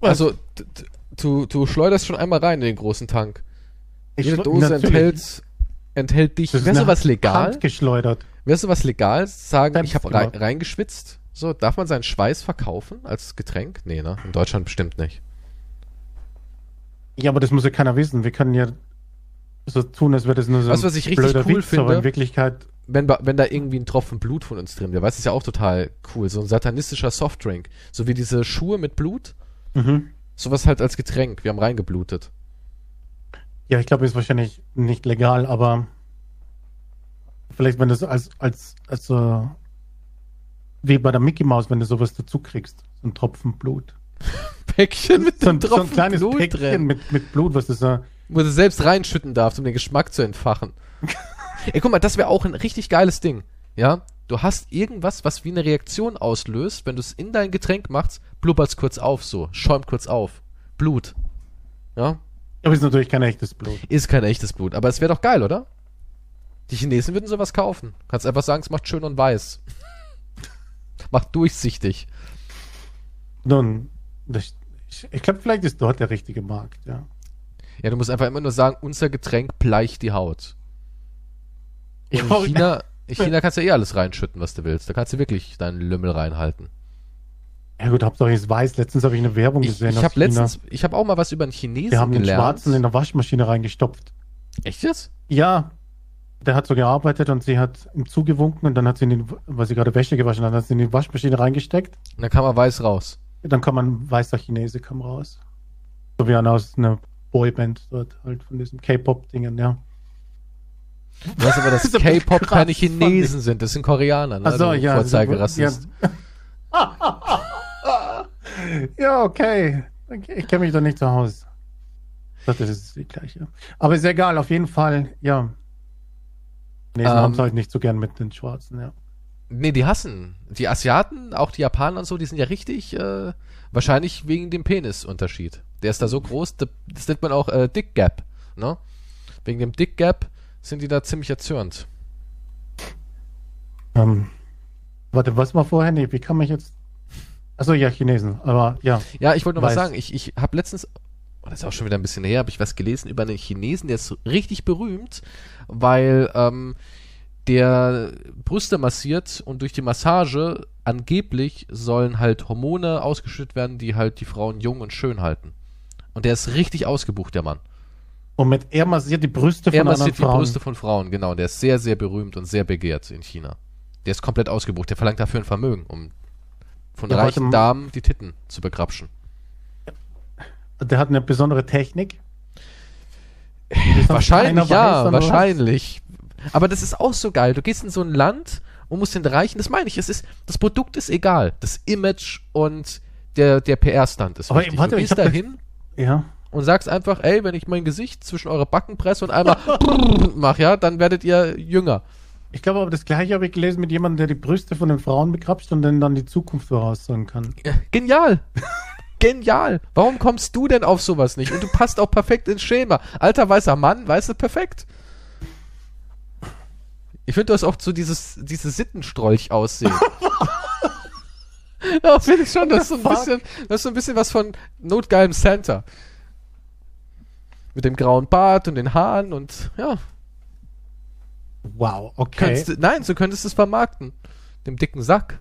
Speaker 1: Also, d- d- du, du schleuderst schon einmal rein in den großen Tank. Jede
Speaker 2: schl-
Speaker 1: Dose
Speaker 2: natürlich.
Speaker 1: enthält, enthält dich.
Speaker 2: Das ist
Speaker 1: Wäre
Speaker 2: eine
Speaker 1: sowas legal?
Speaker 2: Handgeschleudert.
Speaker 1: Wäre sowas legal? Sagen, ich
Speaker 2: Selbst
Speaker 1: habe rein,
Speaker 2: gemacht.
Speaker 1: reingeschwitzt? So, darf man seinen Schweiß verkaufen als Getränk? Nee, ne? In Deutschland bestimmt nicht.
Speaker 2: Ja, aber das muss ja keiner wissen. Wir können ja so tun, als wäre das nur so
Speaker 1: Weißt du, was ich richtig cool
Speaker 2: aber
Speaker 1: finde?
Speaker 2: in Wirklichkeit,
Speaker 1: wenn, ba- wenn da irgendwie ein Tropfen Blut von uns drin wäre, weißt du, ist ja auch total cool. So ein satanistischer Softdrink. So wie diese Schuhe mit Blut.
Speaker 2: mhm.
Speaker 1: Sowas halt als Getränk. Wir haben reingeblutet.
Speaker 2: ja, ich glaube, ist wahrscheinlich nicht legal, aber vielleicht, wenn das als, als, als äh, wie bei der Mickey Maus, wenn du sowas dazu kriegst, so ein Tropfen Blut.
Speaker 1: Päckchen mit
Speaker 2: So
Speaker 1: einem
Speaker 2: ein, so ein
Speaker 1: Tropfen
Speaker 2: kleines
Speaker 1: Blut
Speaker 2: Päckchen
Speaker 1: drin.
Speaker 2: mit, mit Blut, was ist da?
Speaker 1: Wo du selbst reinschütten darfst, um den Geschmack zu entfachen. Ey, guck mal, das wäre auch ein richtig geiles Ding. Ja? Du hast irgendwas, was wie eine Reaktion auslöst. Wenn du es in dein Getränk machst, blubbert's kurz auf so. Schäumt kurz auf. Blut. Ja?
Speaker 2: Aber ist natürlich kein echtes Blut.
Speaker 1: Ist kein echtes Blut, aber es wäre doch geil, oder? Die Chinesen würden sowas kaufen. Kannst einfach sagen, es macht schön und weiß. macht durchsichtig.
Speaker 2: Nun, das, ich, ich glaube, vielleicht ist dort der richtige Markt, ja.
Speaker 1: Ja, du musst einfach immer nur sagen, unser Getränk bleicht die Haut. Und
Speaker 2: oh
Speaker 1: in, China, in China kannst du eh alles reinschütten, was du willst. Da kannst du wirklich deinen Lümmel reinhalten.
Speaker 2: Ja gut, Hauptsache ich weiß. Letztens habe ich eine Werbung
Speaker 1: Ich,
Speaker 2: gesehen
Speaker 1: ich
Speaker 2: aus
Speaker 1: habe
Speaker 2: China.
Speaker 1: letztens, ich habe auch mal was über einen Chinesen
Speaker 2: Die haben den
Speaker 1: gelernt.
Speaker 2: Schwarzen in der Waschmaschine reingestopft.
Speaker 1: Echt jetzt?
Speaker 2: Ja, der hat so gearbeitet und sie hat ihm zugewunken und dann hat sie in die, weil sie gerade Wäsche gewaschen hat, hat sie in die Waschmaschine reingesteckt.
Speaker 1: Und dann kam er weiß raus.
Speaker 2: Dann kam ein weißer Chinese kam raus. So wie einer aus einer Boyband dort, halt von diesem K-Pop-Dingen, ja.
Speaker 1: Du weißt aber, dass
Speaker 2: Das ist aber
Speaker 1: K-Pop
Speaker 2: krass,
Speaker 1: keine
Speaker 2: fand ich.
Speaker 1: Chinesen sind, das sind Koreaner. Ne?
Speaker 2: Also,
Speaker 1: Du
Speaker 2: ja.
Speaker 1: Vorzeigerassist.
Speaker 2: ja. ja, okay. okay. Ich kenne mich doch nicht zu Hause. Ich dachte, Das ist die gleiche. Aber ist egal, auf jeden Fall, ja. Nee,
Speaker 1: Ähm.
Speaker 2: sie haben es halt nicht so gern mit den Schwarzen, ja.
Speaker 1: Nee, die hassen. Die Asiaten, auch die Japaner und so, die sind ja richtig, äh, wahrscheinlich wegen dem Penisunterschied. Der ist da so groß, da- das nennt man auch äh, Dick Gap. Ne? Wegen dem Dick Gap sind die da ziemlich erzürnt.
Speaker 2: Ähm, warte, was war vorher? Nee, wie kann man jetzt. Achso, ja, Chinesen, aber ja.
Speaker 1: Ja, ich wollte noch was
Speaker 2: Weiß.
Speaker 1: sagen. Ich, ich habe letztens, oh, das ist auch schon wieder ein bisschen her, habe ich was gelesen über einen Chinesen, der ist richtig berühmt, weil ähm, der Brüste massiert und durch die Massage angeblich sollen halt Hormone ausgeschüttet werden, die halt die Frauen jung und schön halten. Und der ist richtig ausgebucht, der Mann.
Speaker 2: Womit er massiert die Brüste
Speaker 1: Er
Speaker 2: von anderen
Speaker 1: massiert die
Speaker 2: Frauen.
Speaker 1: Brüste von Frauen, genau. Und der ist sehr, sehr berühmt und sehr begehrt in China. Der ist komplett ausgebucht. Der verlangt dafür ein Vermögen, um von
Speaker 2: Ja, warte
Speaker 1: reichen
Speaker 2: mal.
Speaker 1: Damen die Titten zu begrapschen.
Speaker 2: Der hat eine besondere Technik.
Speaker 1: Wahrscheinlich,
Speaker 2: keiner weiß,
Speaker 1: ja,
Speaker 2: sondern-
Speaker 1: wahrscheinlich. Aber das ist auch so geil. Du gehst in so ein Land und musst den erreichen. Das meine ich. Es ist, das Produkt ist egal. Das Image und der, der PR-Stand ist
Speaker 2: Aber
Speaker 1: wichtig.
Speaker 2: warte,
Speaker 1: du gehst
Speaker 2: ich hab
Speaker 1: da
Speaker 2: das-
Speaker 1: hin
Speaker 2: Ja.
Speaker 1: und sagst einfach, ey, wenn ich mein Gesicht zwischen eure Backen presse und einmal mache, ja, dann werdet ihr jünger.
Speaker 2: Ich glaube aber, das gleiche habe ich gelesen mit jemandem, der die Brüste von den Frauen begrapscht und denen dann die Zukunft voraussagen kann.
Speaker 1: Äh, Genial! Genial! Warum kommst du denn auf sowas nicht? Und du passt auch perfekt ins Schema. Alter weißer Mann, weißt du, perfekt. Ich finde, du hast auch so dieses, dieses Sittenstrolch aussehen. ja, finde ich schon, das ist so ein
Speaker 2: Fuck?
Speaker 1: bisschen, das ist so ein bisschen was von notgeilem Santa. Mit dem grauen Bart und den Haaren und ja.
Speaker 2: Wow, okay.
Speaker 1: Könntest, du- Nein, so könntest du es vermarkten. Dem dicken Sack.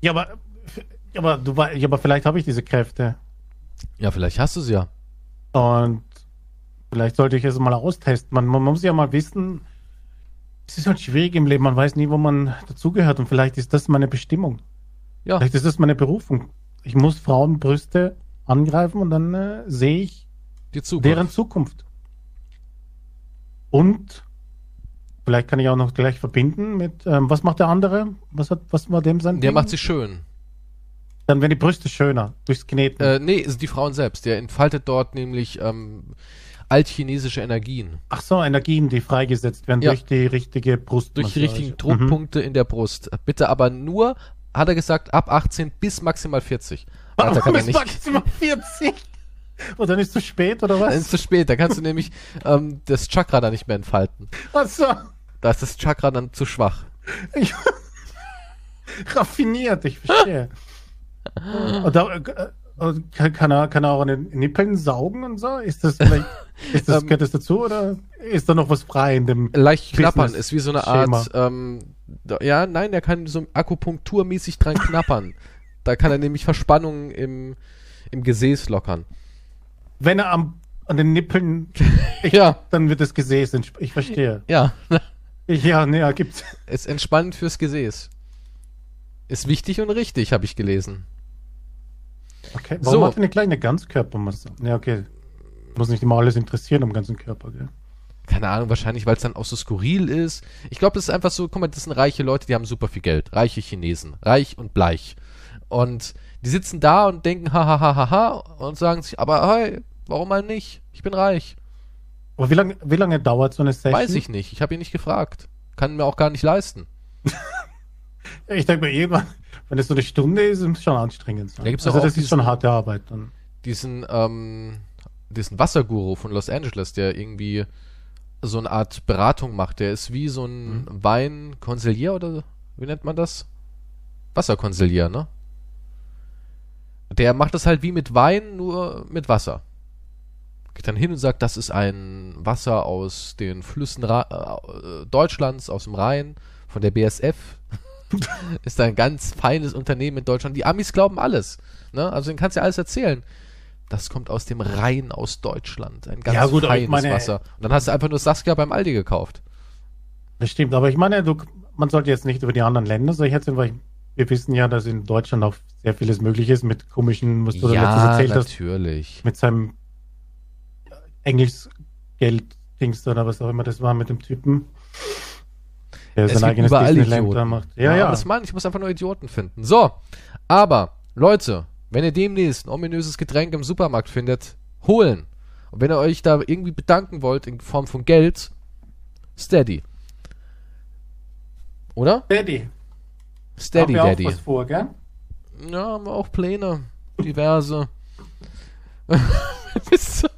Speaker 2: Ja, aber, ja, aber, du, wei- ja, aber vielleicht habe ich diese Kräfte.
Speaker 1: Ja, vielleicht hast du es ja.
Speaker 2: Und vielleicht sollte ich es mal austesten. Man, man muss ja mal wissen, es ist halt schwierig im Leben. Man weiß nie, wo man dazugehört. Und vielleicht ist das meine Bestimmung.
Speaker 1: Ja.
Speaker 2: Vielleicht ist das meine Berufung. Ich muss Frauenbrüste angreifen und dann äh, sehe ich
Speaker 1: Die Zukunft.
Speaker 2: deren Zukunft. Und vielleicht kann ich auch noch gleich verbinden mit, ähm, was macht der andere? Was hat, was war dem sein?
Speaker 1: Der
Speaker 2: Ding?
Speaker 1: macht sie schön.
Speaker 2: dann werden die Brüste schöner durchs Kneten.
Speaker 1: Äh, nee, sind die Frauen selbst. Der entfaltet dort nämlich ähm, altchinesische Energien.
Speaker 2: Ach so, Energien, die freigesetzt werden
Speaker 1: Ja.
Speaker 2: durch die richtige Brust. Mhm.
Speaker 1: Durch die richtigen Druckpunkte in der Brust. Bitte aber nur, hat er gesagt, ab 18 bis maximal 40. Alter, kann
Speaker 2: Warum
Speaker 1: er
Speaker 2: ist
Speaker 1: nicht.
Speaker 2: maximal 40? Und dann ist es zu spät, oder
Speaker 1: Dann
Speaker 2: was?
Speaker 1: ist zu spät. Da kannst du nämlich ähm, das Chakra da nicht mehr entfalten.
Speaker 2: Ach so.
Speaker 1: Da ist das Chakra dann zu schwach.
Speaker 2: Ich- Raffiniert, ich verstehe. und da, äh, und kann, kann, er, kann er auch an den Nippeln saugen und so? Ist das vielleicht, ist das,
Speaker 1: Ähm,
Speaker 2: gehört das dazu oder ist da noch was frei in dem?
Speaker 1: Leicht knappern
Speaker 2: Business
Speaker 1: ist wie so eine
Speaker 2: Schema.
Speaker 1: Art. Ähm, da, ja, nein, der kann so akupunkturmäßig dran knappern. da kann er nämlich Verspannungen im, im Gesäß lockern.
Speaker 2: Wenn er am, an den Nippeln, ich,
Speaker 1: Ja.
Speaker 2: dann wird das Gesäß, entsp- ich verstehe.
Speaker 1: Ja.
Speaker 2: Ich, ja, ne, ja, gibt's.
Speaker 1: Ist entspannend fürs Gesäß. Ist wichtig und richtig, habe ich gelesen.
Speaker 2: Okay,
Speaker 1: So.
Speaker 2: warum macht er eine kleine Ganzkörpermasse? Ja, okay. Muss nicht immer alles interessieren am ganzen Körper, gell?
Speaker 1: Keine Ahnung, wahrscheinlich, weil es dann auch so skurril ist. Ich glaube, das ist einfach so, guck mal, das sind reiche Leute, die haben super viel Geld. Reiche Chinesen. Reich und bleich. Und die sitzen da und denken, ha, ha, ha, ha, ha, und sagen sich, aber hey, warum mal nicht? Ich bin reich.
Speaker 2: Aber wie lange, wie lange dauert so eine Session?
Speaker 1: Weiß ich nicht. Ich habe ihn nicht gefragt. Kann mir auch gar nicht leisten.
Speaker 2: Ich denke mir irgendwann, wenn es so eine Stunde ist, ist es schon anstrengend.
Speaker 1: Da gibt's
Speaker 2: also
Speaker 1: doch auch
Speaker 2: das ist schon
Speaker 1: diesen-
Speaker 2: harte Arbeit. Dann.
Speaker 1: diesen, ähm, diesen Wasserguru von Los Angeles, der irgendwie so eine Art Beratung macht. Der ist wie so ein Weinkonsilier oder wie nennt man das? Wasserkonsilier, ne? Der macht das halt wie mit Wein, nur mit Wasser. Geht dann hin und sagt, das ist ein Wasser aus den Flüssen Ra äh, Deutschlands, aus dem Rhein, von der BSF. ist ein ganz feines Unternehmen in Deutschland. Die Amis glauben alles. Ne? Also denen kannst du ja alles erzählen. Das kommt aus dem Rhein aus Deutschland. Ein ganz
Speaker 2: Ja, gut, aber ich
Speaker 1: feines
Speaker 2: meine-
Speaker 1: Wasser. Und dann hast du einfach nur Saskia beim Aldi gekauft.
Speaker 2: Das stimmt, aber ich meine, du, man sollte jetzt nicht über die anderen Länder solche erzählen, weil wir wissen ja, dass in Deutschland auch sehr vieles möglich ist mit komischen, was du da letztens
Speaker 1: Ja,
Speaker 2: erzählt hast,
Speaker 1: natürlich.
Speaker 2: mit seinem Engelsgeld-Dings oder was auch immer das war mit dem Typen. Der
Speaker 1: Es
Speaker 2: sein
Speaker 1: gibt
Speaker 2: eigenes
Speaker 1: überall
Speaker 2: Disneyland
Speaker 1: Idioten.
Speaker 2: da macht. Ja, ja.
Speaker 1: Das meine ich, ich muss einfach nur Idioten finden. So, aber Leute, wenn ihr demnächst ein ominöses Getränk im Supermarkt findet, holen. Und wenn ihr euch da irgendwie bedanken wollt in Form von Geld, steady. Oder?
Speaker 2: Daddy,
Speaker 1: Steady,
Speaker 2: haben wir
Speaker 1: Daddy.
Speaker 2: auch was vor, gell?
Speaker 1: Ja, haben wir auch Pläne. Diverse. Bist du-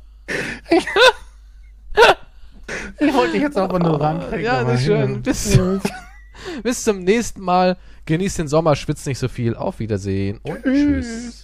Speaker 2: Ich wollte dich jetzt aber nur rankriegen.
Speaker 1: Ja,
Speaker 2: aber
Speaker 1: das ist
Speaker 2: hier.
Speaker 1: schön. Bis, zum- bis zum nächsten Mal. Genießt den Sommer, schwitzt nicht so viel. Auf Wiedersehen und tschüss.